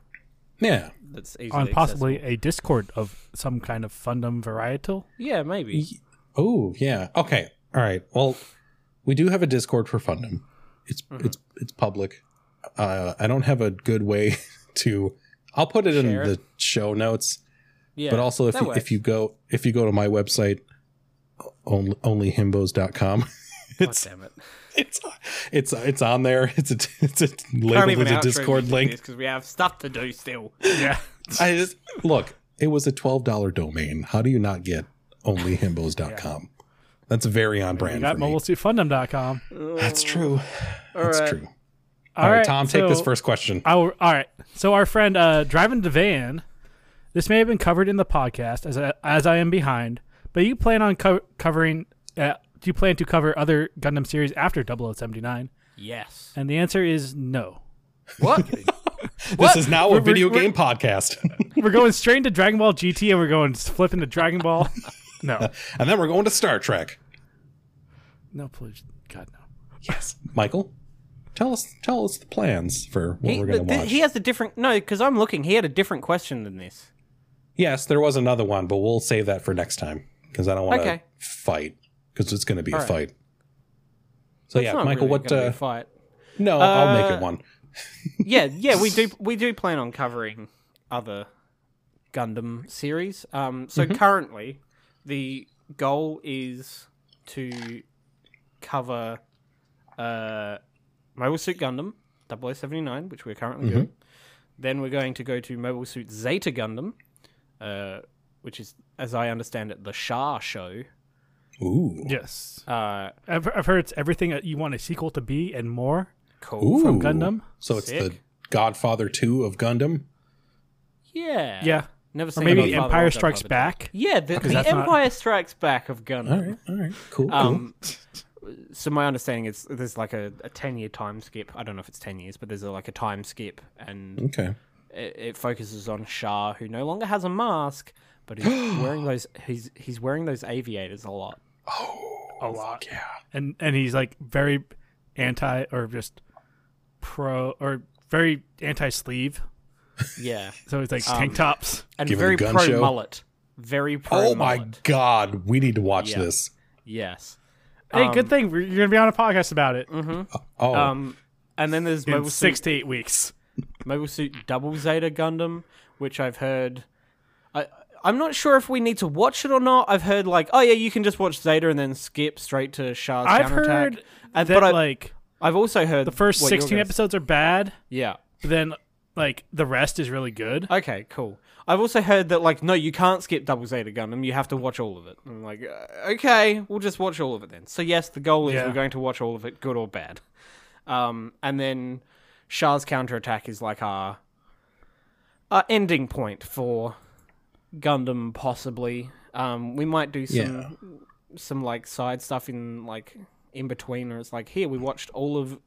Speaker 2: yeah.
Speaker 1: That's easily
Speaker 3: On Oh, possibly
Speaker 1: accessible.
Speaker 3: a Discord of some kind of fundum varietal.
Speaker 1: Yeah, maybe.
Speaker 2: Oh yeah. Okay. All right. Well, we do have a Discord for Fundum. It's
Speaker 1: Mm-hmm.
Speaker 2: it's it's public. Uh, I don't have a good way to. I'll put it
Speaker 1: Share it?
Speaker 2: in the show notes.
Speaker 1: Yeah.
Speaker 2: but also if
Speaker 1: that
Speaker 2: you, if
Speaker 1: works.
Speaker 2: you go if you go to my website only, onlyhimbos.com
Speaker 1: God damn it.
Speaker 2: it's it's it's on there it's a it's a labeled as a discord link
Speaker 1: because we have stuff to do still.
Speaker 3: Yeah.
Speaker 2: i just look it was a $12 domain how do you not get onlyhimbos.com that's very on brand
Speaker 3: Got
Speaker 2: for me.
Speaker 3: mobilesuitfundum.com.
Speaker 2: that's true that's true
Speaker 3: All
Speaker 2: all right, tom take this
Speaker 3: so-
Speaker 2: first question
Speaker 3: I will- all right. So our friend uh, driving the van This may have been covered in the podcast as I, as I am behind, but you plan on co- covering. Uh, do you plan to cover other Gundam series after 0079?
Speaker 1: Yes.
Speaker 3: And the answer is no.
Speaker 1: What?
Speaker 2: This is now a
Speaker 3: We're-
Speaker 2: video
Speaker 3: we're-
Speaker 2: game podcast.
Speaker 3: We're going straight into Dragon Ball GT and we're going flipping to Dragon Ball. No,
Speaker 2: and then we're going to Star Trek.
Speaker 3: no, please, God no.
Speaker 2: Yes. Michael, tell us tell us the plans for what
Speaker 1: he,
Speaker 2: we're
Speaker 1: but
Speaker 2: going to
Speaker 1: thi-
Speaker 2: watch.
Speaker 1: he has a different no, because I'm looking. He had a different question than this.
Speaker 2: yes, there was another one, but we'll save that for next time because I don't want to
Speaker 1: Okay.
Speaker 2: fight because it's going to be a
Speaker 1: right.
Speaker 2: fight. So
Speaker 1: It's
Speaker 2: yeah,
Speaker 1: not
Speaker 2: Michael,
Speaker 1: really
Speaker 2: what?
Speaker 1: gonna be a
Speaker 2: Uh,
Speaker 1: fight?
Speaker 2: no, I'll make
Speaker 1: Uh,
Speaker 2: it one.
Speaker 1: yeah, yeah, we do we do plan on covering other Gundam series. Um, so
Speaker 2: Mm-hmm.
Speaker 1: currently, the goal is to cover uh, Mobile Suit Gundam 0079, which we're currently
Speaker 2: Mm-hmm.
Speaker 1: doing. Then we're going to go to Mobile Suit Zeta Gundam, uh, which is, as I understand it, the Shah show.
Speaker 2: Ooh.
Speaker 3: Yes,
Speaker 1: Uh,
Speaker 3: I've, I've heard it's everything that you want a sequel to be and more.
Speaker 1: cool.
Speaker 2: Ooh.
Speaker 3: From Gundam?
Speaker 2: So it's the
Speaker 1: Sick.
Speaker 2: Godfather 2 of Gundam.
Speaker 1: Yeah.
Speaker 3: Yeah,
Speaker 1: Never seen
Speaker 3: or maybe
Speaker 1: Godfather or
Speaker 3: Empire Strikes
Speaker 1: Godfather.
Speaker 3: Back.
Speaker 1: Yeah, the, the
Speaker 3: that's not-
Speaker 1: Empire Strikes Back of Gundam.
Speaker 2: All right. All right. Cool.
Speaker 1: Um, so my understanding is there's like a, a 10 year time skip. I don't know if it's 10 years, but there's a, like a time skip and
Speaker 2: cool. Okay.
Speaker 1: it, it focuses on Shah who no longer has a mask, but he's wearing those he's he's wearing those aviators a lot.
Speaker 3: a lot. Yeah. And and he's like very anti or just pro or very anti sleeve.
Speaker 1: Yeah.
Speaker 3: So it's like tank tops.
Speaker 1: And
Speaker 2: Give it a
Speaker 1: very
Speaker 2: gun
Speaker 1: pro
Speaker 2: show.
Speaker 1: mullet. Very pro
Speaker 2: Oh my
Speaker 1: mullet.
Speaker 2: God. We need to watch
Speaker 1: Yeah.
Speaker 2: this.
Speaker 1: Yes.
Speaker 3: Hey, good thing we're, you're gonna be on a podcast about it
Speaker 2: Oh,
Speaker 1: Um and then there's
Speaker 3: in
Speaker 1: Mobile Suit
Speaker 3: six to eight weeks.
Speaker 1: Mobile Suit
Speaker 3: Hmm.
Speaker 1: Double Zeta Gundam, which I've heard. I I'm not sure if we need to watch it or not. I've heard like, oh yeah, you can just watch Zeta and then skip straight to Shah's
Speaker 3: I've
Speaker 1: counterattack.
Speaker 3: heard
Speaker 1: and,
Speaker 3: that
Speaker 1: but I,
Speaker 3: like
Speaker 1: I've also heard
Speaker 3: the 1st
Speaker 1: what you're
Speaker 3: 16
Speaker 1: gonna-
Speaker 3: episodes are bad,
Speaker 1: Yeah.
Speaker 3: but then like the rest is really good.
Speaker 1: Okay. Cool. I've also heard that like, no, you can't skip Double Zeta Gundam. You have to watch all of it. I'm like, uh, okay, we'll just watch all of it then. So yes, the goal is
Speaker 3: Yeah.
Speaker 1: we're going to watch all of it, good or bad. Um, and then Shah's counterattack is like our our ending point for Gundam, possibly. Um, we might do some some like side stuff in like in between, or it's like here we watched all of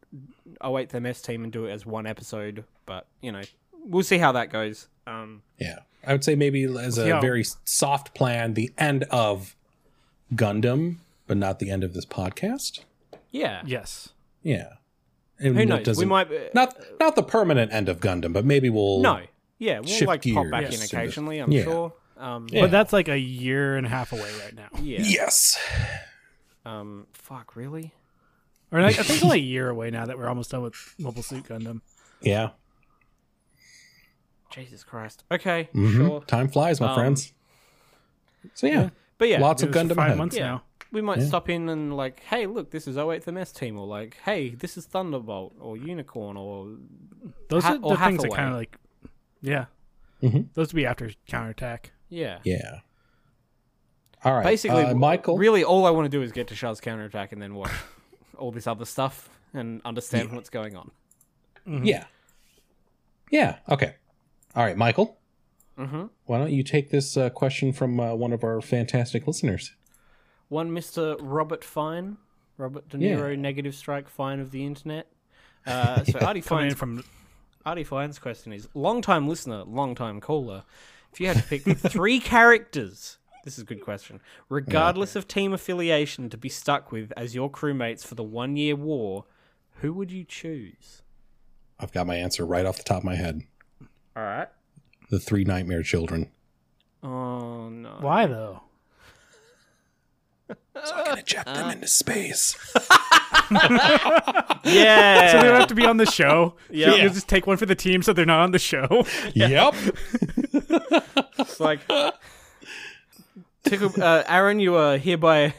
Speaker 1: oh wait the MS team and do it as one episode, but you know we'll see how that goes. Um,
Speaker 2: yeah. I would say maybe as a
Speaker 3: Yeah.
Speaker 2: very soft plan, the end of Gundam, but not the end of this podcast.
Speaker 1: yeah,
Speaker 3: Yes.
Speaker 2: Yeah. And
Speaker 1: Who
Speaker 2: it
Speaker 1: knows? We
Speaker 2: doesn't-
Speaker 1: might
Speaker 2: Not not the permanent end of Gundam, but maybe we'll
Speaker 1: no, yeah, we'll
Speaker 2: shift
Speaker 1: like pop back
Speaker 2: gears
Speaker 1: in
Speaker 2: into-
Speaker 1: occasionally. I'm
Speaker 2: Yeah.
Speaker 1: sure. Um,
Speaker 2: Yeah.
Speaker 3: But that's like a year and a half away right now.
Speaker 1: yeah.
Speaker 2: Yes.
Speaker 1: Um, fuck, really?
Speaker 3: Or like, I think it's only a year away now that we're almost done with Mobile Suit Gundam.
Speaker 2: Yeah.
Speaker 1: Jesus Christ. Okay,
Speaker 2: Mhm.
Speaker 1: sure.
Speaker 2: Time flies, my
Speaker 1: Um,
Speaker 2: friends. So yeah,
Speaker 1: But yeah,
Speaker 2: lots
Speaker 3: It
Speaker 2: of
Speaker 3: was for
Speaker 2: Gundam
Speaker 3: five
Speaker 2: ahead.
Speaker 3: months
Speaker 1: Yeah.
Speaker 3: now.
Speaker 1: we might stop in and like, hey, look, this is 08th MS team, or like, hey, this is Thunderbolt or Unicorn, or
Speaker 3: Those
Speaker 1: Ha-
Speaker 3: are
Speaker 1: or
Speaker 3: the things that
Speaker 1: Hathaway.
Speaker 3: kind of like, yeah. Those would be after counterattack.
Speaker 1: yeah.
Speaker 2: Yeah. All right.
Speaker 1: Basically,
Speaker 2: uh, Michael.
Speaker 1: Really, all I want to do is get to Shah's counterattack and then watch all this other stuff and understand what's going on.
Speaker 2: Yeah. Yeah. Okay. All right, Michael.
Speaker 1: Mhm.
Speaker 2: Why don't you take this uh, question from uh, one of our fantastic listeners?
Speaker 1: One Mr. Robert Fine, Robert De Niro, negative strike Fine of the internet. Uh, so Artie
Speaker 3: Coming
Speaker 1: Fine's
Speaker 3: in from
Speaker 1: Artie Fine's question is long time listener, long time caller. If you had to pick three characters, this is a good question, regardless of team affiliation, to be stuck with as your crewmates for the one year war, who would you choose?
Speaker 2: I've got my answer right off the top of my head.
Speaker 1: All right.
Speaker 2: The three nightmare children.
Speaker 1: Oh, no.
Speaker 3: why though?
Speaker 2: So I'm gonna jet them into space.
Speaker 1: Yeah.
Speaker 3: So they don't have to be on the show.
Speaker 1: Yeah.
Speaker 3: You'll just take one for the team so they're not on the show.
Speaker 2: yep.
Speaker 1: It's like tickle, uh, Aaron, you are hereby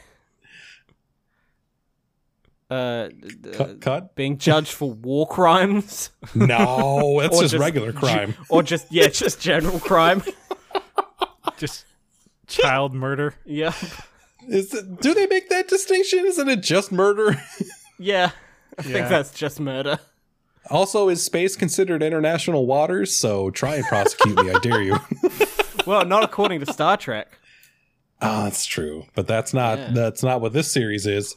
Speaker 1: uh, d- d-
Speaker 2: Cut. cut.
Speaker 1: being judged for war crimes
Speaker 2: No, that's
Speaker 1: Or
Speaker 2: just,
Speaker 1: just
Speaker 2: regular crime.
Speaker 1: or just yeah, just general crime.
Speaker 3: Just child murder.
Speaker 1: yeah,
Speaker 2: Is it, do they make that distinction? Isn't it just murder?
Speaker 1: yeah. I
Speaker 3: Yeah.
Speaker 1: think that's just murder.
Speaker 2: Also, is space considered international waters? So try and prosecute me, I dare you.
Speaker 1: well, not according to Star Trek.
Speaker 2: Oh, that's true. But that's not that's not what this series is.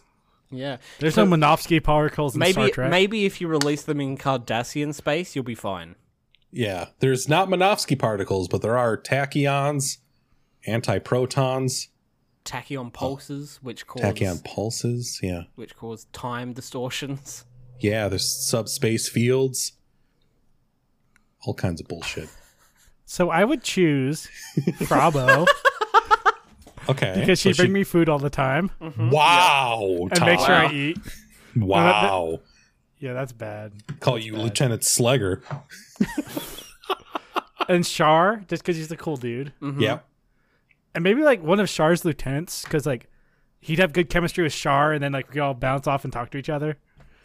Speaker 1: Yeah.
Speaker 3: There's no Monofsky particles in Star
Speaker 1: Maybe
Speaker 3: Trek.
Speaker 1: maybe if you release them in Cardassian space, you'll be fine.
Speaker 2: Yeah. There's not Minovsky particles, but there are tachyons, antiprotons,
Speaker 1: Tachyon pulses, which cause
Speaker 2: tachyon pulses. Yeah.
Speaker 1: which cause time distortions.
Speaker 2: Yeah, there's subspace fields. All kinds of bullshit.
Speaker 3: so I would choose Frabo
Speaker 2: Okay.
Speaker 3: because she
Speaker 2: so
Speaker 3: bring me food all the time
Speaker 1: Oh,
Speaker 2: Wow.
Speaker 3: and make sure
Speaker 2: Tom.
Speaker 3: I eat.
Speaker 2: Wow.
Speaker 3: Yeah, that's bad.
Speaker 2: Call you Lieutenant Slugger.
Speaker 3: And Shar, just because he's the cool dude,
Speaker 2: Yeah.
Speaker 3: and maybe like one of Shar's lieutenants, because like he'd have good chemistry with Shar, and then like we could all bounce off and talk to each other.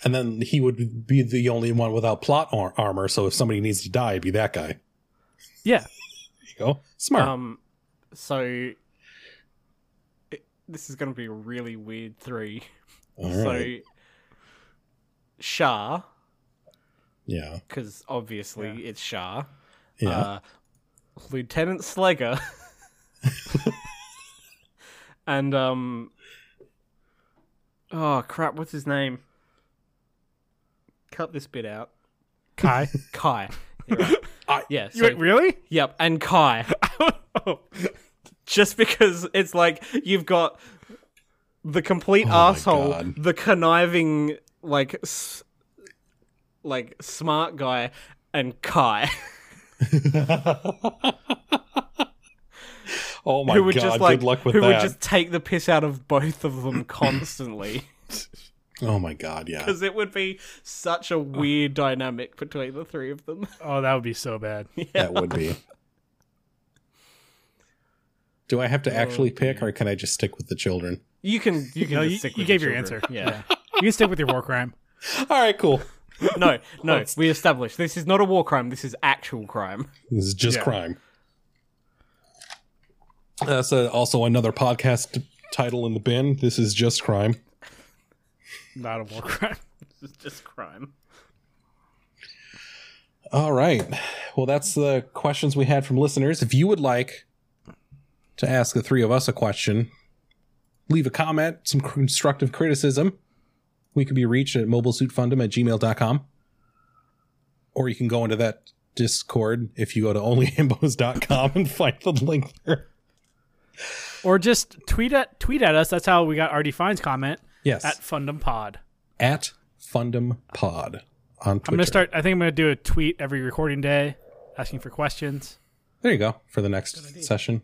Speaker 2: And then he would be the only one without plot ar- armor. So if somebody needs to die, it'd be that guy.
Speaker 3: Yeah,
Speaker 2: You go. Smart.
Speaker 1: Um, so it- this is going to be a really weird three.
Speaker 2: All
Speaker 1: so
Speaker 2: right.
Speaker 1: Shah,
Speaker 2: yeah.
Speaker 1: because obviously it's Shah.
Speaker 2: Yeah.
Speaker 1: Uh, Lieutenant Slegger. and um, oh crap, what's his name? Cut this bit out.
Speaker 3: Kai.
Speaker 1: Kai. You're right.
Speaker 2: I-
Speaker 1: yeah.
Speaker 3: you
Speaker 1: so-
Speaker 3: went really?
Speaker 1: Yep, and Kai. Just because it's like you've got the complete
Speaker 2: Oh my
Speaker 1: asshole,
Speaker 2: God.
Speaker 1: the conniving, like, s- like smart guy, and Kai,
Speaker 2: oh my
Speaker 1: who would
Speaker 2: god!
Speaker 1: just like
Speaker 2: Good luck with
Speaker 1: who
Speaker 2: that.
Speaker 1: would just take the piss out of both of them constantly,
Speaker 2: Oh my god! Yeah.
Speaker 1: because it would be such a weird dynamic between the three of them.
Speaker 3: Oh, that would be so bad.
Speaker 2: That would be. Do I
Speaker 1: Oh,
Speaker 2: have to actually pick, or can I just stick with the children?
Speaker 1: You can you can
Speaker 3: No,
Speaker 1: just
Speaker 3: you,
Speaker 1: stick
Speaker 3: you
Speaker 1: with
Speaker 3: gave
Speaker 1: the
Speaker 3: your answer.
Speaker 1: children. Yeah.
Speaker 3: You can stick with your war crime.
Speaker 2: All right, cool.
Speaker 1: No, no, we established this is not a war crime. This is actual crime.
Speaker 2: This is just
Speaker 3: Yeah.
Speaker 2: crime. That's uh also another podcast title in the bin. This is just crime.
Speaker 3: Not a war crime.
Speaker 1: This is just crime.
Speaker 2: All right. Well, that's the questions we had from listeners. If you would like to ask the three of us a question, leave a comment, some constructive criticism. We could be reached at mobilesuitfundum at gmail.com. Or you can go into that Discord if you go to onlyhimbos.com and find the link there.
Speaker 3: Or just tweet at tweet at us. That's how we got RD Fine's comment
Speaker 2: Yes.
Speaker 3: at
Speaker 2: At,
Speaker 3: Fundum Pod.
Speaker 2: Fundum Pod on Twitter.
Speaker 3: I'm gonna start. I think I'm gonna do a tweet every recording day, asking for questions.
Speaker 2: There you go for the next session.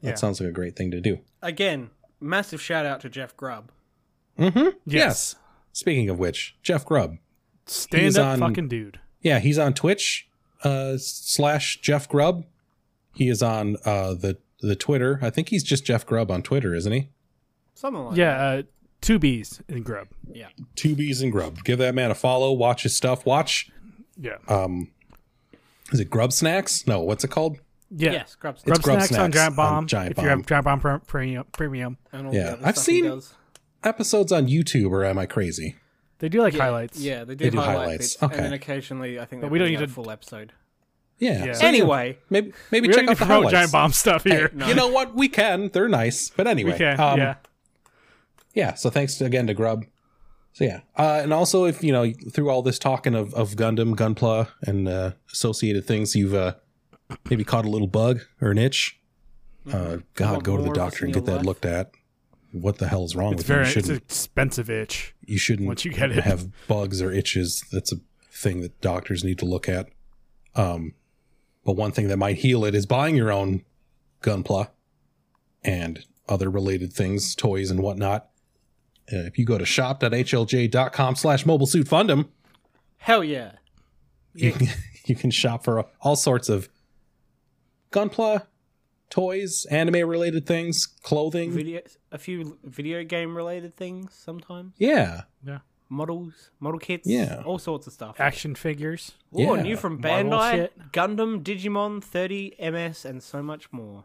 Speaker 2: That
Speaker 3: Yeah.
Speaker 2: sounds like a great thing to do.
Speaker 4: Again, massive shout out to Jeff Grubb.
Speaker 3: Mm-hmm.
Speaker 2: Yes. Speaking of which, Jeff Grubb.
Speaker 3: Stand
Speaker 2: He's
Speaker 3: up,
Speaker 2: on-
Speaker 3: fucking dude.
Speaker 2: Yeah, he's on Twitch uh, slash Jeff Grubb. He is on uh, the the Twitter. I think he's just Jeff Grubb on Twitter, isn't he?
Speaker 1: Something like
Speaker 3: Yeah, uh, two B's in Grub.
Speaker 2: Two B's and Grubb. Give that man a follow. Watch his stuff. Watch.
Speaker 3: Yeah.
Speaker 2: Um, is it Grub Snacks? No, what's it called?
Speaker 3: yeah.
Speaker 1: Yes, grab
Speaker 2: It's
Speaker 3: Grub
Speaker 2: Grub
Speaker 3: snacks, on
Speaker 2: Snacks
Speaker 3: Giant
Speaker 2: on
Speaker 3: Bomb.
Speaker 2: Giant
Speaker 3: if you
Speaker 2: Bomb.
Speaker 3: have Giant Bomb pre- premium, premium,
Speaker 1: and all
Speaker 2: Yeah,
Speaker 1: the other
Speaker 2: I've
Speaker 1: stuff
Speaker 2: seen-
Speaker 1: he does.
Speaker 2: Episodes on YouTube, or am I crazy?
Speaker 3: they do like highlights.
Speaker 1: Yeah, they do,
Speaker 2: They do
Speaker 1: highlight
Speaker 2: highlights,
Speaker 1: bits,
Speaker 2: okay.
Speaker 1: and then occasionally I think.
Speaker 3: But
Speaker 1: they
Speaker 3: we don't
Speaker 1: put
Speaker 3: need
Speaker 1: out a
Speaker 3: to-
Speaker 1: full episode.
Speaker 2: Yeah.
Speaker 3: Yeah.
Speaker 2: So
Speaker 1: Anyway,
Speaker 2: maybe maybe
Speaker 3: We
Speaker 2: check
Speaker 3: don't need to
Speaker 2: out the
Speaker 3: promote
Speaker 2: highlights.
Speaker 3: Giant Bomb stuff here.
Speaker 2: You know what? We can. They're nice, but anyway,
Speaker 3: we can.
Speaker 2: um,
Speaker 3: yeah.
Speaker 2: yeah so thanks again to grub so yeah uh, and also if you know through all this talking of, of gundam gunpla and uh, associated things you've uh, maybe caught a little bug or an itch uh, god
Speaker 1: Want
Speaker 2: go
Speaker 1: Hmm. more
Speaker 2: to the
Speaker 1: of this
Speaker 2: doctor and
Speaker 1: in
Speaker 2: get
Speaker 1: your
Speaker 2: that
Speaker 1: life?
Speaker 2: looked at what the hell is wrong
Speaker 3: It's
Speaker 2: with you? you
Speaker 3: very it's an
Speaker 2: shouldn't
Speaker 3: expensive itch.
Speaker 2: you shouldn't
Speaker 3: once you get it.
Speaker 2: have bugs or itches that's a thing that doctors need to look at um but one thing that might heal it is buying your own gunpla and other related things, toys and whatnot. Uh, if you go to shop.hlj.com slash mobile suit fundum,
Speaker 1: hell yeah,
Speaker 2: you, can, you can shop for all sorts of gunpla, toys, anime related things, clothing.
Speaker 1: video a few video game related things sometimes,
Speaker 2: Yeah.
Speaker 1: models, model kits,
Speaker 2: Yeah.
Speaker 1: all sorts of stuff.
Speaker 3: Action figures.
Speaker 1: Ooh,
Speaker 2: Yeah.
Speaker 1: new from
Speaker 3: Marvel
Speaker 1: Bandai,
Speaker 3: shit.
Speaker 1: Gundam, Digimon, 30 MS, and so much more.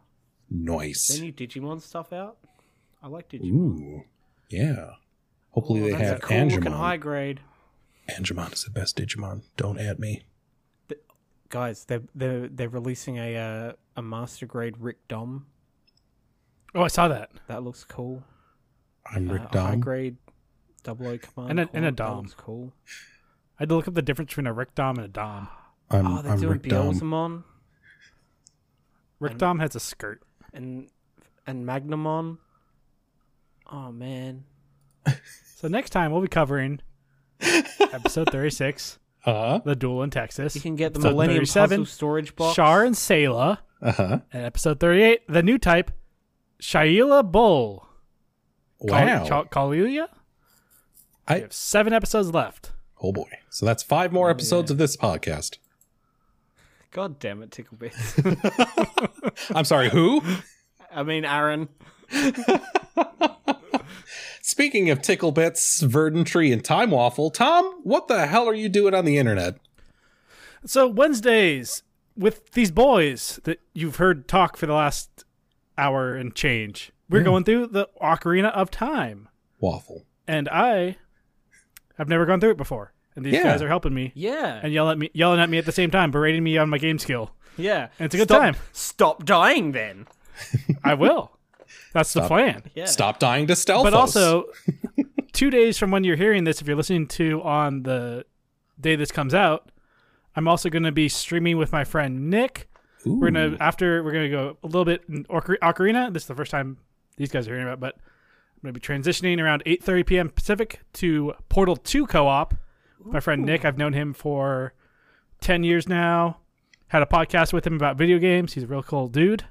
Speaker 1: Their
Speaker 2: Nice.
Speaker 1: new Digimon stuff out. I like Digimon.
Speaker 2: Ooh. Yeah. Hopefully they
Speaker 1: Oh, That's
Speaker 2: have
Speaker 1: a cool looking
Speaker 2: Angemon.
Speaker 1: high grade.
Speaker 2: Angemon is the best Digimon. Don't at me.
Speaker 1: guys they're they're they're releasing a uh, a master grade Rick Dom.
Speaker 3: Oh, I saw that.
Speaker 1: That looks cool.
Speaker 2: I'm Rick
Speaker 1: Uh, a high
Speaker 2: Dom.
Speaker 1: grade double O command
Speaker 3: And a-
Speaker 1: corps,
Speaker 3: and a
Speaker 1: that
Speaker 3: Dom.
Speaker 1: looks cool.
Speaker 3: I had to look up the difference between a Rick Dom and a Dom.
Speaker 2: I'm,
Speaker 1: Oh, they're
Speaker 2: I'm
Speaker 1: doing
Speaker 2: Rick Dom.
Speaker 1: Beelzemon
Speaker 3: Rick Dom has a skirt.
Speaker 1: and and Magnamon. Oh man,
Speaker 3: So next time we'll be covering episode 36,
Speaker 2: Uh-huh.
Speaker 3: The Duel in Texas.
Speaker 1: you can get the
Speaker 3: Episode
Speaker 1: Millennium
Speaker 3: 37,
Speaker 1: Puzzle storage box.
Speaker 3: Shar and Sayla.
Speaker 2: Uh-huh.
Speaker 3: And episode 38, the new type, Shaila Bull. Kal-
Speaker 2: Wow.
Speaker 3: Kal- Kaluuya?
Speaker 2: I-
Speaker 3: we have seven episodes left.
Speaker 2: Oh boy. So that's five
Speaker 1: Oh,
Speaker 2: more episodes of this podcast.
Speaker 1: God damn it, tickle bit.
Speaker 2: I'm sorry, who?
Speaker 1: I mean, Aaron.
Speaker 2: Speaking of tickle bits, verdant tree, and time waffle, Tom, what the hell are you doing on the internet?
Speaker 3: So Wednesdays with these boys that you've heard talk for the last hour and change. We're going through the Ocarina of Time,
Speaker 2: Waffle.
Speaker 3: and I have never gone through it before. And these
Speaker 2: Yeah.
Speaker 3: guys are helping me
Speaker 1: Yeah,
Speaker 3: and yell at me, yelling at me at the same time, berating me on my game skill.
Speaker 1: yeah.
Speaker 3: And it's a good
Speaker 1: Stop-
Speaker 3: time.
Speaker 1: Stop dying, then.
Speaker 3: I will. That's the plan.
Speaker 1: Yeah.
Speaker 2: Stop dying to stealth.
Speaker 3: but also two days from when you're hearing this if you're listening to on the day this comes out i'm also going to be streaming with my friend nick we're going to after we're going to go a little bit in Ocar- ocarina this is the first time these guys are hearing about it, but i'm going to be transitioning around 8.30 p.m pacific to portal 2 co-op with my friend nick i've known him for 10 years now had a podcast with him about video games he's a real cool dude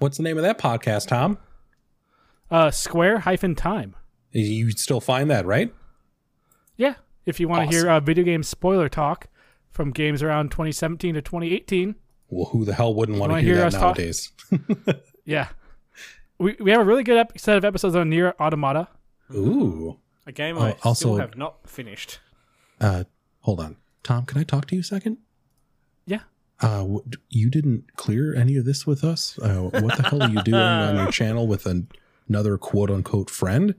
Speaker 2: What's the name of that podcast, Tom?
Speaker 3: uh, square hyphen time
Speaker 2: You still find that, right?
Speaker 3: Yeah. If you want to hear uh, video game spoiler talk from games around 2017 to 2018,
Speaker 2: Well, who the hell wouldn't want to
Speaker 3: Wanna
Speaker 2: hear,
Speaker 3: hear
Speaker 2: that
Speaker 3: us talk?
Speaker 2: nowadays?
Speaker 3: yeah. We, we have a really good ep- set of episodes on Near Automata.
Speaker 2: Ooh.
Speaker 1: A game
Speaker 2: Oh,
Speaker 1: I
Speaker 2: also-
Speaker 1: still have not finished.
Speaker 2: Uh, hold on. Tom, can I talk to you a second?
Speaker 3: Yeah.
Speaker 2: Uh, w- you didn't clear any of this with us? Uh, what the hell are you doing on your channel with an- another quote unquote friend?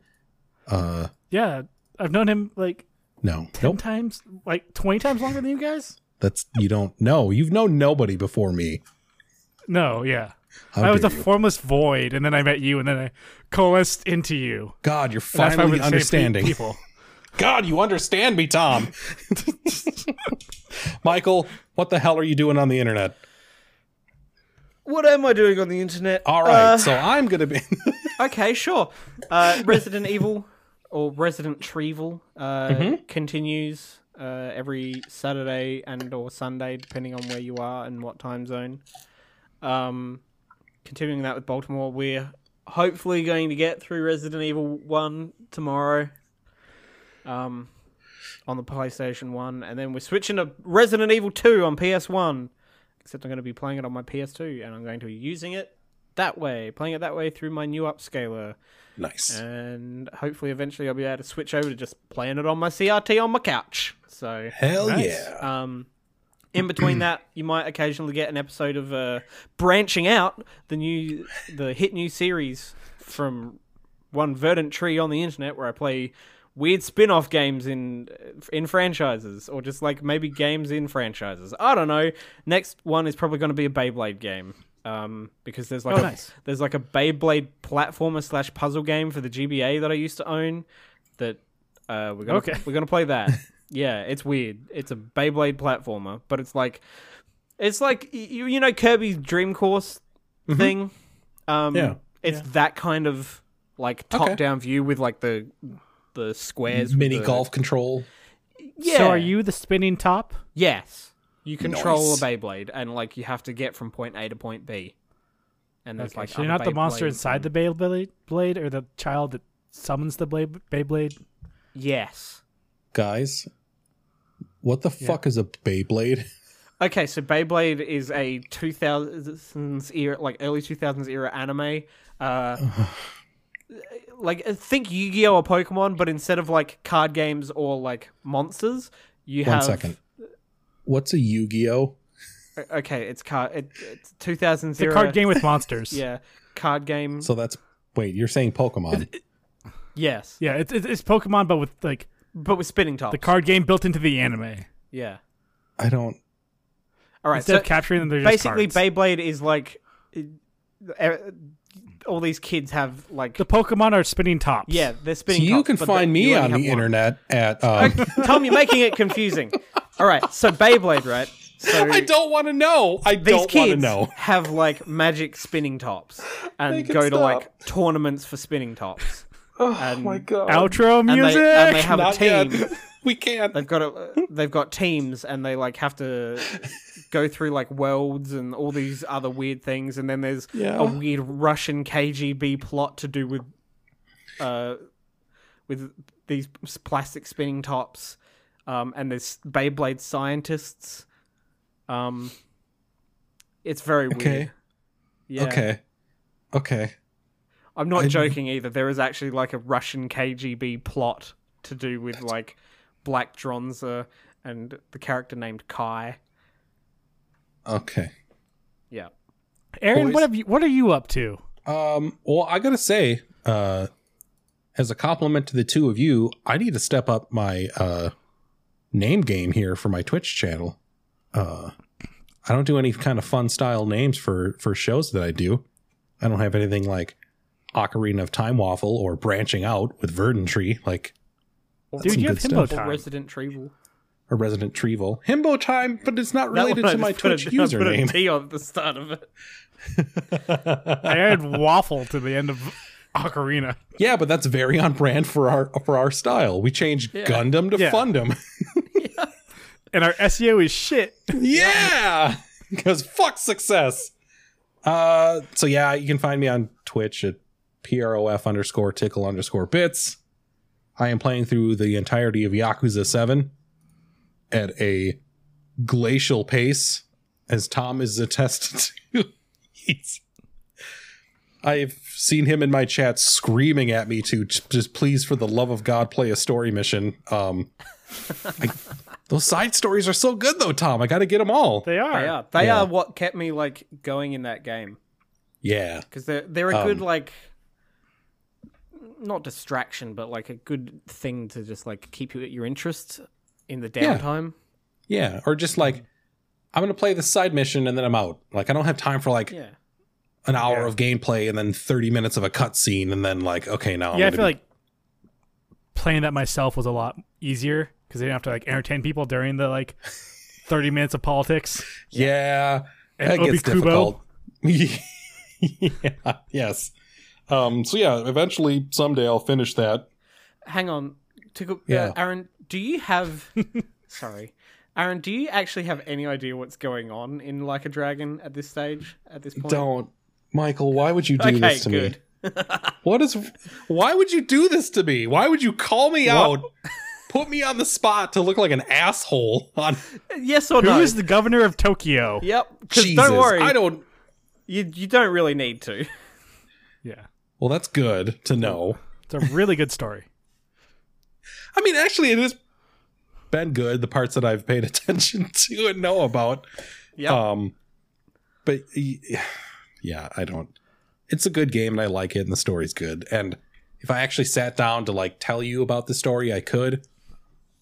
Speaker 2: Uh,
Speaker 3: Yeah. I've known him like
Speaker 2: no.
Speaker 3: 10
Speaker 2: Nope.
Speaker 3: times, like 20 times longer than you guys.
Speaker 2: That's, you don't know. You've known nobody before me.
Speaker 3: No, yeah.
Speaker 2: How
Speaker 3: I was
Speaker 2: dare
Speaker 3: a
Speaker 2: you?
Speaker 3: formless void, and then I met you, and then I coalesced into you.
Speaker 2: God, you're
Speaker 3: And that's why
Speaker 2: finally
Speaker 3: we're the same pe-
Speaker 2: understanding.
Speaker 3: people.
Speaker 2: God, you understand me, Tom. Michael, what the hell are you doing on the internet?
Speaker 4: What am I doing on the internet?
Speaker 2: All right,
Speaker 3: Uh,
Speaker 2: so I'm gonna be.
Speaker 1: Okay, sure. Uh, Resident Evil or Resident Trieval uh, continues uh, every Saturday and or Sunday, depending on where you are and what time zone. Um, continuing that with Baltimore, we're hopefully going to get through Resident Evil One tomorrow. Um, on the PlayStation One, and then we're switching to Resident Evil Two on PS One. Except I'm going to be playing it on my PS2, and I'm going to be using it that way, playing it that way through my new upscaler.
Speaker 2: nice.
Speaker 1: And hopefully, eventually, I'll be able to switch over to just playing it on my CRT on my couch. So,
Speaker 2: Hell
Speaker 3: Nice.
Speaker 2: yeah.
Speaker 1: um, in between that, you might occasionally get an episode of uh, branching out the new, the hit new series from one verdant tree on the internet, where I play weird spin-off games in in franchises, or just like maybe games in franchises. I don't know. Next one is probably going to be a Beyblade game. Um, because there's like
Speaker 3: Oh,
Speaker 1: a,
Speaker 3: nice.
Speaker 1: there's like a Beyblade platformer slash puzzle game for the GBA that I used to own. That uh, we're gonna
Speaker 3: Okay.
Speaker 1: we're gonna play that. yeah, it's weird. It's a Beyblade platformer, but it's like it's like y- you you know Kirby's Dream Course
Speaker 3: Mm-hmm.
Speaker 1: thing. Um,
Speaker 2: Yeah.
Speaker 1: it's that kind of like
Speaker 2: Okay.
Speaker 1: top down view with like the the squares. with
Speaker 2: Mini
Speaker 1: the-
Speaker 2: golf control.
Speaker 1: Yeah.
Speaker 3: So are you the spinning top?
Speaker 1: Yes. You control
Speaker 2: Nice.
Speaker 1: a Beyblade, and like you have to get from point A to point B. And there's
Speaker 3: Okay,
Speaker 1: like
Speaker 3: so you're not
Speaker 1: other
Speaker 3: the monster
Speaker 1: Beyblades
Speaker 3: inside
Speaker 1: and-
Speaker 3: the Beyblade blade or the child that summons the blade, Beyblade?
Speaker 1: Yes.
Speaker 2: Guys, what the fuck is a Beyblade?
Speaker 1: Okay, so Beyblade is a 2000s era, like early 2000s era anime. Uh, like uh, think Yu-Gi-Oh or Pokemon, but instead of like card games or like monsters, you
Speaker 2: One
Speaker 1: have
Speaker 2: second. What's a Yu Gi Oh?
Speaker 1: O- Okay, it's card. It, it's 2000s
Speaker 3: The
Speaker 1: era
Speaker 3: card game with monsters.
Speaker 1: Yeah, card game.
Speaker 2: So that's. Wait, you're saying Pokemon.
Speaker 1: yes,
Speaker 3: Yeah, it's it's it's Pokemon, but with like
Speaker 1: but with spinning tops.
Speaker 3: the card game built into the anime.
Speaker 1: Yeah.
Speaker 2: I don't.
Speaker 1: All right.
Speaker 3: Instead
Speaker 1: So
Speaker 3: of capturing them, they're just
Speaker 1: basically,
Speaker 3: cards.
Speaker 1: Beyblade is like er, all these kids have like
Speaker 3: The Pokemon are spinning tops.
Speaker 1: yeah, they're spinning.
Speaker 2: You
Speaker 1: tops,
Speaker 2: can
Speaker 1: but
Speaker 2: find
Speaker 1: they-
Speaker 2: me
Speaker 1: you only
Speaker 2: on
Speaker 1: have
Speaker 2: the
Speaker 1: one.
Speaker 2: internet at. Um,
Speaker 1: Tom, you're making it confusing. All right, so Beyblade, right? So
Speaker 2: I don't want to know. I
Speaker 1: these
Speaker 2: don't want to
Speaker 1: kids
Speaker 2: know.
Speaker 1: have like magic spinning tops and
Speaker 2: can
Speaker 1: go to
Speaker 2: stop.
Speaker 1: like tournaments for spinning tops.
Speaker 2: Oh my god!
Speaker 3: Outro
Speaker 1: And
Speaker 3: music.
Speaker 1: they, and they have
Speaker 2: Not
Speaker 1: a team.
Speaker 2: yet. we can't.
Speaker 1: They've got a, they've got teams, and they like have to go through like worlds and all these other weird things. And then there's
Speaker 2: Yeah.
Speaker 1: a weird Russian KGB plot to do with, uh, with these plastic spinning tops. Um, and there's Beyblade scientists. Um, it's very weird.
Speaker 2: Okay.
Speaker 1: Yeah.
Speaker 2: Okay. Okay.
Speaker 1: I'm not joking either. There is actually like a Russian KGB plot to do with like Black Dronza and the character named Kai.
Speaker 2: Okay.
Speaker 1: Yeah.
Speaker 3: Aaron,
Speaker 2: Boys.
Speaker 3: what have you? What are you up to?
Speaker 2: Um, well, I gotta say, uh, as a compliment to the two of you, I need to step up my uh, name game here for my Twitch channel. Uh, I don't do any kind of fun style names for for shows that I do. I don't have anything like Ocarina of Time Waffle or branching out with Verdant Tree, like
Speaker 3: Dude,
Speaker 2: some
Speaker 3: you have
Speaker 2: good
Speaker 3: himbo
Speaker 2: stuff.
Speaker 1: Or
Speaker 3: time.
Speaker 1: Resident Trevel.
Speaker 2: a Resident Trevel. Himbo time, but it's not related to my Twitch
Speaker 1: I
Speaker 2: username.
Speaker 1: put a T on the start of it.
Speaker 3: I added waffle to the end of Ocarina.
Speaker 2: Yeah, but that's very on brand for our for our style. We changed Gundam to
Speaker 3: Yeah.
Speaker 2: Fundam.
Speaker 3: And our SEO is shit.
Speaker 2: yeah, because fuck success. Uh, so yeah, you can find me on Twitch at prof underscore tickle underscore bits. I am playing through the entirety of Yakuza Seven at a glacial pace, as Tom is attested to. He's I've seen him in my chat screaming at me to j- just please, for the love of God, play a story mission. Um, I- those side stories are so good, though, Tom. I got to get them all.
Speaker 3: They are.
Speaker 1: They are. They
Speaker 2: Yeah.
Speaker 1: are what kept me like going in that game
Speaker 2: yeah,
Speaker 1: because they're they're a good
Speaker 2: Um,
Speaker 1: like not distraction but like a good thing to just like keep you at your interest in the
Speaker 2: Yeah.
Speaker 1: downtime.
Speaker 2: yeah. Or just like, I'm gonna play the side mission and then I'm out. Like, I don't have time for like
Speaker 1: Yeah.
Speaker 2: an hour
Speaker 3: Yeah.
Speaker 2: of gameplay and then 30 minutes of a cutscene and then like, okay, now. I'm
Speaker 3: yeah, I
Speaker 2: gonna
Speaker 3: feel
Speaker 2: be-
Speaker 3: like playing that myself was a lot easier because they didn't have to like entertain people during the like thirty minutes of politics.
Speaker 2: yeah,
Speaker 3: And
Speaker 2: that gets
Speaker 3: Obi-Kubo.
Speaker 2: difficult. yeah. Yes. Um. So yeah, eventually someday I'll finish that.
Speaker 1: hang on to go,
Speaker 2: Yeah.
Speaker 1: uh, aaron do you have sorry aaron do you actually have any idea what's going on in like a dragon at this stage at this point
Speaker 2: Don't, Michael. Why would you do
Speaker 1: okay
Speaker 2: this to
Speaker 1: good
Speaker 2: me? What is? Why would you do this to me? Why would you call me out? Put me on the spot to look like an asshole on
Speaker 1: Uh, yes or
Speaker 3: Who
Speaker 1: no
Speaker 3: is the governor of Tokyo?
Speaker 1: yep 'cause
Speaker 2: Jesus.
Speaker 1: don't worry
Speaker 2: I don't.
Speaker 1: you, you don't really need to
Speaker 3: Yeah,
Speaker 2: Well, that's good to know.
Speaker 3: it's a really good story.
Speaker 2: I mean, actually, it has been good. The parts that I've paid attention to and know about.
Speaker 1: Yep.
Speaker 2: Um, but y- yeah, I don't. It's a good game, and I like it, and the story's good. And if I actually sat down to like tell you about the story, I could.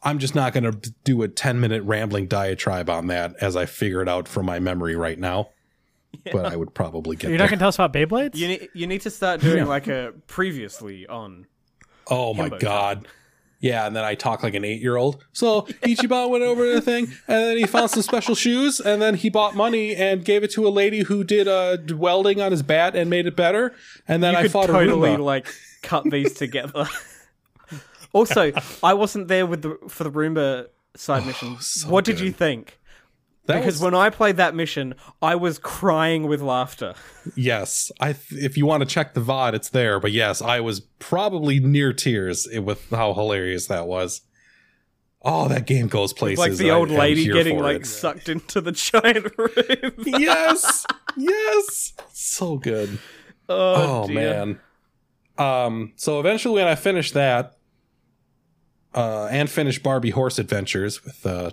Speaker 2: I'm just not going to do a 10 minute rambling diatribe on that as I figure it out from my memory right now. But I would probably get
Speaker 3: You're
Speaker 2: there.
Speaker 3: not gonna tell us about Beyblades?
Speaker 1: you, ne- you need to start doing like a previously on
Speaker 2: Oh my
Speaker 1: Himbo
Speaker 2: god. Yeah, and then I talk like an eight year old. So Ichiban went over to the thing, and then he found some special shoes, and then he bought money and gave it to a lady who did uh, welding on his bat and made it better. And then
Speaker 1: you
Speaker 2: I
Speaker 1: could
Speaker 2: fought
Speaker 1: totally
Speaker 2: a Roomba.
Speaker 1: like cut these together. also, I wasn't there with the for the Roomba side mission.
Speaker 2: Oh, so
Speaker 1: what did you
Speaker 2: good.
Speaker 1: think?
Speaker 2: That
Speaker 1: because
Speaker 2: was-
Speaker 1: when I played that mission, I was crying with laughter.
Speaker 2: yes, I. Th- if you want to check the VOD, it's there. But yes, I was probably near tears i- with how hilarious that was. Oh, that game goes places.
Speaker 1: like the
Speaker 2: I
Speaker 1: old
Speaker 2: am
Speaker 1: lady
Speaker 2: here
Speaker 1: getting
Speaker 2: for
Speaker 1: like
Speaker 2: it.
Speaker 1: sucked into the giant room.
Speaker 2: yes, yes, so good.
Speaker 1: oh
Speaker 2: oh
Speaker 1: dear.
Speaker 2: man um so eventually when i finish that uh and finish barbie horse adventures with uh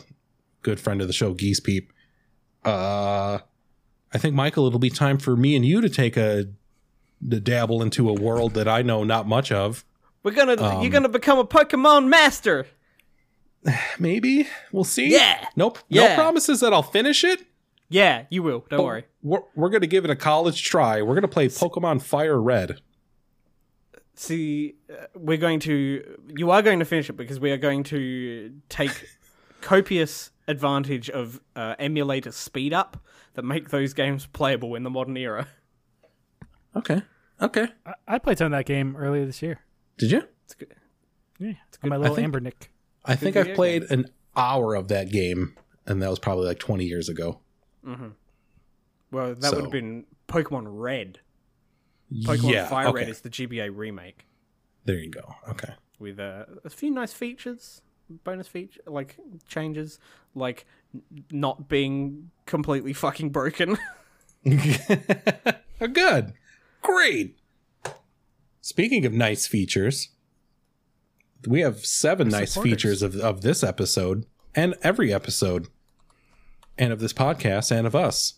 Speaker 2: good friend of the show geese peep uh i think michael it'll be time for me and you to take a to dabble into a world that i know not much of
Speaker 1: We're gonna
Speaker 2: Um,
Speaker 1: you're gonna become a Pokemon master.
Speaker 2: maybe we'll see
Speaker 1: Yeah.
Speaker 2: nope no
Speaker 1: Yeah.
Speaker 2: promises that i'll finish it
Speaker 1: Yeah, you will.
Speaker 2: Oh.
Speaker 1: Don't worry.
Speaker 2: We're, we're going to give it a college try. We're going to play Pokemon Fire Red.
Speaker 1: See, uh, we're going to. You are going to finish it because we are going to take copious advantage of uh, emulator speed up that make those games playable in the modern era.
Speaker 2: Okay. Okay.
Speaker 3: I, I played some of that game earlier this year.
Speaker 2: Did you?
Speaker 1: It's good.
Speaker 3: Yeah, it's my little
Speaker 2: think-
Speaker 3: Amber Nick.
Speaker 2: I think I've played an hour of that game, and that was probably like 20 years ago.
Speaker 1: Well, that would
Speaker 2: So-
Speaker 1: have been Pokemon Red. Pokemon
Speaker 2: yeah.
Speaker 1: Fire
Speaker 2: okay.
Speaker 1: Red is the GBA remake
Speaker 2: There you go. Okay.
Speaker 1: with uh, a few nice features, bonus feature like changes, like n- not being completely fucking broken.
Speaker 2: Good. Great. Speaking of nice features, we have seven nice
Speaker 1: supporters.
Speaker 2: features of, of this episode and every episode and of this podcast and of us.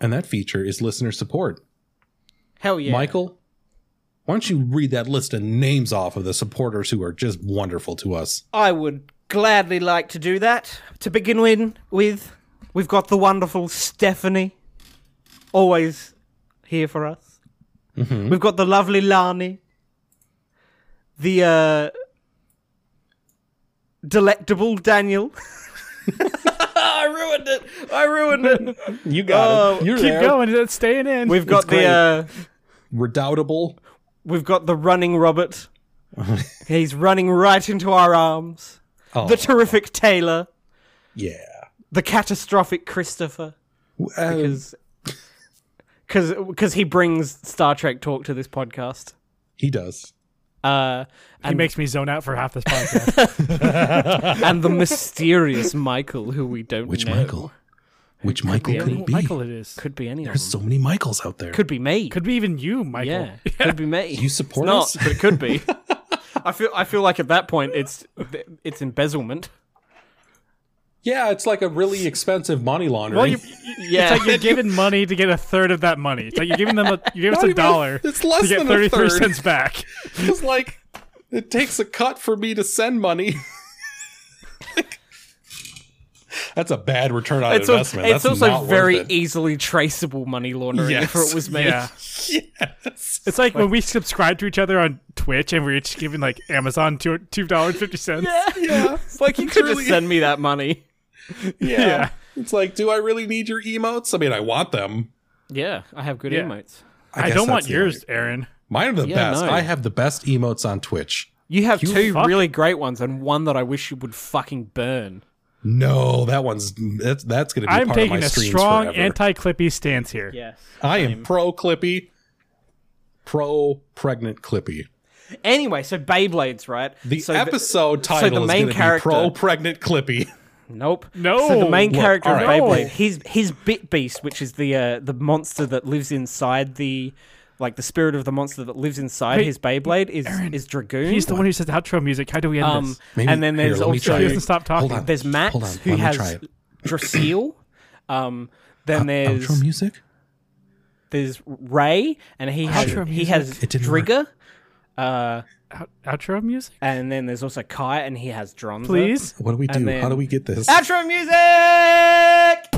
Speaker 2: And that feature is listener support.
Speaker 1: Hell yeah,
Speaker 2: Michael, why don't you read that list of names off of the supporters who are just wonderful to us?
Speaker 1: I would gladly like to do that. To begin with, with we've got the wonderful Stephanie, always here for us.
Speaker 2: Mm-hmm.
Speaker 1: We've got the lovely Lani, the uh, delectable Daniel. I ruined it. I ruined it.
Speaker 2: You got it. You're
Speaker 3: Keep going. It's staying in.
Speaker 1: Oh, We've got the
Speaker 2: great.
Speaker 1: uh,
Speaker 2: Redoubtable.
Speaker 1: we've got the running Robert. He's running right into our arms.
Speaker 2: Oh,
Speaker 1: The terrific Taylor.
Speaker 2: yeah.
Speaker 1: the catastrophic Christopher
Speaker 2: Uh,
Speaker 3: Um,
Speaker 1: because because he brings Star Trek talk to this podcast.
Speaker 2: he does.
Speaker 1: Uh,
Speaker 3: he makes me zone out for half this podcast.
Speaker 1: and the mysterious Michael, who we don't
Speaker 2: Which
Speaker 1: know,
Speaker 2: Michael? Which Michael could
Speaker 3: I don't know
Speaker 2: it
Speaker 3: what
Speaker 2: be?
Speaker 3: Michael it is.
Speaker 1: could be any of
Speaker 2: There's
Speaker 1: them.
Speaker 2: so many Michaels out there.
Speaker 1: Could be me.
Speaker 3: Could be even you, Michael.
Speaker 1: yeah, could be me.
Speaker 2: you support
Speaker 1: Not,
Speaker 2: us?
Speaker 1: but it could be. I feel I feel like at that point it's it's embezzlement.
Speaker 2: Yeah, it's like a really expensive money laundering.
Speaker 3: Well, you, yeah. It's like you're giving money to get a third of that money. It's like you're giving them a you gave us
Speaker 2: Not even
Speaker 3: a
Speaker 2: a-
Speaker 3: dollar
Speaker 2: it's less
Speaker 3: to get
Speaker 2: than a
Speaker 3: thirty three
Speaker 2: third.
Speaker 3: cents back.
Speaker 2: It's like it takes a cut for me to send money. That's a bad return on
Speaker 1: It's, al-
Speaker 2: investment.
Speaker 1: it's
Speaker 2: That's
Speaker 1: also
Speaker 2: not
Speaker 1: very
Speaker 2: worth it.
Speaker 1: easily traceable money laundering if
Speaker 2: Yes.
Speaker 1: it was me.
Speaker 3: Yeah.
Speaker 2: Yes.
Speaker 3: It's like when we subscribe to each other on Twitch and we're each giving like Amazon two two dollars fifty cents.
Speaker 2: Yeah.
Speaker 1: Like you could
Speaker 2: really-
Speaker 1: just send me that money.
Speaker 2: yeah.
Speaker 3: Yeah.
Speaker 2: It's like, do I really need your emotes? I mean, I want them.
Speaker 1: Yeah, I have good
Speaker 3: Yeah.
Speaker 1: emotes.
Speaker 2: I
Speaker 3: I,
Speaker 2: guess
Speaker 3: don't
Speaker 2: that's
Speaker 3: want
Speaker 2: the
Speaker 3: yours,
Speaker 2: only-
Speaker 3: Aaron.
Speaker 2: Mine are the
Speaker 1: Yeah,
Speaker 2: best.
Speaker 1: no.
Speaker 2: I have the best emotes on Twitch.
Speaker 1: You have
Speaker 2: You
Speaker 1: two
Speaker 3: fuck-
Speaker 1: really great ones and one that I wish you would fucking burn.
Speaker 2: No, that one's that's that's going to be
Speaker 3: I'm
Speaker 2: part of
Speaker 3: taking
Speaker 2: my
Speaker 3: a
Speaker 2: streams
Speaker 3: strong
Speaker 2: forever.
Speaker 3: anti Clippy stance here.
Speaker 1: Yes.
Speaker 2: I am pro Clippy, pro pregnant Clippy.
Speaker 1: Anyway, so Beyblades, right?
Speaker 2: The
Speaker 1: so
Speaker 2: episode title
Speaker 1: the main
Speaker 2: is going to be
Speaker 1: character-
Speaker 2: pro pregnant Clippy.
Speaker 1: nope.
Speaker 3: No.
Speaker 1: So the main
Speaker 3: Well,
Speaker 1: character of
Speaker 3: alright.
Speaker 1: Beyblade, his his Bit Beast, which is the uh, the monster that lives inside the like the spirit of the monster that lives inside
Speaker 3: Wait,
Speaker 1: his Beyblade is is Dragoon.
Speaker 3: He's the one who says the outro music. How do we end
Speaker 1: um,
Speaker 3: this?
Speaker 2: Maybe-
Speaker 1: and then
Speaker 2: here,
Speaker 1: there's
Speaker 2: let me try
Speaker 1: also
Speaker 3: He doesn't stop talking.
Speaker 2: Hold on.
Speaker 1: there's Max
Speaker 2: Hold on,
Speaker 1: who
Speaker 2: let me try
Speaker 1: has
Speaker 2: it. Uh,
Speaker 1: Drasil. um, then there's
Speaker 2: Outro music?
Speaker 1: there's Ray, and he has
Speaker 3: Outro
Speaker 1: he
Speaker 3: music.
Speaker 1: has
Speaker 2: Oh, It didn't work.
Speaker 1: Drigger. Uh,
Speaker 3: Out- outro music,
Speaker 1: And then there's also Kai, and he has drums.
Speaker 3: please.
Speaker 2: What do we do?
Speaker 1: then-
Speaker 2: How do we get this?
Speaker 1: Outro music!